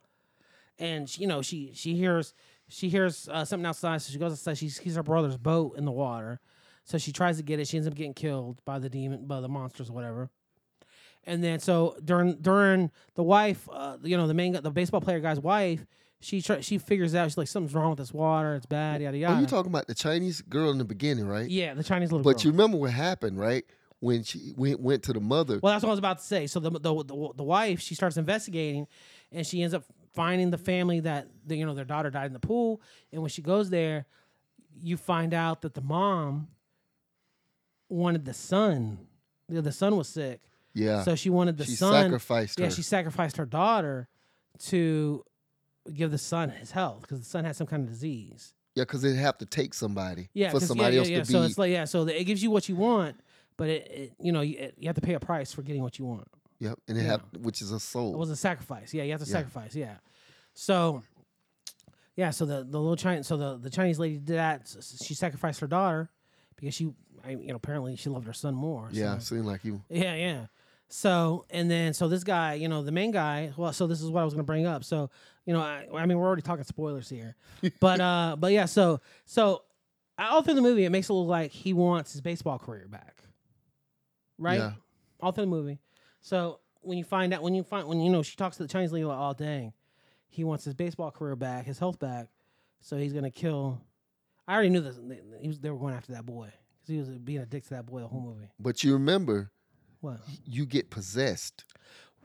Speaker 3: and she, you know she she hears she hears uh, something outside, so she goes outside. She sees her brother's boat in the water, so she tries to get it. She ends up getting killed by the demon, by the monsters, or whatever. And then so during during the wife, uh, you know the main guy- the baseball player guy's wife, she try, she figures out she's like something's wrong with this water. It's bad, yada yada.
Speaker 2: Oh, you talking about the Chinese girl in the beginning, right?
Speaker 3: yeah, the Chinese little girl.
Speaker 2: But you remember what happened, right? When she went went to the mother.
Speaker 3: Well, that's what I was about to say. So the the, the, the wife she starts investigating, and she ends up finding the family that the, you know their daughter died in the pool. And when she goes there, you find out that the mom wanted the son. The, the son was sick,
Speaker 2: yeah.
Speaker 3: so she wanted the
Speaker 2: she
Speaker 3: son.
Speaker 2: sacrificed
Speaker 3: yeah,
Speaker 2: her.
Speaker 3: she sacrificed her daughter to give the son his health because the son had some kind of disease.
Speaker 2: yeah, because they have to take somebody.
Speaker 3: Yeah,
Speaker 2: For
Speaker 3: 'cause- yeah,
Speaker 2: somebody
Speaker 3: yeah,
Speaker 2: else
Speaker 3: yeah.
Speaker 2: to be.
Speaker 3: So it's like yeah, so the, it gives you what you want, but it, it you know you, it, you have to pay a price for getting what you want.
Speaker 2: yep. And it
Speaker 3: yeah.
Speaker 2: have which is a
Speaker 3: It
Speaker 2: soul.
Speaker 3: was a sacrifice. Yeah, you have to
Speaker 2: Yeah.
Speaker 3: sacrifice. Yeah. So, yeah. So the the little Chinese, so the the Chinese lady did that. S- s- She sacrificed her daughter because she, I, you know, apparently she loved her son more.
Speaker 2: yeah.
Speaker 3: so-
Speaker 2: Seemed like you.
Speaker 3: Yeah. Yeah. So and then so this guy, you know, the main guy. Well, so this is what I was gonna bring up. So you know, I, I mean, we're already talking spoilers here, but uh, but yeah. So so all through the movie, it makes it look like he wants his baseball career back, right?
Speaker 2: Yeah.
Speaker 3: all through the movie. So when you find out, when you find, when you know, she talks to the Chinese leader, like, oh dang, he wants his baseball career back, his health back, so he's gonna kill. I already knew this. They, he was, they were going after that boy because he was being a dick to that boy the whole movie.
Speaker 2: But you remember
Speaker 3: What?
Speaker 2: you get possessed.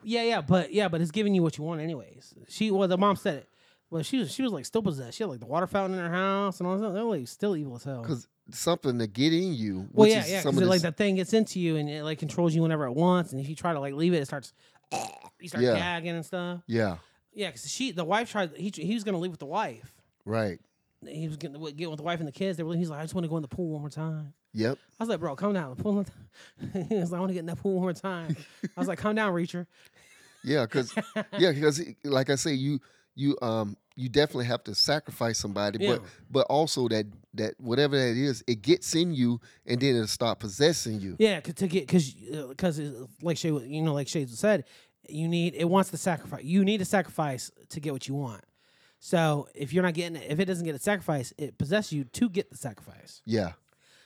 Speaker 3: Yeah, yeah, but yeah, but it's giving you what you want, anyways. She, well, the mom said it. Well, she was, she was like still possessed. She had like the water fountain in her house and all that. They're like still evil as hell.
Speaker 2: Because something to get in you. Which
Speaker 3: Well, yeah,
Speaker 2: is
Speaker 3: yeah,
Speaker 2: some
Speaker 3: because
Speaker 2: of
Speaker 3: like
Speaker 2: this-
Speaker 3: that thing gets into you and it like controls you whenever it wants. And if you try to like leave it, it starts. You start
Speaker 2: Yeah.
Speaker 3: gagging and stuff.
Speaker 2: Yeah.
Speaker 3: Yeah, because she, the wife tried. He, he was gonna leave with the wife.
Speaker 2: Right.
Speaker 3: He was gonna get with the wife and the kids. They were. He's like, I just want to go in the pool one more time.
Speaker 2: Yep.
Speaker 3: I was like, bro, come down. The pool. one time." he was like, I want to get in that pool one more time. I was like, come down, Reacher.
Speaker 2: Yeah. Because yeah. Because like I say, you you um you definitely have to sacrifice somebody, but
Speaker 3: Yeah.
Speaker 2: but also that that whatever that is, it gets in you, and then it'll start possessing you.
Speaker 3: Yeah, 'cause to get because because like Shay, you know, like Shades said, you need it wants to sacrifice. You need a sacrifice to get what you want. So if you're not getting it, if it doesn't get a sacrifice, it possesses you to get the sacrifice.
Speaker 2: Yeah.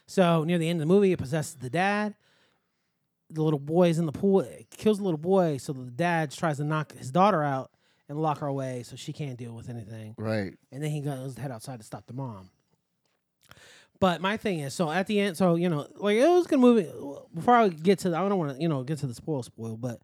Speaker 3: So near the end of the movie, it possesses the dad. The little boy is in the pool. It kills the little boy. So the dad tries to knock his daughter out and lock her away so she can't deal with anything.
Speaker 2: Right.
Speaker 3: And then he goes to head outside to stop the mom. But my thing is, so at the end, so you know, like it was a good movie. Before I get to, the, I don't want to, you know, get to the spoil, spoil, but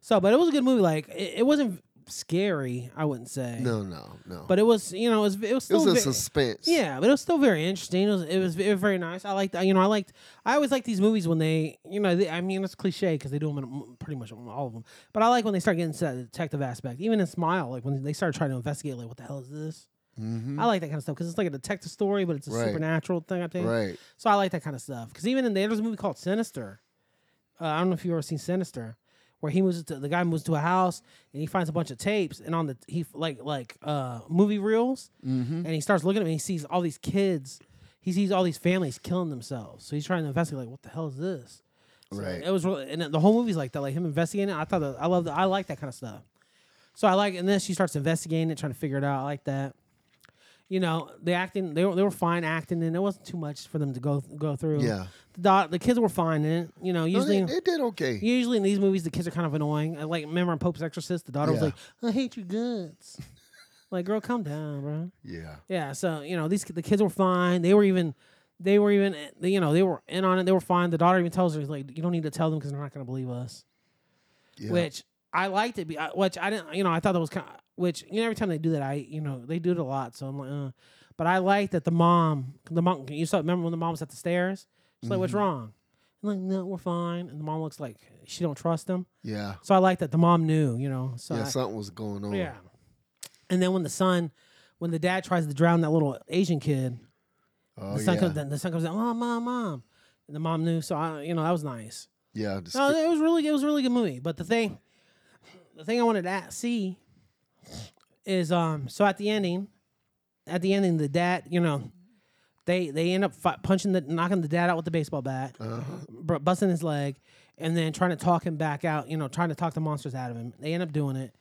Speaker 3: so, but it was a good movie. Like it, it wasn't scary, I wouldn't say.
Speaker 2: No. No. No.
Speaker 3: But it was, you know, it was, it
Speaker 2: it
Speaker 3: was still
Speaker 2: was a
Speaker 3: ve-
Speaker 2: suspense.
Speaker 3: yeah, but it was still very interesting. It was, it was ve- very nice. I liked, you know, I liked, I always like these movies when they, you know, they, I mean, it's cliche because they do them in m- pretty much all of them. But I like when they start getting into that detective aspect, even in Smile, like when they start trying to investigate, like, what the hell is this?
Speaker 2: hmm
Speaker 3: I like that kind of stuff because it's like a detective story, but it's a
Speaker 2: Right.
Speaker 3: supernatural thing. I think
Speaker 2: Right.
Speaker 3: so. I like that kind of stuff because even in there, there's a movie called Sinister. Uh, I don't know if you've ever seen Sinister, where he moves to the guy moves to a house and he finds a bunch of tapes and on the he like like uh movie reels
Speaker 2: hmm
Speaker 3: and he starts looking at them and he sees all these kids. He sees all these families killing themselves. So he's trying to investigate like what the hell is this? So
Speaker 2: Right.
Speaker 3: It was really, and the whole movie's like that. Like him investigating. It, I thought that, I love that. I like that kind of stuff. So I like, and then she starts investigating it, trying to figure it out. I like that. you know, the acting they were they were fine acting, and it wasn't too much for them to go go through.
Speaker 2: Yeah.
Speaker 3: the dog, the kids were fine in it. You know,
Speaker 2: No,
Speaker 3: usually
Speaker 2: they, they did okay.
Speaker 3: usually in these movies the kids are kind of annoying. I Like remember in Pope's Exorcist, the daughter was
Speaker 2: Yeah.
Speaker 3: like, "I hate your guts." like, girl, calm down, bro.
Speaker 2: Yeah.
Speaker 3: Yeah, so you know these ki- the kids were fine. They were even, they were even, eh, you know, they were in on it. They were fine. The daughter even tells her like, "You don't need to tell them because they're not going to believe us."
Speaker 2: Yeah.
Speaker 3: Which I liked it, be, I- which I didn't, you know, I thought that was kind. of, Which you know, every time they do that, I you know they do it a lot. So I'm like, uh. but I like that the mom, the mom, you saw remember when the mom was at the stairs? She's like,
Speaker 2: Mm-hmm.
Speaker 3: "What's wrong?" And like, no, we're fine. And the mom looks like she don't trust them.
Speaker 2: yeah.
Speaker 3: So I like that the mom knew, you know. So
Speaker 2: yeah,
Speaker 3: I-
Speaker 2: something was going on.
Speaker 3: yeah. And then when the son, when the dad tries to drown that little Asian kid,
Speaker 2: Oh,
Speaker 3: the son
Speaker 2: yeah.
Speaker 3: comes. The, the son comes out, mom, mom, mom. And the mom knew, so I, you know, that was nice.
Speaker 2: yeah. the
Speaker 3: No,
Speaker 2: script-
Speaker 3: it was really, it was a really good movie. But the thing, the thing I wanted to a- see is, um, so at the ending, at the ending, the dad, you know, they they end up fi- punching the, knocking the dad out with the baseball bat, br- busting his leg, and then trying to talk him back out. You know, trying to talk the monsters out of him. They end up doing it,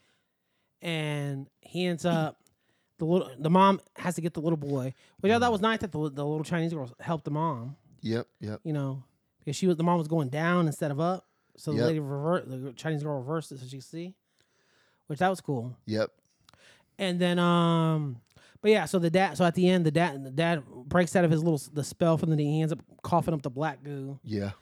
Speaker 3: and he ends up. The little, the mom has to get the little boy, which I thought was nice that the, the little Chinese girl helped the mom
Speaker 2: Yep. Yep.
Speaker 3: you know, because she was the mom was going down instead of up, so the
Speaker 2: Yep.
Speaker 3: lady revert the Chinese girl reversed it so she could see, which that was cool.
Speaker 2: Yep.
Speaker 3: And then, um, but yeah, so the dad, so at the end, the dad, the dad breaks out of his little s- the spell from the he ends up coughing up the black goo,
Speaker 2: Yeah.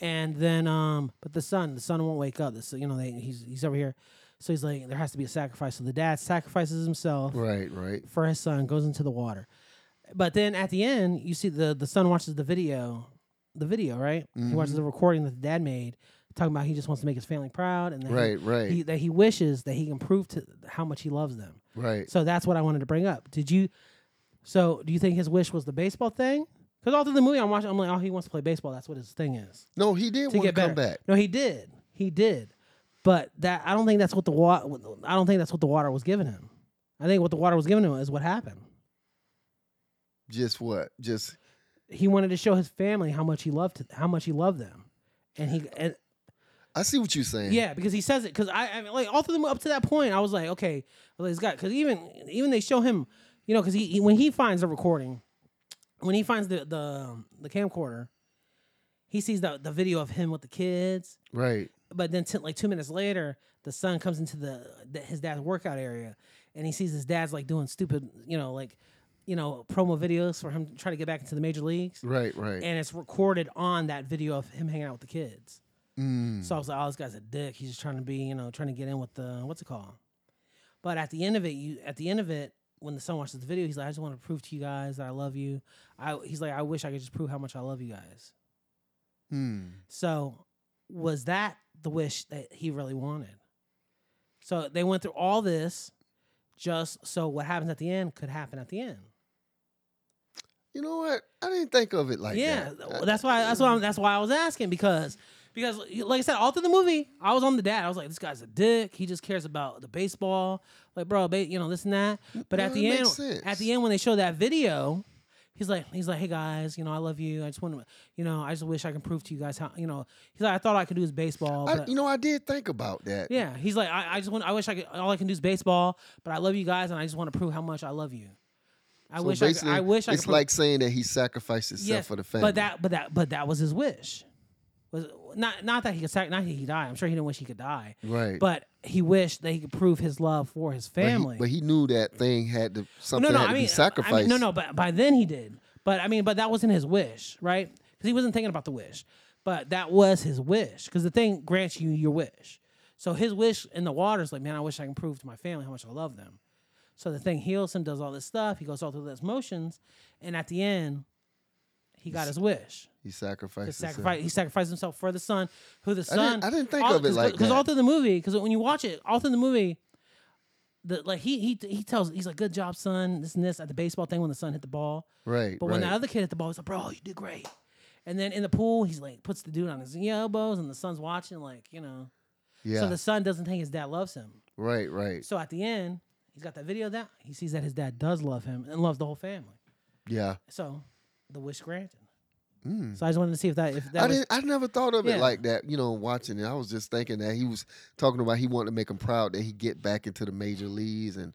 Speaker 3: and then, um, but the son, the son won't wake up. So you know, they, he's he's over here, so he's like, there has to be a sacrifice. So the dad sacrifices himself
Speaker 2: Right. Right.
Speaker 3: for his son goes into the water. But then at the end, you see the the son watches the video, the video, right? He
Speaker 2: Mm-hmm.
Speaker 3: watches the recording that the dad made, talking about he just wants to make his family proud and that he-
Speaker 2: Right. Right.
Speaker 3: he, that he wishes that he can prove to how much he loves them.
Speaker 2: right.
Speaker 3: So that's what I wanted to bring up. Did you? So do you think his wish was the baseball thing? Because all through the movie, I'm watching, I'm like, oh, he wants to play baseball. That's what his thing is
Speaker 2: no, he did
Speaker 3: to
Speaker 2: want to
Speaker 3: get
Speaker 2: come
Speaker 3: better.
Speaker 2: back.
Speaker 3: No, he did. He did. But that I don't think that's what the water. I don't think that's what the water was giving him. I think what the water was giving him is what happened.
Speaker 2: Just what? Just
Speaker 3: He wanted to show his family how much he loved how much he loved them, and he and
Speaker 2: I see what you're saying.
Speaker 3: yeah because he says it because I, I mean, like all through the, mo- up to that point I was like okay well, this guy because even even they show him you know because he, he- when he finds the recording when he finds the the um, the camcorder he sees the the video of him with the kids
Speaker 2: Right.
Speaker 3: but then t- like two minutes later, the son comes into the, the his dad's workout area, and he sees his dad's like doing stupid, you know, like you know promo videos for him to try to get back into the major leagues,
Speaker 2: Right. Right.
Speaker 3: and it's recorded on that video of him hanging out with the kids.
Speaker 2: Mm,
Speaker 3: So I was like, "Oh, this guy's a dick. He's just trying to be, you know, trying to get in with the what's it called." But at the end of it, you at the end of it, when the son watches the video, he's like, "I just want to prove to you guys that I love you." I he's like, "I wish I could just prove how much I love you guys."
Speaker 2: Hmm.
Speaker 3: So, was that the wish that he really wanted? So they went through all this just so what happens at the end could happen at the end.
Speaker 2: You know what? I didn't think of it like
Speaker 3: yeah,
Speaker 2: that.
Speaker 3: well, that's why. That's why. I'm, that's why I was asking because because like I said, all through the movie, I was on the dad. I was like, this guy's a dick. He just cares about the baseball. Like, bro, ba- you know this and that. But
Speaker 2: No,
Speaker 3: at
Speaker 2: it
Speaker 3: the end,
Speaker 2: makes sense.
Speaker 3: at the end when they show that video. He's like, he's like, hey guys, you know, I love you. I just want to, you know, I just wish I can prove to you guys how, you know, he's like, I thought I could do is baseball.
Speaker 2: I,
Speaker 3: Oh, but
Speaker 2: you know, I did think about that.
Speaker 3: Yeah, he's like, I, I just want, I wish I could, all I can do is baseball, but I love you guys, and I just want to prove how much I love you. I
Speaker 2: So
Speaker 3: wish, I, could-
Speaker 2: basically,
Speaker 3: I wish, I
Speaker 2: it's
Speaker 3: could prove-
Speaker 2: like saying that he sacrificed himself
Speaker 3: yes,
Speaker 2: for the family.
Speaker 3: But that, but that, but that was his wish. Was not, not that he could, sac- not that he die. I'm sure he didn't wish he could die.
Speaker 2: Right.
Speaker 3: But he wished that he could prove his love for his
Speaker 2: But he-
Speaker 3: family.
Speaker 2: But he, knew that thing had to something
Speaker 3: no, no,
Speaker 2: had
Speaker 3: I
Speaker 2: to
Speaker 3: mean,
Speaker 2: be sacrificed.
Speaker 3: I mean, no, no, but by then he did. But I mean, but that wasn't his wish, right? Because he wasn't thinking about the wish. But that was his wish. Because the thing grants you your wish. So his wish in the water is like, man, I wish I can prove to my family how much I love them. So the thing heals him, does all this stuff. He goes all through those motions, and at the end, he got his wish.
Speaker 2: He sacrificed
Speaker 3: He
Speaker 2: himself.
Speaker 3: sacrificed, he sacrificed himself for the son, who the
Speaker 2: I didn't-
Speaker 3: son.
Speaker 2: I didn't think
Speaker 3: all-
Speaker 2: of it
Speaker 3: cause,
Speaker 2: like
Speaker 3: because all
Speaker 2: that.
Speaker 3: through the movie, because when you watch it, all through the movie, the like he he he tells he's like, "Good job, son." This and this at the baseball thing when the son hit the ball.
Speaker 2: Right.
Speaker 3: But
Speaker 2: right.
Speaker 3: when the other kid hit the ball, he's like, "Bro, you did great." And then in the pool, he's like, puts the dude on his elbows, and the son's watching, like you know.
Speaker 2: yeah.
Speaker 3: So the son doesn't think his dad loves him.
Speaker 2: right. Right.
Speaker 3: So at the end, he's got that video that he sees that his dad does love him and loves the whole family.
Speaker 2: Yeah.
Speaker 3: So the wish granted. So I just wanted to see if that if
Speaker 2: Hmm.
Speaker 3: that
Speaker 2: I
Speaker 3: was,
Speaker 2: didn't. I never thought of
Speaker 3: Yeah.
Speaker 2: it like that. You know, watching it, I was just thinking that he was talking about he wanted to make him proud that he get back into the major leagues and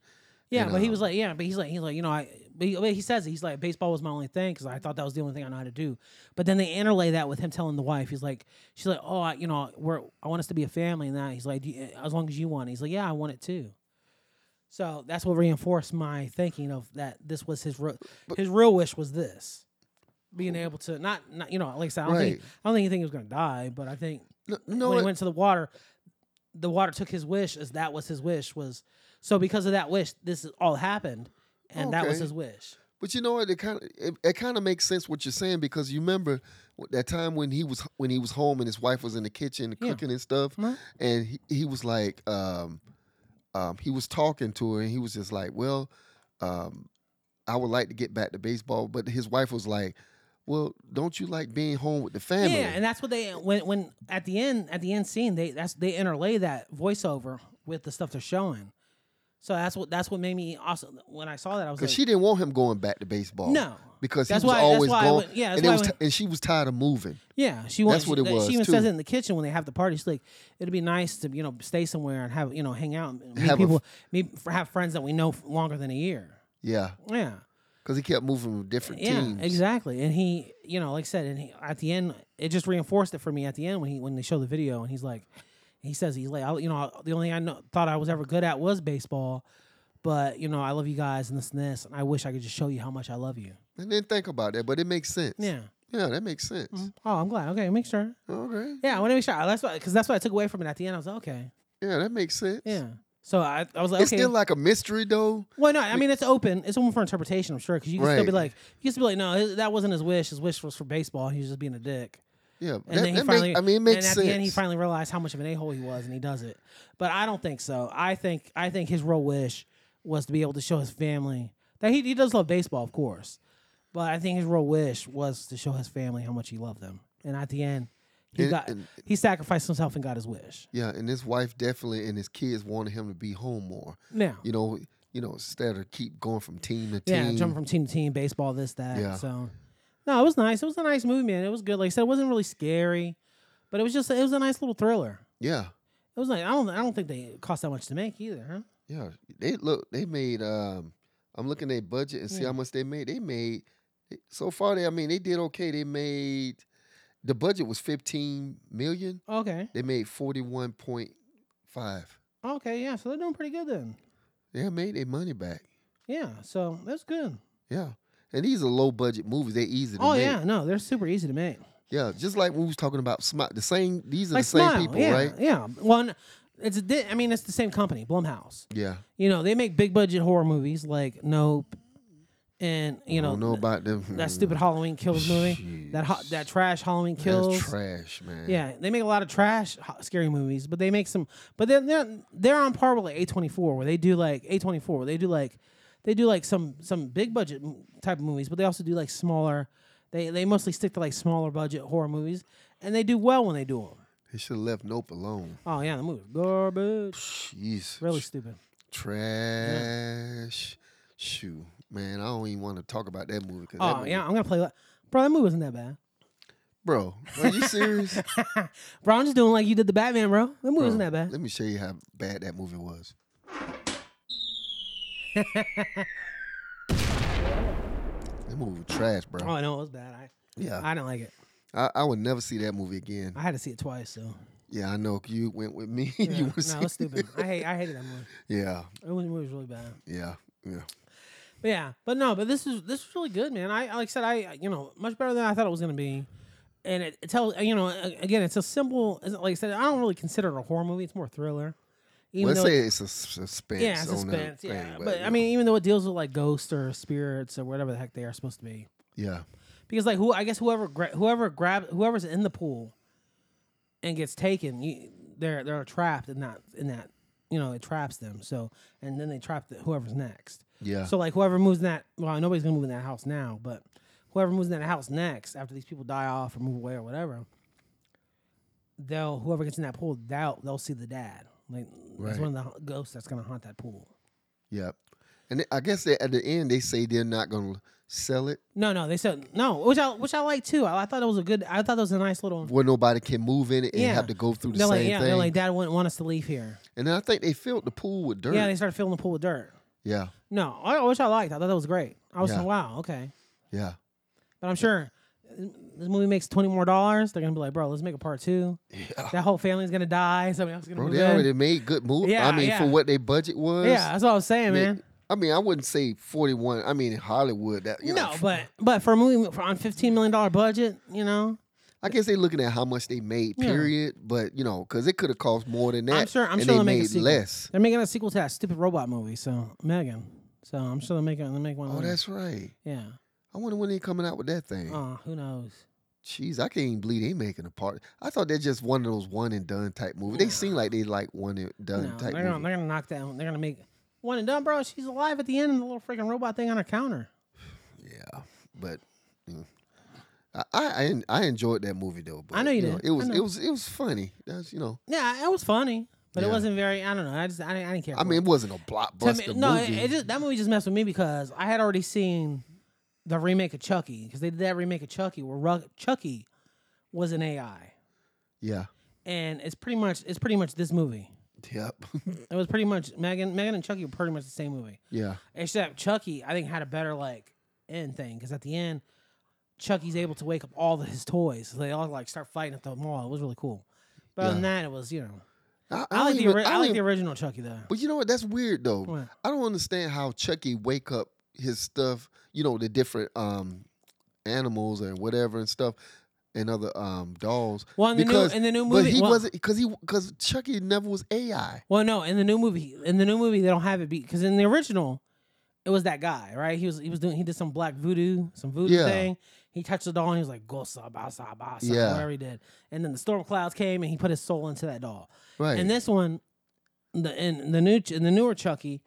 Speaker 3: Yeah,
Speaker 2: you
Speaker 3: but he
Speaker 2: know.
Speaker 3: was like, yeah, but he's like, he's like, you know, I. But he, but he says it, he's like, baseball was my only thing because I thought that was the only thing I know how to do. But then they interlay that with him telling the wife, he's like, she's like, oh, I, you know, we're I want us to be a family and that. He's like, "Do you- as long as you want. it." He's like, yeah, I want it too. So that's what reinforced my thinking of that. This was his real, his real wish was this, being able to not not you know like I said, I don't think
Speaker 2: Right.
Speaker 3: I don't think he think he was gonna die, but I think
Speaker 2: No, no
Speaker 3: when
Speaker 2: it-
Speaker 3: he went to the water, the water took his wish as that was his wish was so because of that wish, this is- all happened, and that was
Speaker 2: Okay.
Speaker 3: his wish.
Speaker 2: But you know what? It kind of it, it kind of makes sense what you're saying because you remember wh- that time when he was when he was home and his wife was in the kitchen
Speaker 3: Yeah.
Speaker 2: cooking and stuff,
Speaker 3: Mhm.
Speaker 2: and he, he was like, um, um, he was talking to her and he was just like, well, um, I would like to get back to baseball, but his wife was like, well, don't you like being home with the family?
Speaker 3: Yeah, and that's what they when when at the end at the end scene they that's they interlay that voiceover with the stuff they're showing. So that's what that's what made me also when I saw that I was like,
Speaker 2: because she didn't want him going back to baseball.
Speaker 3: No.
Speaker 2: because he was
Speaker 3: That's why- that's
Speaker 2: always
Speaker 3: why I
Speaker 2: going.
Speaker 3: went- yeah, that's
Speaker 2: and, it
Speaker 3: why I
Speaker 2: was t-
Speaker 3: went-
Speaker 2: and she was tired of moving.
Speaker 3: Yeah, she wants.
Speaker 2: That's what it
Speaker 3: she,
Speaker 2: was,
Speaker 3: She even says
Speaker 2: too.
Speaker 3: it in the kitchen when they have the party. She's like, "It'd be nice to you know stay somewhere and have you know hang out, and meet
Speaker 2: Have a
Speaker 3: people, meet f- have friends that we know f- longer than a year."
Speaker 2: Yeah,
Speaker 3: Yeah,
Speaker 2: because he kept moving with different
Speaker 3: yeah,
Speaker 2: teams.
Speaker 3: exactly. And he, you know, like I said, and he, at the end, it just reinforced it for me. At the end, when he when they show the video, and he's like, he says he's like, I, you know, the only thing I know, thought I was ever good at was baseball, but you know, I love you guys and this and this, and I wish I could just show you how much I love you.
Speaker 2: I didn't think about that, but it makes sense.
Speaker 3: Yeah.
Speaker 2: Yeah, that makes sense.
Speaker 3: Oh, I'm glad. Okay, make sure.
Speaker 2: Okay.
Speaker 3: Yeah, I want to make sure. That's what because that's what I took away from it at the end. I was like, okay.
Speaker 2: Yeah, that makes sense.
Speaker 3: Yeah. So I, I was like,
Speaker 2: It's
Speaker 3: okay.
Speaker 2: still like a mystery though.
Speaker 3: well, no, I mean it's open. It's open for interpretation, I'm sure, because you can still be
Speaker 2: Right.
Speaker 3: like, you can still be like, no, his- that wasn't his wish. His wish was for baseball. He was just being a dick.
Speaker 2: Yeah.
Speaker 3: And
Speaker 2: that,
Speaker 3: then he
Speaker 2: that make-
Speaker 3: finally,
Speaker 2: I mean, it
Speaker 3: and
Speaker 2: makes
Speaker 3: at
Speaker 2: sense.
Speaker 3: the end, he finally realized how much of an a hole he was, and he does it. But I don't think so. I think I think his real wish was to be able to show his family that he he does love baseball, of course. But I think his real wish was to show his family how much he loved them. And at the end, he
Speaker 2: And-
Speaker 3: got
Speaker 2: and-
Speaker 3: he sacrificed himself and got his wish.
Speaker 2: yeah, and his wife definitely and his kids wanted him to be home more.
Speaker 3: Now,
Speaker 2: You know, you know, instead of keep going from team to
Speaker 3: Yeah,
Speaker 2: team.
Speaker 3: jumping from team to team, baseball, this, that.
Speaker 2: Yeah.
Speaker 3: So, no, it was nice. It was a nice movie, man. It was good. Like I said, it wasn't really scary, but it was just it was a nice little thriller.
Speaker 2: yeah.
Speaker 3: It was like I don't I don't think they cost that much to make either, huh?
Speaker 2: Yeah. They look they made um I'm looking at their budget and see how much they made. They made so far they I mean they did okay. They made the budget was fifteen million.
Speaker 3: Okay,
Speaker 2: They made forty one point five.
Speaker 3: okay, yeah. So they're doing pretty good then.
Speaker 2: They made their money back.
Speaker 3: Yeah, so that's good.
Speaker 2: Yeah. And these are low budget movies. They easy to
Speaker 3: Oh
Speaker 2: make.
Speaker 3: yeah, no, they're super easy to make.
Speaker 2: Yeah, just like when we was talking about smile. The same. These are
Speaker 3: Like
Speaker 2: the same
Speaker 3: Smile,
Speaker 2: people,
Speaker 3: yeah,
Speaker 2: right?
Speaker 3: Yeah. Well, n- it's a di- I mean it's the same company, Blumhouse.
Speaker 2: Yeah.
Speaker 3: You know they make big budget horror movies like Nope, and you know
Speaker 2: I don't know about them.
Speaker 3: that stupid Halloween Kills movie, that ho- that trash Halloween Kills.
Speaker 2: That's trash, man.
Speaker 3: Yeah, they make a lot of trash ho- scary movies, but they make some. But then they're they're on par with like A twenty four, where they do like A twenty four, where they do like they do like some some big budget m- type of movies, but they also do like smaller. They they mostly stick to like smaller budget horror movies, and they do well when they do them.
Speaker 2: They should have left Nope alone.
Speaker 3: Oh yeah, the movie garbage,
Speaker 2: Jeez.
Speaker 3: really stupid.
Speaker 2: Trash. Shoot, man. I don't even want to talk about that movie. 'cause that
Speaker 3: Oh
Speaker 2: movie-
Speaker 3: yeah, I'm gonna play that. Bro, that movie wasn't that bad.
Speaker 2: Bro, are you serious?
Speaker 3: Bro, I'm just doing like you did the Batman, bro. That movie wasn't that bad.
Speaker 2: Let me show you how bad that movie was. that movie was trash,
Speaker 3: Oh,
Speaker 2: bro.
Speaker 3: I know it was bad. I
Speaker 2: Yeah,
Speaker 3: I didn't like it.
Speaker 2: I, I would never see that movie again.
Speaker 3: I had to see it twice, so
Speaker 2: Yeah, I know. You went with me.
Speaker 3: yeah.
Speaker 2: you
Speaker 3: no,
Speaker 2: was
Speaker 3: it was stupid. I hate I hated that movie.
Speaker 2: Yeah,
Speaker 3: It was, it was really bad.
Speaker 2: yeah, yeah.
Speaker 3: But yeah, but no, but this is this is really good, man. I like I said, I you know much better than I thought it was gonna be, and it, it tells you know a- again it's a simple it's like I said I don't really consider it a horror movie. It's more thriller. Even
Speaker 2: Let's
Speaker 3: though-
Speaker 2: say it's a s- suspense.
Speaker 3: yeah,
Speaker 2: on that
Speaker 3: suspense. Yeah,
Speaker 2: thing,
Speaker 3: but,
Speaker 2: you
Speaker 3: I
Speaker 2: know,
Speaker 3: mean, even though it deals with like ghosts or spirits or whatever the heck they are supposed to be,
Speaker 2: yeah,
Speaker 3: because like who I guess whoever gra- whoever grab whoever's in the pool and gets taken, you, they're they're trapped in that in that you know it traps them. So and then they trap the, whoever's next.
Speaker 2: yeah.
Speaker 3: So like whoever moves in that well, nobody's gonna move in that house now, but whoever moves in that house next, after these people die off or move away or whatever, they'll whoever gets in that pool, they'll they'll see the dad. Like that's one of the h- ghosts that's gonna haunt that pool.
Speaker 2: yep. And I guess they, at the end they say they're not gonna sell it
Speaker 3: No, no, they said no, which I which I like too. I, I thought it was a good. I thought that was a nice little.
Speaker 2: where nobody can move in it and
Speaker 3: Yeah.
Speaker 2: have to go through the
Speaker 3: They're
Speaker 2: same
Speaker 3: like, yeah,
Speaker 2: thing.
Speaker 3: they're like, Dad wouldn't want us to leave here.
Speaker 2: and then I think they filled the pool with dirt.
Speaker 3: Yeah, they started filling the pool with dirt.
Speaker 2: Yeah.
Speaker 3: No, I which I liked. I thought that was great. I was
Speaker 2: Yeah.
Speaker 3: like, wow, okay.
Speaker 2: Yeah.
Speaker 3: But I'm sure this movie makes twenty more dollars. They're gonna be like, bro, let's make a part two.
Speaker 2: Yeah.
Speaker 3: That whole family's gonna die. Somebody else is gonna
Speaker 2: Bro,
Speaker 3: move
Speaker 2: they
Speaker 3: in.
Speaker 2: already made good movies.
Speaker 3: Yeah,
Speaker 2: I mean,
Speaker 3: yeah.
Speaker 2: for what their budget was.
Speaker 3: yeah, that's what I was saying,
Speaker 2: Nick,
Speaker 3: man.
Speaker 2: I mean, I wouldn't say 41. I mean, in Hollywood, that you know,
Speaker 3: no, but but for a movie for, on fifteen million dollar budget, you know,
Speaker 2: I guess they're looking at how much they made,
Speaker 3: Yeah.
Speaker 2: period. But you know, because it could have cost more than that.
Speaker 3: I'm sure. I'm
Speaker 2: and
Speaker 3: sure
Speaker 2: they
Speaker 3: they'll make a
Speaker 2: made
Speaker 3: sequel.
Speaker 2: less.
Speaker 3: They're making a sequel to that stupid robot movie. So Megan. So I'm sure they'll make they'll make one. of
Speaker 2: Oh,
Speaker 3: those.
Speaker 2: that's right.
Speaker 3: yeah.
Speaker 2: I wonder when they coming out with that thing.
Speaker 3: Oh, who knows?
Speaker 2: Jeez, I can't even believe they making a part. I thought they're just one of those one and done type movies. They seem like they like one and done
Speaker 3: No, they're
Speaker 2: type
Speaker 3: gonna
Speaker 2: movies.
Speaker 3: they're gonna knock that. one. They're gonna make one and done, bro. She's alive at the end, and the little freaking robot thing on her counter.
Speaker 2: Yeah, but mm. I, I en- I enjoyed that movie though. But,
Speaker 3: I know you
Speaker 2: Know,
Speaker 3: did.
Speaker 2: it
Speaker 3: I
Speaker 2: was
Speaker 3: know.
Speaker 2: it was it was funny. That's you know.
Speaker 3: Yeah, it was funny, but it
Speaker 2: Yeah.
Speaker 3: wasn't very. I don't know. I just I didn't, I didn't care.
Speaker 2: I
Speaker 3: for
Speaker 2: mean, it
Speaker 3: it.
Speaker 2: wasn't a
Speaker 3: To
Speaker 2: blockbuster
Speaker 3: me- no, it,
Speaker 2: movie.
Speaker 3: it just, that movie just messed with me because I had already seen the remake of Chucky because they did that remake of Chucky where Rug- Chucky was an AI,
Speaker 2: yeah.
Speaker 3: and it's pretty much it's pretty much this movie.
Speaker 2: Yep.
Speaker 3: It was pretty much Megan Megan and Chucky were pretty much the same movie,
Speaker 2: yeah.
Speaker 3: except Chucky I think had a better like end thing because at the end Chucky's able to wake up all of his toys, so they all like start fighting at the mall. It was really cool. But other than that, it was you know
Speaker 2: I,
Speaker 3: I, like
Speaker 2: don't
Speaker 3: the
Speaker 2: even-
Speaker 3: ori- I,
Speaker 2: don't
Speaker 3: like the
Speaker 2: even-
Speaker 3: original Chucky though.
Speaker 2: But you know what? That's weird though.
Speaker 3: What?
Speaker 2: I don't understand how Chucky wake up his stuff. You know the different um animals and whatever and stuff and other um dolls.
Speaker 3: Well, in the new
Speaker 2: Because-
Speaker 3: in the new movie,
Speaker 2: but he
Speaker 3: well-
Speaker 2: wasn't because he because Chucky never was AI.
Speaker 3: Well, no, in the new movie, in the new movie, they don't have it beat because in the original, it was that guy, right? He was he was doing he did some black voodoo, some voodoo
Speaker 2: Yeah.
Speaker 3: thing. He touched the doll and he was like gosa basa basa,
Speaker 2: Yeah.
Speaker 3: whatever he did. And then the storm clouds came and he put his soul into that doll.
Speaker 2: Right.
Speaker 3: And this one, the in the new in the newer Chucky,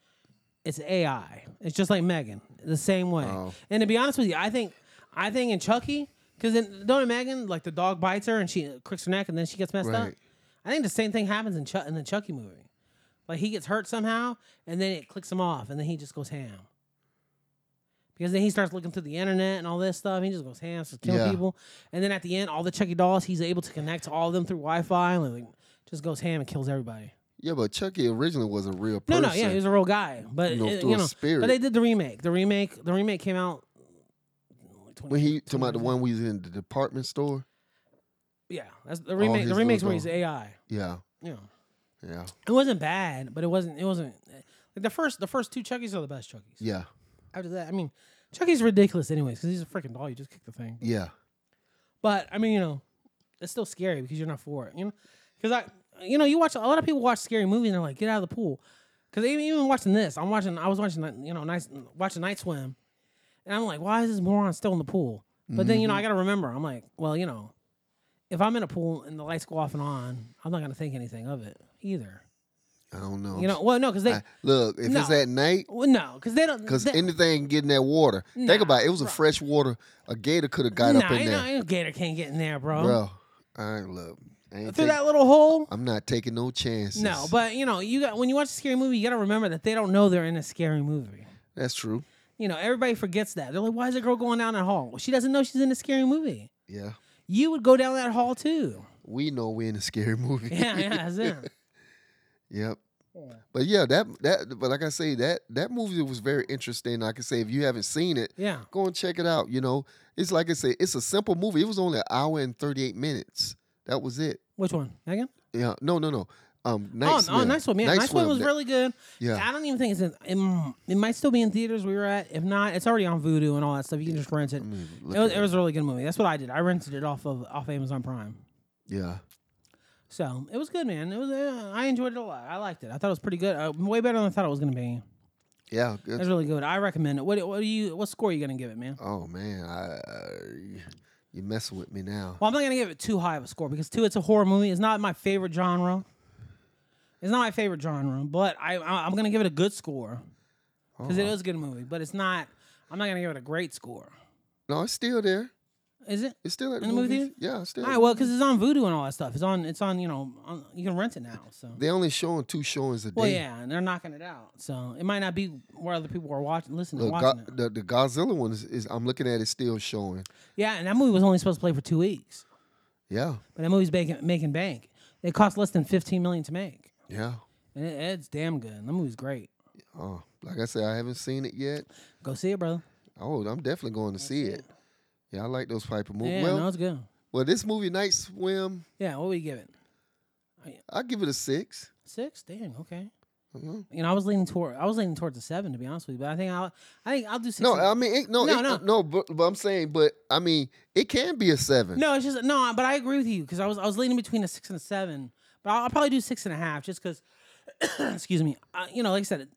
Speaker 3: it's AI. It's just like Megan, the same way.
Speaker 2: Oh.
Speaker 3: And to be honest with you, I think I think in Chucky, because in don't in Megan like the dog bites her and she cricks her neck and then she gets messed up.
Speaker 2: Right.
Speaker 3: I think the same thing happens in Chuck in the Chucky movie. Like he gets hurt somehow and then it clicks him off and then he just goes ham. Because then he starts looking through the internet and all this stuff. He just goes ham, starts killing
Speaker 2: Yeah.
Speaker 3: people. And then at the end, all the Chucky dolls, he's able to connect to all of them through Wi Fi and like just goes ham and kills everybody.
Speaker 2: yeah, but Chucky originally was a real person.
Speaker 3: No, no, yeah, he was a real guy. But
Speaker 2: You know,
Speaker 3: it-
Speaker 2: through
Speaker 3: you
Speaker 2: a
Speaker 3: know,
Speaker 2: spirit.
Speaker 3: but they did the remake. The remake the remake came out like, 20
Speaker 2: when he talking about the
Speaker 3: 20
Speaker 2: one we was in the department store.
Speaker 3: Yeah. That's the remake
Speaker 2: his
Speaker 3: the
Speaker 2: little
Speaker 3: remake's where he's
Speaker 2: doll.
Speaker 3: AI.
Speaker 2: Yeah.
Speaker 3: Yeah.
Speaker 2: Yeah.
Speaker 3: It wasn't bad, but it wasn't. It wasn't eh, like the first. The first two Chuckies are the best Chuckies.
Speaker 2: Yeah.
Speaker 3: After that, I mean, Chucky's ridiculous anyways because he's a freaking doll. You just kick the thing.
Speaker 2: Yeah.
Speaker 3: But I mean, you know, it's still scary because you're not for it. You know, because I, you know, you watch a lot of people watch scary movies and they're like, get out of the pool. Because even even watching this, I'm watching. I was watching, you know, nice watching Night Swim, and I'm like, why is this moron still in the pool? But then you know, I gotta remember. I'm like, well, you know, if I'm in a pool and the lights go off and on, I'm not gonna think anything of it either.
Speaker 2: I don't know.
Speaker 3: You know, well, no, because they.
Speaker 2: I- look, if it's
Speaker 3: No.
Speaker 2: at night,
Speaker 3: Well, no, because they don't.
Speaker 2: Because
Speaker 3: they-
Speaker 2: anything get in that water. Think
Speaker 3: Nah,
Speaker 2: about it. It was a
Speaker 3: bro.
Speaker 2: fresh water. A gator could have got
Speaker 3: nah,
Speaker 2: up in
Speaker 3: ain't
Speaker 2: there.
Speaker 3: no- ain't no gator can't get in there, bro.
Speaker 2: Bro, I ain't look. I ain't
Speaker 3: Through
Speaker 2: take-
Speaker 3: that little hole.
Speaker 2: I'm not taking no chances.
Speaker 3: No, but you know, you got when you watch a scary movie, you got to remember that they don't know they're in a scary movie.
Speaker 2: That's true.
Speaker 3: You know, everybody forgets that. They're like, "Why is a girl going down that hall?" Well, she doesn't know she's in a scary movie.
Speaker 2: Yeah.
Speaker 3: You would go down that hall too.
Speaker 2: We know we're in a scary movie.
Speaker 3: Yeah, yeah, that's it.
Speaker 2: Yep. But yeah, that that but like I say, that that movie was very interesting. I can say if you haven't seen it,
Speaker 3: Yeah,
Speaker 2: go and check it out. You know, it's like I say, it's a simple movie. It was only an hour and thirty eight minutes. That was it.
Speaker 3: which one, Megan?
Speaker 2: Yeah. No, no, no. Um,
Speaker 3: oh,
Speaker 2: night
Speaker 3: oh,
Speaker 2: Swim.
Speaker 3: nice one. Yeah,
Speaker 2: Night
Speaker 3: nice one
Speaker 2: Swim,
Speaker 3: was
Speaker 2: that-
Speaker 3: really good.
Speaker 2: Yeah.
Speaker 3: I don't even think it's in. It, it might still be in theaters we were at. If not, it's already on Vudu and all that stuff. You can just rent it.
Speaker 2: I mean,
Speaker 3: It
Speaker 2: look
Speaker 3: was,
Speaker 2: at
Speaker 3: it was a really good movie. That's what I did. I rented it off of off Amazon Prime.
Speaker 2: Yeah.
Speaker 3: So it was good, man. It was. Uh, I enjoyed it a lot. I liked it. I thought it was pretty good. Uh, way better than I thought it was gonna be.
Speaker 2: Yeah. good.
Speaker 3: It was really good. I recommend it. What, what do you? What score are you gonna give it, man?
Speaker 2: Oh man, I, you messing with me now.
Speaker 3: Well, I'm not gonna give it too high of a score because two, it's a horror movie. It's not my favorite genre. It's not my favorite genre, but I, I I'm gonna give it a good score because
Speaker 2: Uh-huh.
Speaker 3: it is a good movie. But it's not. I'm not gonna give it a great score.
Speaker 2: No, it's still there.
Speaker 3: Is it?
Speaker 2: It's still at the,
Speaker 3: In the movie
Speaker 2: movies.
Speaker 3: theater?
Speaker 2: Yeah, it's still.
Speaker 3: All right. Well, because it's on Voodoo and all that stuff. It's on. It's on. You know, on, you can rent it now. So.
Speaker 2: they only showing two showings a day.
Speaker 3: Well, yeah, and they're knocking it out, so it might not be where other people are watching, listening,
Speaker 2: The,
Speaker 3: and watching
Speaker 2: Go-
Speaker 3: it.
Speaker 2: the the Godzilla one is, is I'm looking at it still showing.
Speaker 3: Yeah, and that movie was only supposed to play for two weeks,
Speaker 2: Yeah,
Speaker 3: but that movie's making making bank. It cost less than fifteen million to make,
Speaker 2: yeah.
Speaker 3: and it, it's damn good. That movie's great.
Speaker 2: Oh, like Like I said, I haven't seen it yet.
Speaker 3: Go see it, brother.
Speaker 2: Oh, I'm definitely going to see it. Yeah, I like those Piper movies.
Speaker 3: Yeah,
Speaker 2: well,
Speaker 3: no, it's good.
Speaker 2: well, this movie Night Swim,
Speaker 3: Yeah, what would you give it?
Speaker 2: I give it a 6
Speaker 3: Six? Dang, okay.
Speaker 2: Mhm.
Speaker 3: You know, I was leaning toward I was leaning towards a seven to be honest with you, but I think I'll I think I'll do six.
Speaker 2: No,
Speaker 3: and-
Speaker 2: I mean, it, no,
Speaker 3: No,
Speaker 2: it-
Speaker 3: no.
Speaker 2: no. But, but I'm saying, but I mean, it can be a seven.
Speaker 3: No, it's just no, but I agree with you because I was I was leaning between a six and a seven, but I'll, I'll probably do six and a half just because. excuse me. Uh, you know, like I said,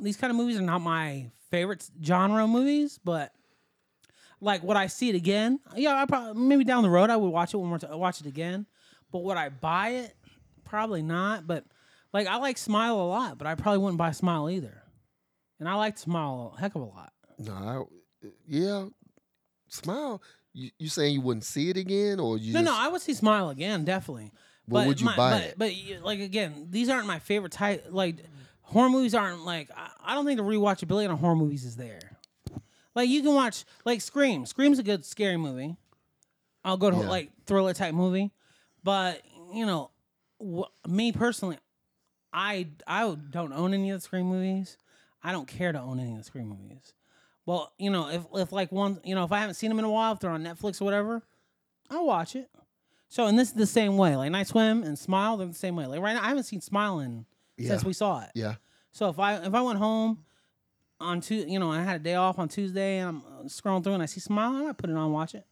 Speaker 3: these kind of movies are not my favorite s- genre of movies, but like what I see it again, yeah, I probably maybe down the road I would watch it one more time, watch it again, but would I buy it? Probably not. But like I like Smile a lot, but I probably wouldn't buy Smile either, and I liked Smile a heck of a lot.
Speaker 2: no, I, yeah, smile. You, you saying you wouldn't see it again, or you?
Speaker 3: No,
Speaker 2: just,
Speaker 3: no, I would see Smile again, definitely.
Speaker 2: But would you
Speaker 3: my-
Speaker 2: buy
Speaker 3: but,
Speaker 2: it?
Speaker 3: But you- like again, these aren't my favorite type. Like horror movies aren't like I, I don't think the rewatchability on horror movies is there. Like you can watch like Scream. Scream's a good scary movie. I'll go to
Speaker 2: Yeah.
Speaker 3: like thriller type movie, but you know, wh- me personally, I I don't own any of the Scream movies. I don't care to own any of the Scream movies. Well, you know, if if like one, you know, if I haven't seen them in a while, if they're on Netflix or whatever, I'll watch it. So, and this is the same way. Like Night Swim and Smile, they're the same way. Like right now, I haven't seen Smile in
Speaker 2: yeah,
Speaker 3: since we saw it.
Speaker 2: yeah,
Speaker 3: So if I if I went home on two, you know, I had a day off on Tuesday, and I'm uh, scrolling through and I see Smile, I might put it on, and watch it.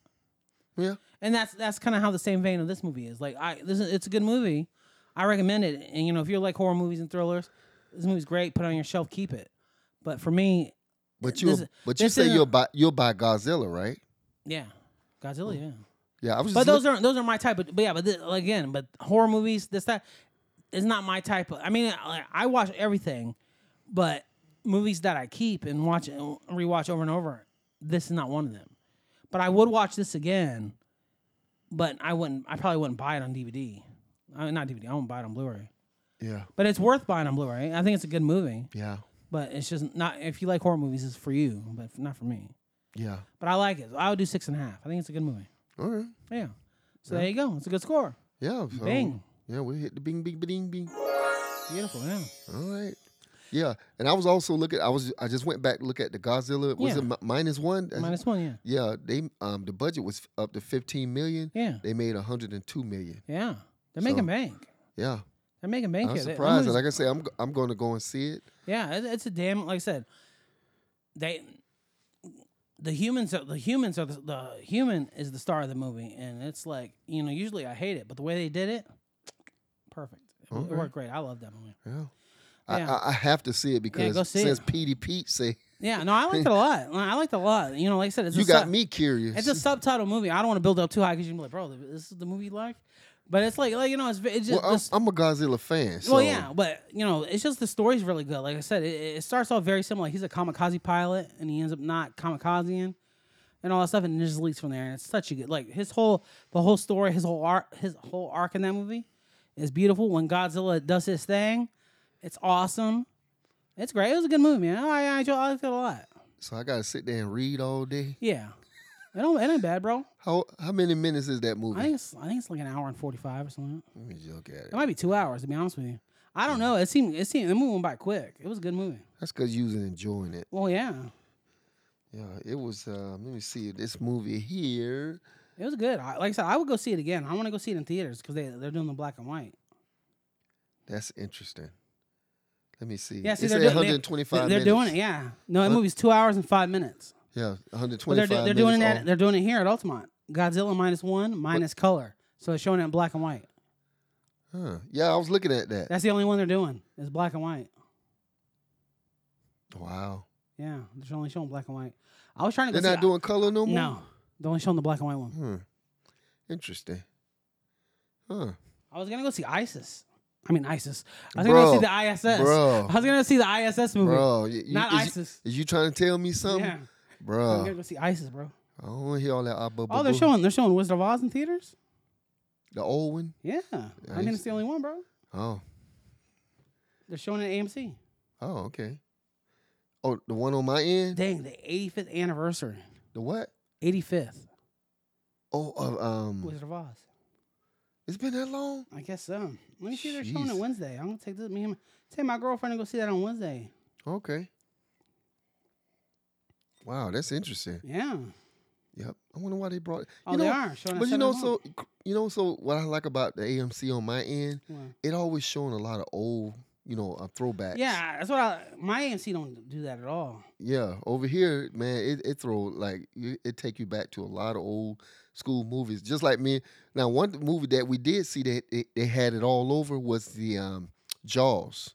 Speaker 2: yeah.
Speaker 3: And that's that's kind of how the same vein of this movie is. Like I, this is, it's a good movie. I recommend it. And you know, if you like horror movies and thrillers, this movie's great. Put it on your shelf, keep it. But for me,
Speaker 2: But you,
Speaker 3: This-
Speaker 2: but you
Speaker 3: this
Speaker 2: say
Speaker 3: isn't-
Speaker 2: you're by you're by Godzilla, right?
Speaker 3: yeah, Godzilla, yeah.
Speaker 2: Yeah, I was.
Speaker 3: But
Speaker 2: just look-
Speaker 3: those aren't those are my type. Of, but yeah, but th- again, but horror movies, this that is not my type. Of, I mean, I, I watch everything, but movies that I keep and watch and rewatch over and over, this is not one of them. But I would watch this again, but I wouldn't. I probably wouldn't buy it on DVD. I mean, not DVD. I wouldn't buy it on Blu-ray.
Speaker 2: yeah,
Speaker 3: But it's worth buying on Blu-ray. I think it's a good movie.
Speaker 2: yeah,
Speaker 3: But it's just not if you like horror movies, it's for you, but not for me.
Speaker 2: yeah.
Speaker 3: But I like it. I would do six and a half. I think it's a good movie.
Speaker 2: All right.
Speaker 3: Yeah. So there you go. It's a good score.
Speaker 2: Yeah. So,
Speaker 3: Bing.
Speaker 2: Yeah, we hit the bing, bing, bing, bing.
Speaker 3: Beautiful, yeah.
Speaker 2: All right. Yeah, and I was also looking. I was. I just went back to look at the Godzilla. Was
Speaker 3: Yeah.
Speaker 2: it mi- minus one? That's-
Speaker 3: Minus one, yeah.
Speaker 2: Yeah, they um the budget was up to fifteen million.
Speaker 3: Yeah.
Speaker 2: They made hundred and two million.
Speaker 3: Yeah. They're making
Speaker 2: So-
Speaker 3: bank.
Speaker 2: Yeah,
Speaker 3: They're making bank
Speaker 2: I'm
Speaker 3: here. They- that
Speaker 2: surprised. And
Speaker 3: movie's-
Speaker 2: Like I say, I'm g- I'm going to go and see it.
Speaker 3: yeah, it- it's a damn like I said. They the humans are the humans are the, the human is the star of the movie and it's like, you know, usually I hate it, but the way they did it, perfect. It
Speaker 2: Okay.
Speaker 3: worked great. I love that movie.
Speaker 2: Yeah. I,
Speaker 3: Yeah.
Speaker 2: I, I have to see it because
Speaker 3: go see it.
Speaker 2: since Petey Pete say
Speaker 3: Yeah, no, I liked it a lot. I liked it a lot. You know, like I said, it's
Speaker 2: you
Speaker 3: a
Speaker 2: got
Speaker 3: sub-
Speaker 2: me curious.
Speaker 3: It's a subtitle movie. I don't want to build it up too high because you're gonna be like, bro, this is the movie you like. But it's like, like you know, it's, it's
Speaker 2: well,
Speaker 3: just
Speaker 2: I'm,
Speaker 3: this-
Speaker 2: I'm a Godzilla fan. So
Speaker 3: Well, yeah, but you know, it's just the story's really good. Like I said, it, it starts off very similar. He's a kamikaze pilot, and he ends up not kamikazing, and all that stuff, and it just leads from there. And it's such a good, like his whole, the whole story, his whole arc, his whole arc in that movie is beautiful. When Godzilla does his thing, it's awesome. It's great. It was a good movie, man. I, I, enjoy- I liked it a lot.
Speaker 2: So I got to sit there and read all day.
Speaker 3: Yeah, it don't, it ain't bad, bro.
Speaker 2: How how many minutes is that
Speaker 3: I
Speaker 2: movie?
Speaker 3: think it's, I think it's like an hour and forty five or something.
Speaker 2: Let me just look at it.
Speaker 3: It might be two hours to be honest with you. I don't know. It seemed, it seemed, the movie went by quick. It was a good movie.
Speaker 2: That's because you was enjoying it.
Speaker 3: Well, yeah,
Speaker 2: Yeah, it was. Um, let me see this movie here.
Speaker 3: it was good. I, like I said, I would go see it again. I want to go see it in theaters because they they're doing the black and white.
Speaker 2: That's interesting. Let me see.
Speaker 3: Yeah, see,
Speaker 2: it
Speaker 3: they're
Speaker 2: said
Speaker 3: doing- they-
Speaker 2: 125
Speaker 3: they're
Speaker 2: minutes.
Speaker 3: doing it. Yeah, no, that movie's two hours and five minutes.
Speaker 2: Yeah,
Speaker 3: But
Speaker 2: 125.
Speaker 3: they're, do- they're doing it.
Speaker 2: minutes
Speaker 3: At, they're doing it here at Altamont. Godzilla minus one minus color, so it's showing it in black and white.
Speaker 2: on- Huh. Yeah, I was looking at that.
Speaker 3: That's the only one they're doing is black and white.
Speaker 2: wow.
Speaker 3: Yeah, they're only showing black and white. I was trying to.
Speaker 2: They're
Speaker 3: go
Speaker 2: not
Speaker 3: see,
Speaker 2: doing color no more?
Speaker 3: No, they're only showing the black and white one.
Speaker 2: Hmm. Interesting. Huh.
Speaker 3: I was gonna go see ISIS. I mean ISIS. I was gonna go see
Speaker 2: Bro,
Speaker 3: the ISS.
Speaker 2: bro.
Speaker 3: I was gonna see the ISS movie.
Speaker 2: Bro, you, you-
Speaker 3: Not
Speaker 2: is, you-
Speaker 3: ISIS.
Speaker 2: is you trying to tell me something?
Speaker 3: yeah, I'm gonna
Speaker 2: Bro,
Speaker 3: go see ISIS, bro.
Speaker 2: I don't want to hear all that. Ah, bu- bu-
Speaker 3: Oh, they're
Speaker 2: boo.
Speaker 3: showing they're showing Wizard of Oz in theaters.
Speaker 2: The old one?
Speaker 3: Yeah, I mean it's the only one, bro.
Speaker 2: Oh.
Speaker 3: They're showing it at AMC.
Speaker 2: Oh, okay. Oh, the one on my end?
Speaker 3: Dang, the 85th anniversary,
Speaker 2: The what?
Speaker 3: 85th
Speaker 2: Oh, of, um,
Speaker 3: Wizard of Oz.
Speaker 2: it's been that long?
Speaker 3: I guess so. Let me see. if They're showing it
Speaker 2: Jeez.
Speaker 3: Wednesday. I'm gonna take this. Me and my, take my girlfriend and go see that on Wednesday.
Speaker 2: Okay. Wow, that's interesting.
Speaker 3: Yeah.
Speaker 2: Yep. I wonder why they brought. You
Speaker 3: Oh,
Speaker 2: know,
Speaker 3: they are showing.
Speaker 2: But you know, so you know, so what I like about the AMC on my end,
Speaker 3: Wow.
Speaker 2: it always showing a lot of old, you know, uh, throwbacks.
Speaker 3: yeah, that's what I. My AMC don't do that at all.
Speaker 2: Yeah, over here, man, it, it throw like you- it take you back to a lot of old school movies. Just like me. Now, one movie that we did see that it, they had it all over was the um, Jaws,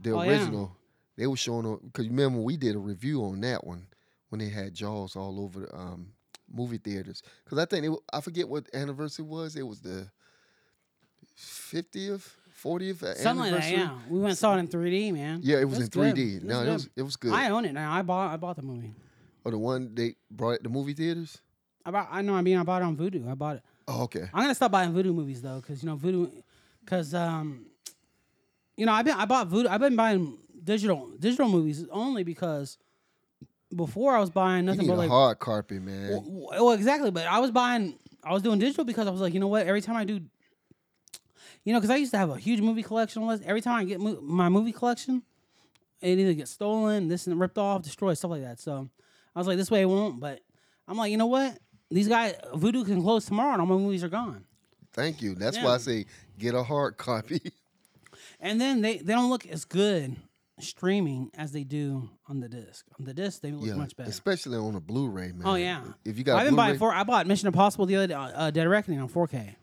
Speaker 2: the
Speaker 3: Oh, yeah.
Speaker 2: original. They were showing because remember we did a review on that one when they had Jaws all over um, movie theaters. Because I think it, wa- I forget what anniversary was. It was the fiftieth, fortieth uh,
Speaker 3: Something like that.
Speaker 2: anniversary.
Speaker 3: Yeah, we went and saw it in 3D, man.
Speaker 2: Yeah, it was
Speaker 3: That's
Speaker 2: in
Speaker 3: good.
Speaker 2: 3D.
Speaker 3: That's
Speaker 2: No, it
Speaker 3: good.
Speaker 2: was it was good.
Speaker 3: I own it now. I bought. I bought the movie.
Speaker 2: Or Oh, the one they brought at the movie theaters?
Speaker 3: I bought. I know. I mean, I bought it on Voodoo. I bought it.
Speaker 2: Oh, okay.
Speaker 3: I'm gonna stop buying Voodoo movies though, because you know Voodoo, because um, you know I've been I bought Voodoo. I've been buying digital digital movies only because before I was buying
Speaker 2: You
Speaker 3: nothing
Speaker 2: need
Speaker 3: but
Speaker 2: a
Speaker 3: like
Speaker 2: hard carpet, man.
Speaker 3: Well, well, exactly. But I was buying, I was doing digital because I was like, you know what? Every time I do, you know, because I used to have a huge movie collection. List. Every time I get mo- my movie collection, it either gets stolen, this and ripped off, destroyed, stuff like that. So I was like, this way it won't. But I'm like, you know what? These guys, Voodoo can close tomorrow, and all my movies are gone.
Speaker 2: Thank you. That's
Speaker 3: yeah.
Speaker 2: why I say get a hard copy.
Speaker 3: And then they they don't look as good streaming as they do on the disc. On the disc, they look
Speaker 2: yeah,
Speaker 3: much better.
Speaker 2: especially on a Blu-ray, man.
Speaker 3: Oh yeah.
Speaker 2: If you got,
Speaker 3: I've
Speaker 2: a
Speaker 3: been
Speaker 2: Blu-ray,
Speaker 3: buying four. I bought Mission Impossible the other day, uh, uh, Dead Reckoning on 4K,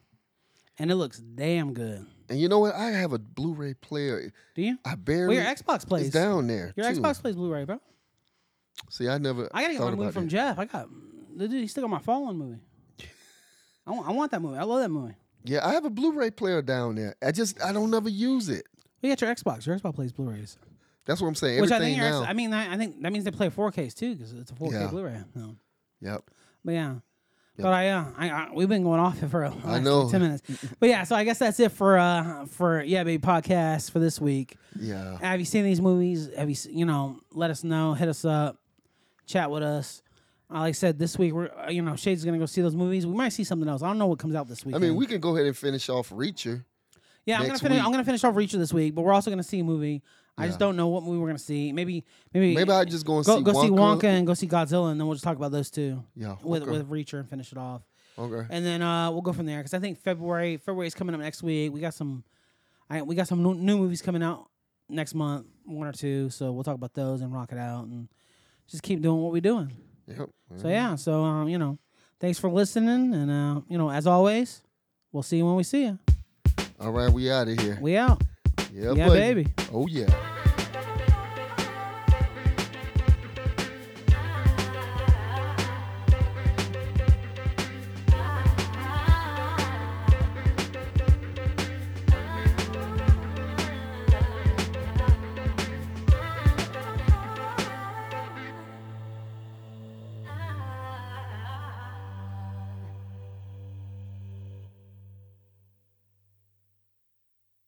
Speaker 3: and it looks damn good.
Speaker 2: and you know what? I have a Blu-ray player.
Speaker 3: Do you?
Speaker 2: I barely.
Speaker 3: Well, your Xbox plays.
Speaker 2: It's down there.
Speaker 3: Your
Speaker 2: too.
Speaker 3: Xbox plays Blu-ray, bro.
Speaker 2: See, I never.
Speaker 3: I gotta get
Speaker 2: thought
Speaker 3: my movie
Speaker 2: about
Speaker 3: from
Speaker 2: that.
Speaker 3: Jeff. I got. The dude, he's still got my Fallen movie. I want, I want that movie. I love that movie.
Speaker 2: Yeah, I have a Blu-ray player down there. I just I don't never use it.
Speaker 3: We got your Xbox. Your Xbox plays Blu-rays.
Speaker 2: That's what I'm saying.
Speaker 3: Which I
Speaker 2: Everything
Speaker 3: think your X-
Speaker 2: now.
Speaker 3: I mean, I, I think that means they play 4Ks too because it's a 4K
Speaker 2: Yeah.
Speaker 3: Blu-ray. No.
Speaker 2: yep.
Speaker 3: But yeah. But I, uh, I, I we've been going off it for uh, last, like,
Speaker 2: know.
Speaker 3: ten minutes. But yeah, so I guess that's it for uh for yeah baby podcast for this week.
Speaker 2: Yeah.
Speaker 3: Have you seen these movies? Have you se- you know? Let us know. Hit us up. Chat with us. Uh, like I said, this week we're uh, you know Shade's gonna go see those movies. We might see something else. I don't know what comes out this week.
Speaker 2: I mean, we can go ahead and finish off Reacher.
Speaker 3: yeah, I'm gonna
Speaker 2: next
Speaker 3: finish. I'm
Speaker 2: week-
Speaker 3: gonna finish off Reacher this week, but we're also gonna see a movie. I just
Speaker 2: Yeah.
Speaker 3: don't know what movie we're gonna see. Maybe maybe
Speaker 2: Maybe I'll just go and
Speaker 3: go
Speaker 2: see
Speaker 3: go see
Speaker 2: Wonka.
Speaker 3: Wonka and go see Godzilla, and then we'll just talk about those two.
Speaker 2: Yeah,
Speaker 3: with
Speaker 2: okay.
Speaker 3: with Reacher and finish it off.
Speaker 2: Okay.
Speaker 3: And then uh, we'll go from there because I think February February's coming up next week. We got some, I, we got some new, new movies coming out next month, one or two. So we'll talk about those and rock it out and just keep doing what we're doing.
Speaker 2: Yep.
Speaker 3: So yeah, so um, you know, thanks for listening, and uh, you know, as always, we'll see you when we see you.
Speaker 2: All right, we out of here.
Speaker 3: We out,
Speaker 2: yeah,
Speaker 3: yeah,
Speaker 2: buddy.
Speaker 3: baby.
Speaker 2: Oh yeah.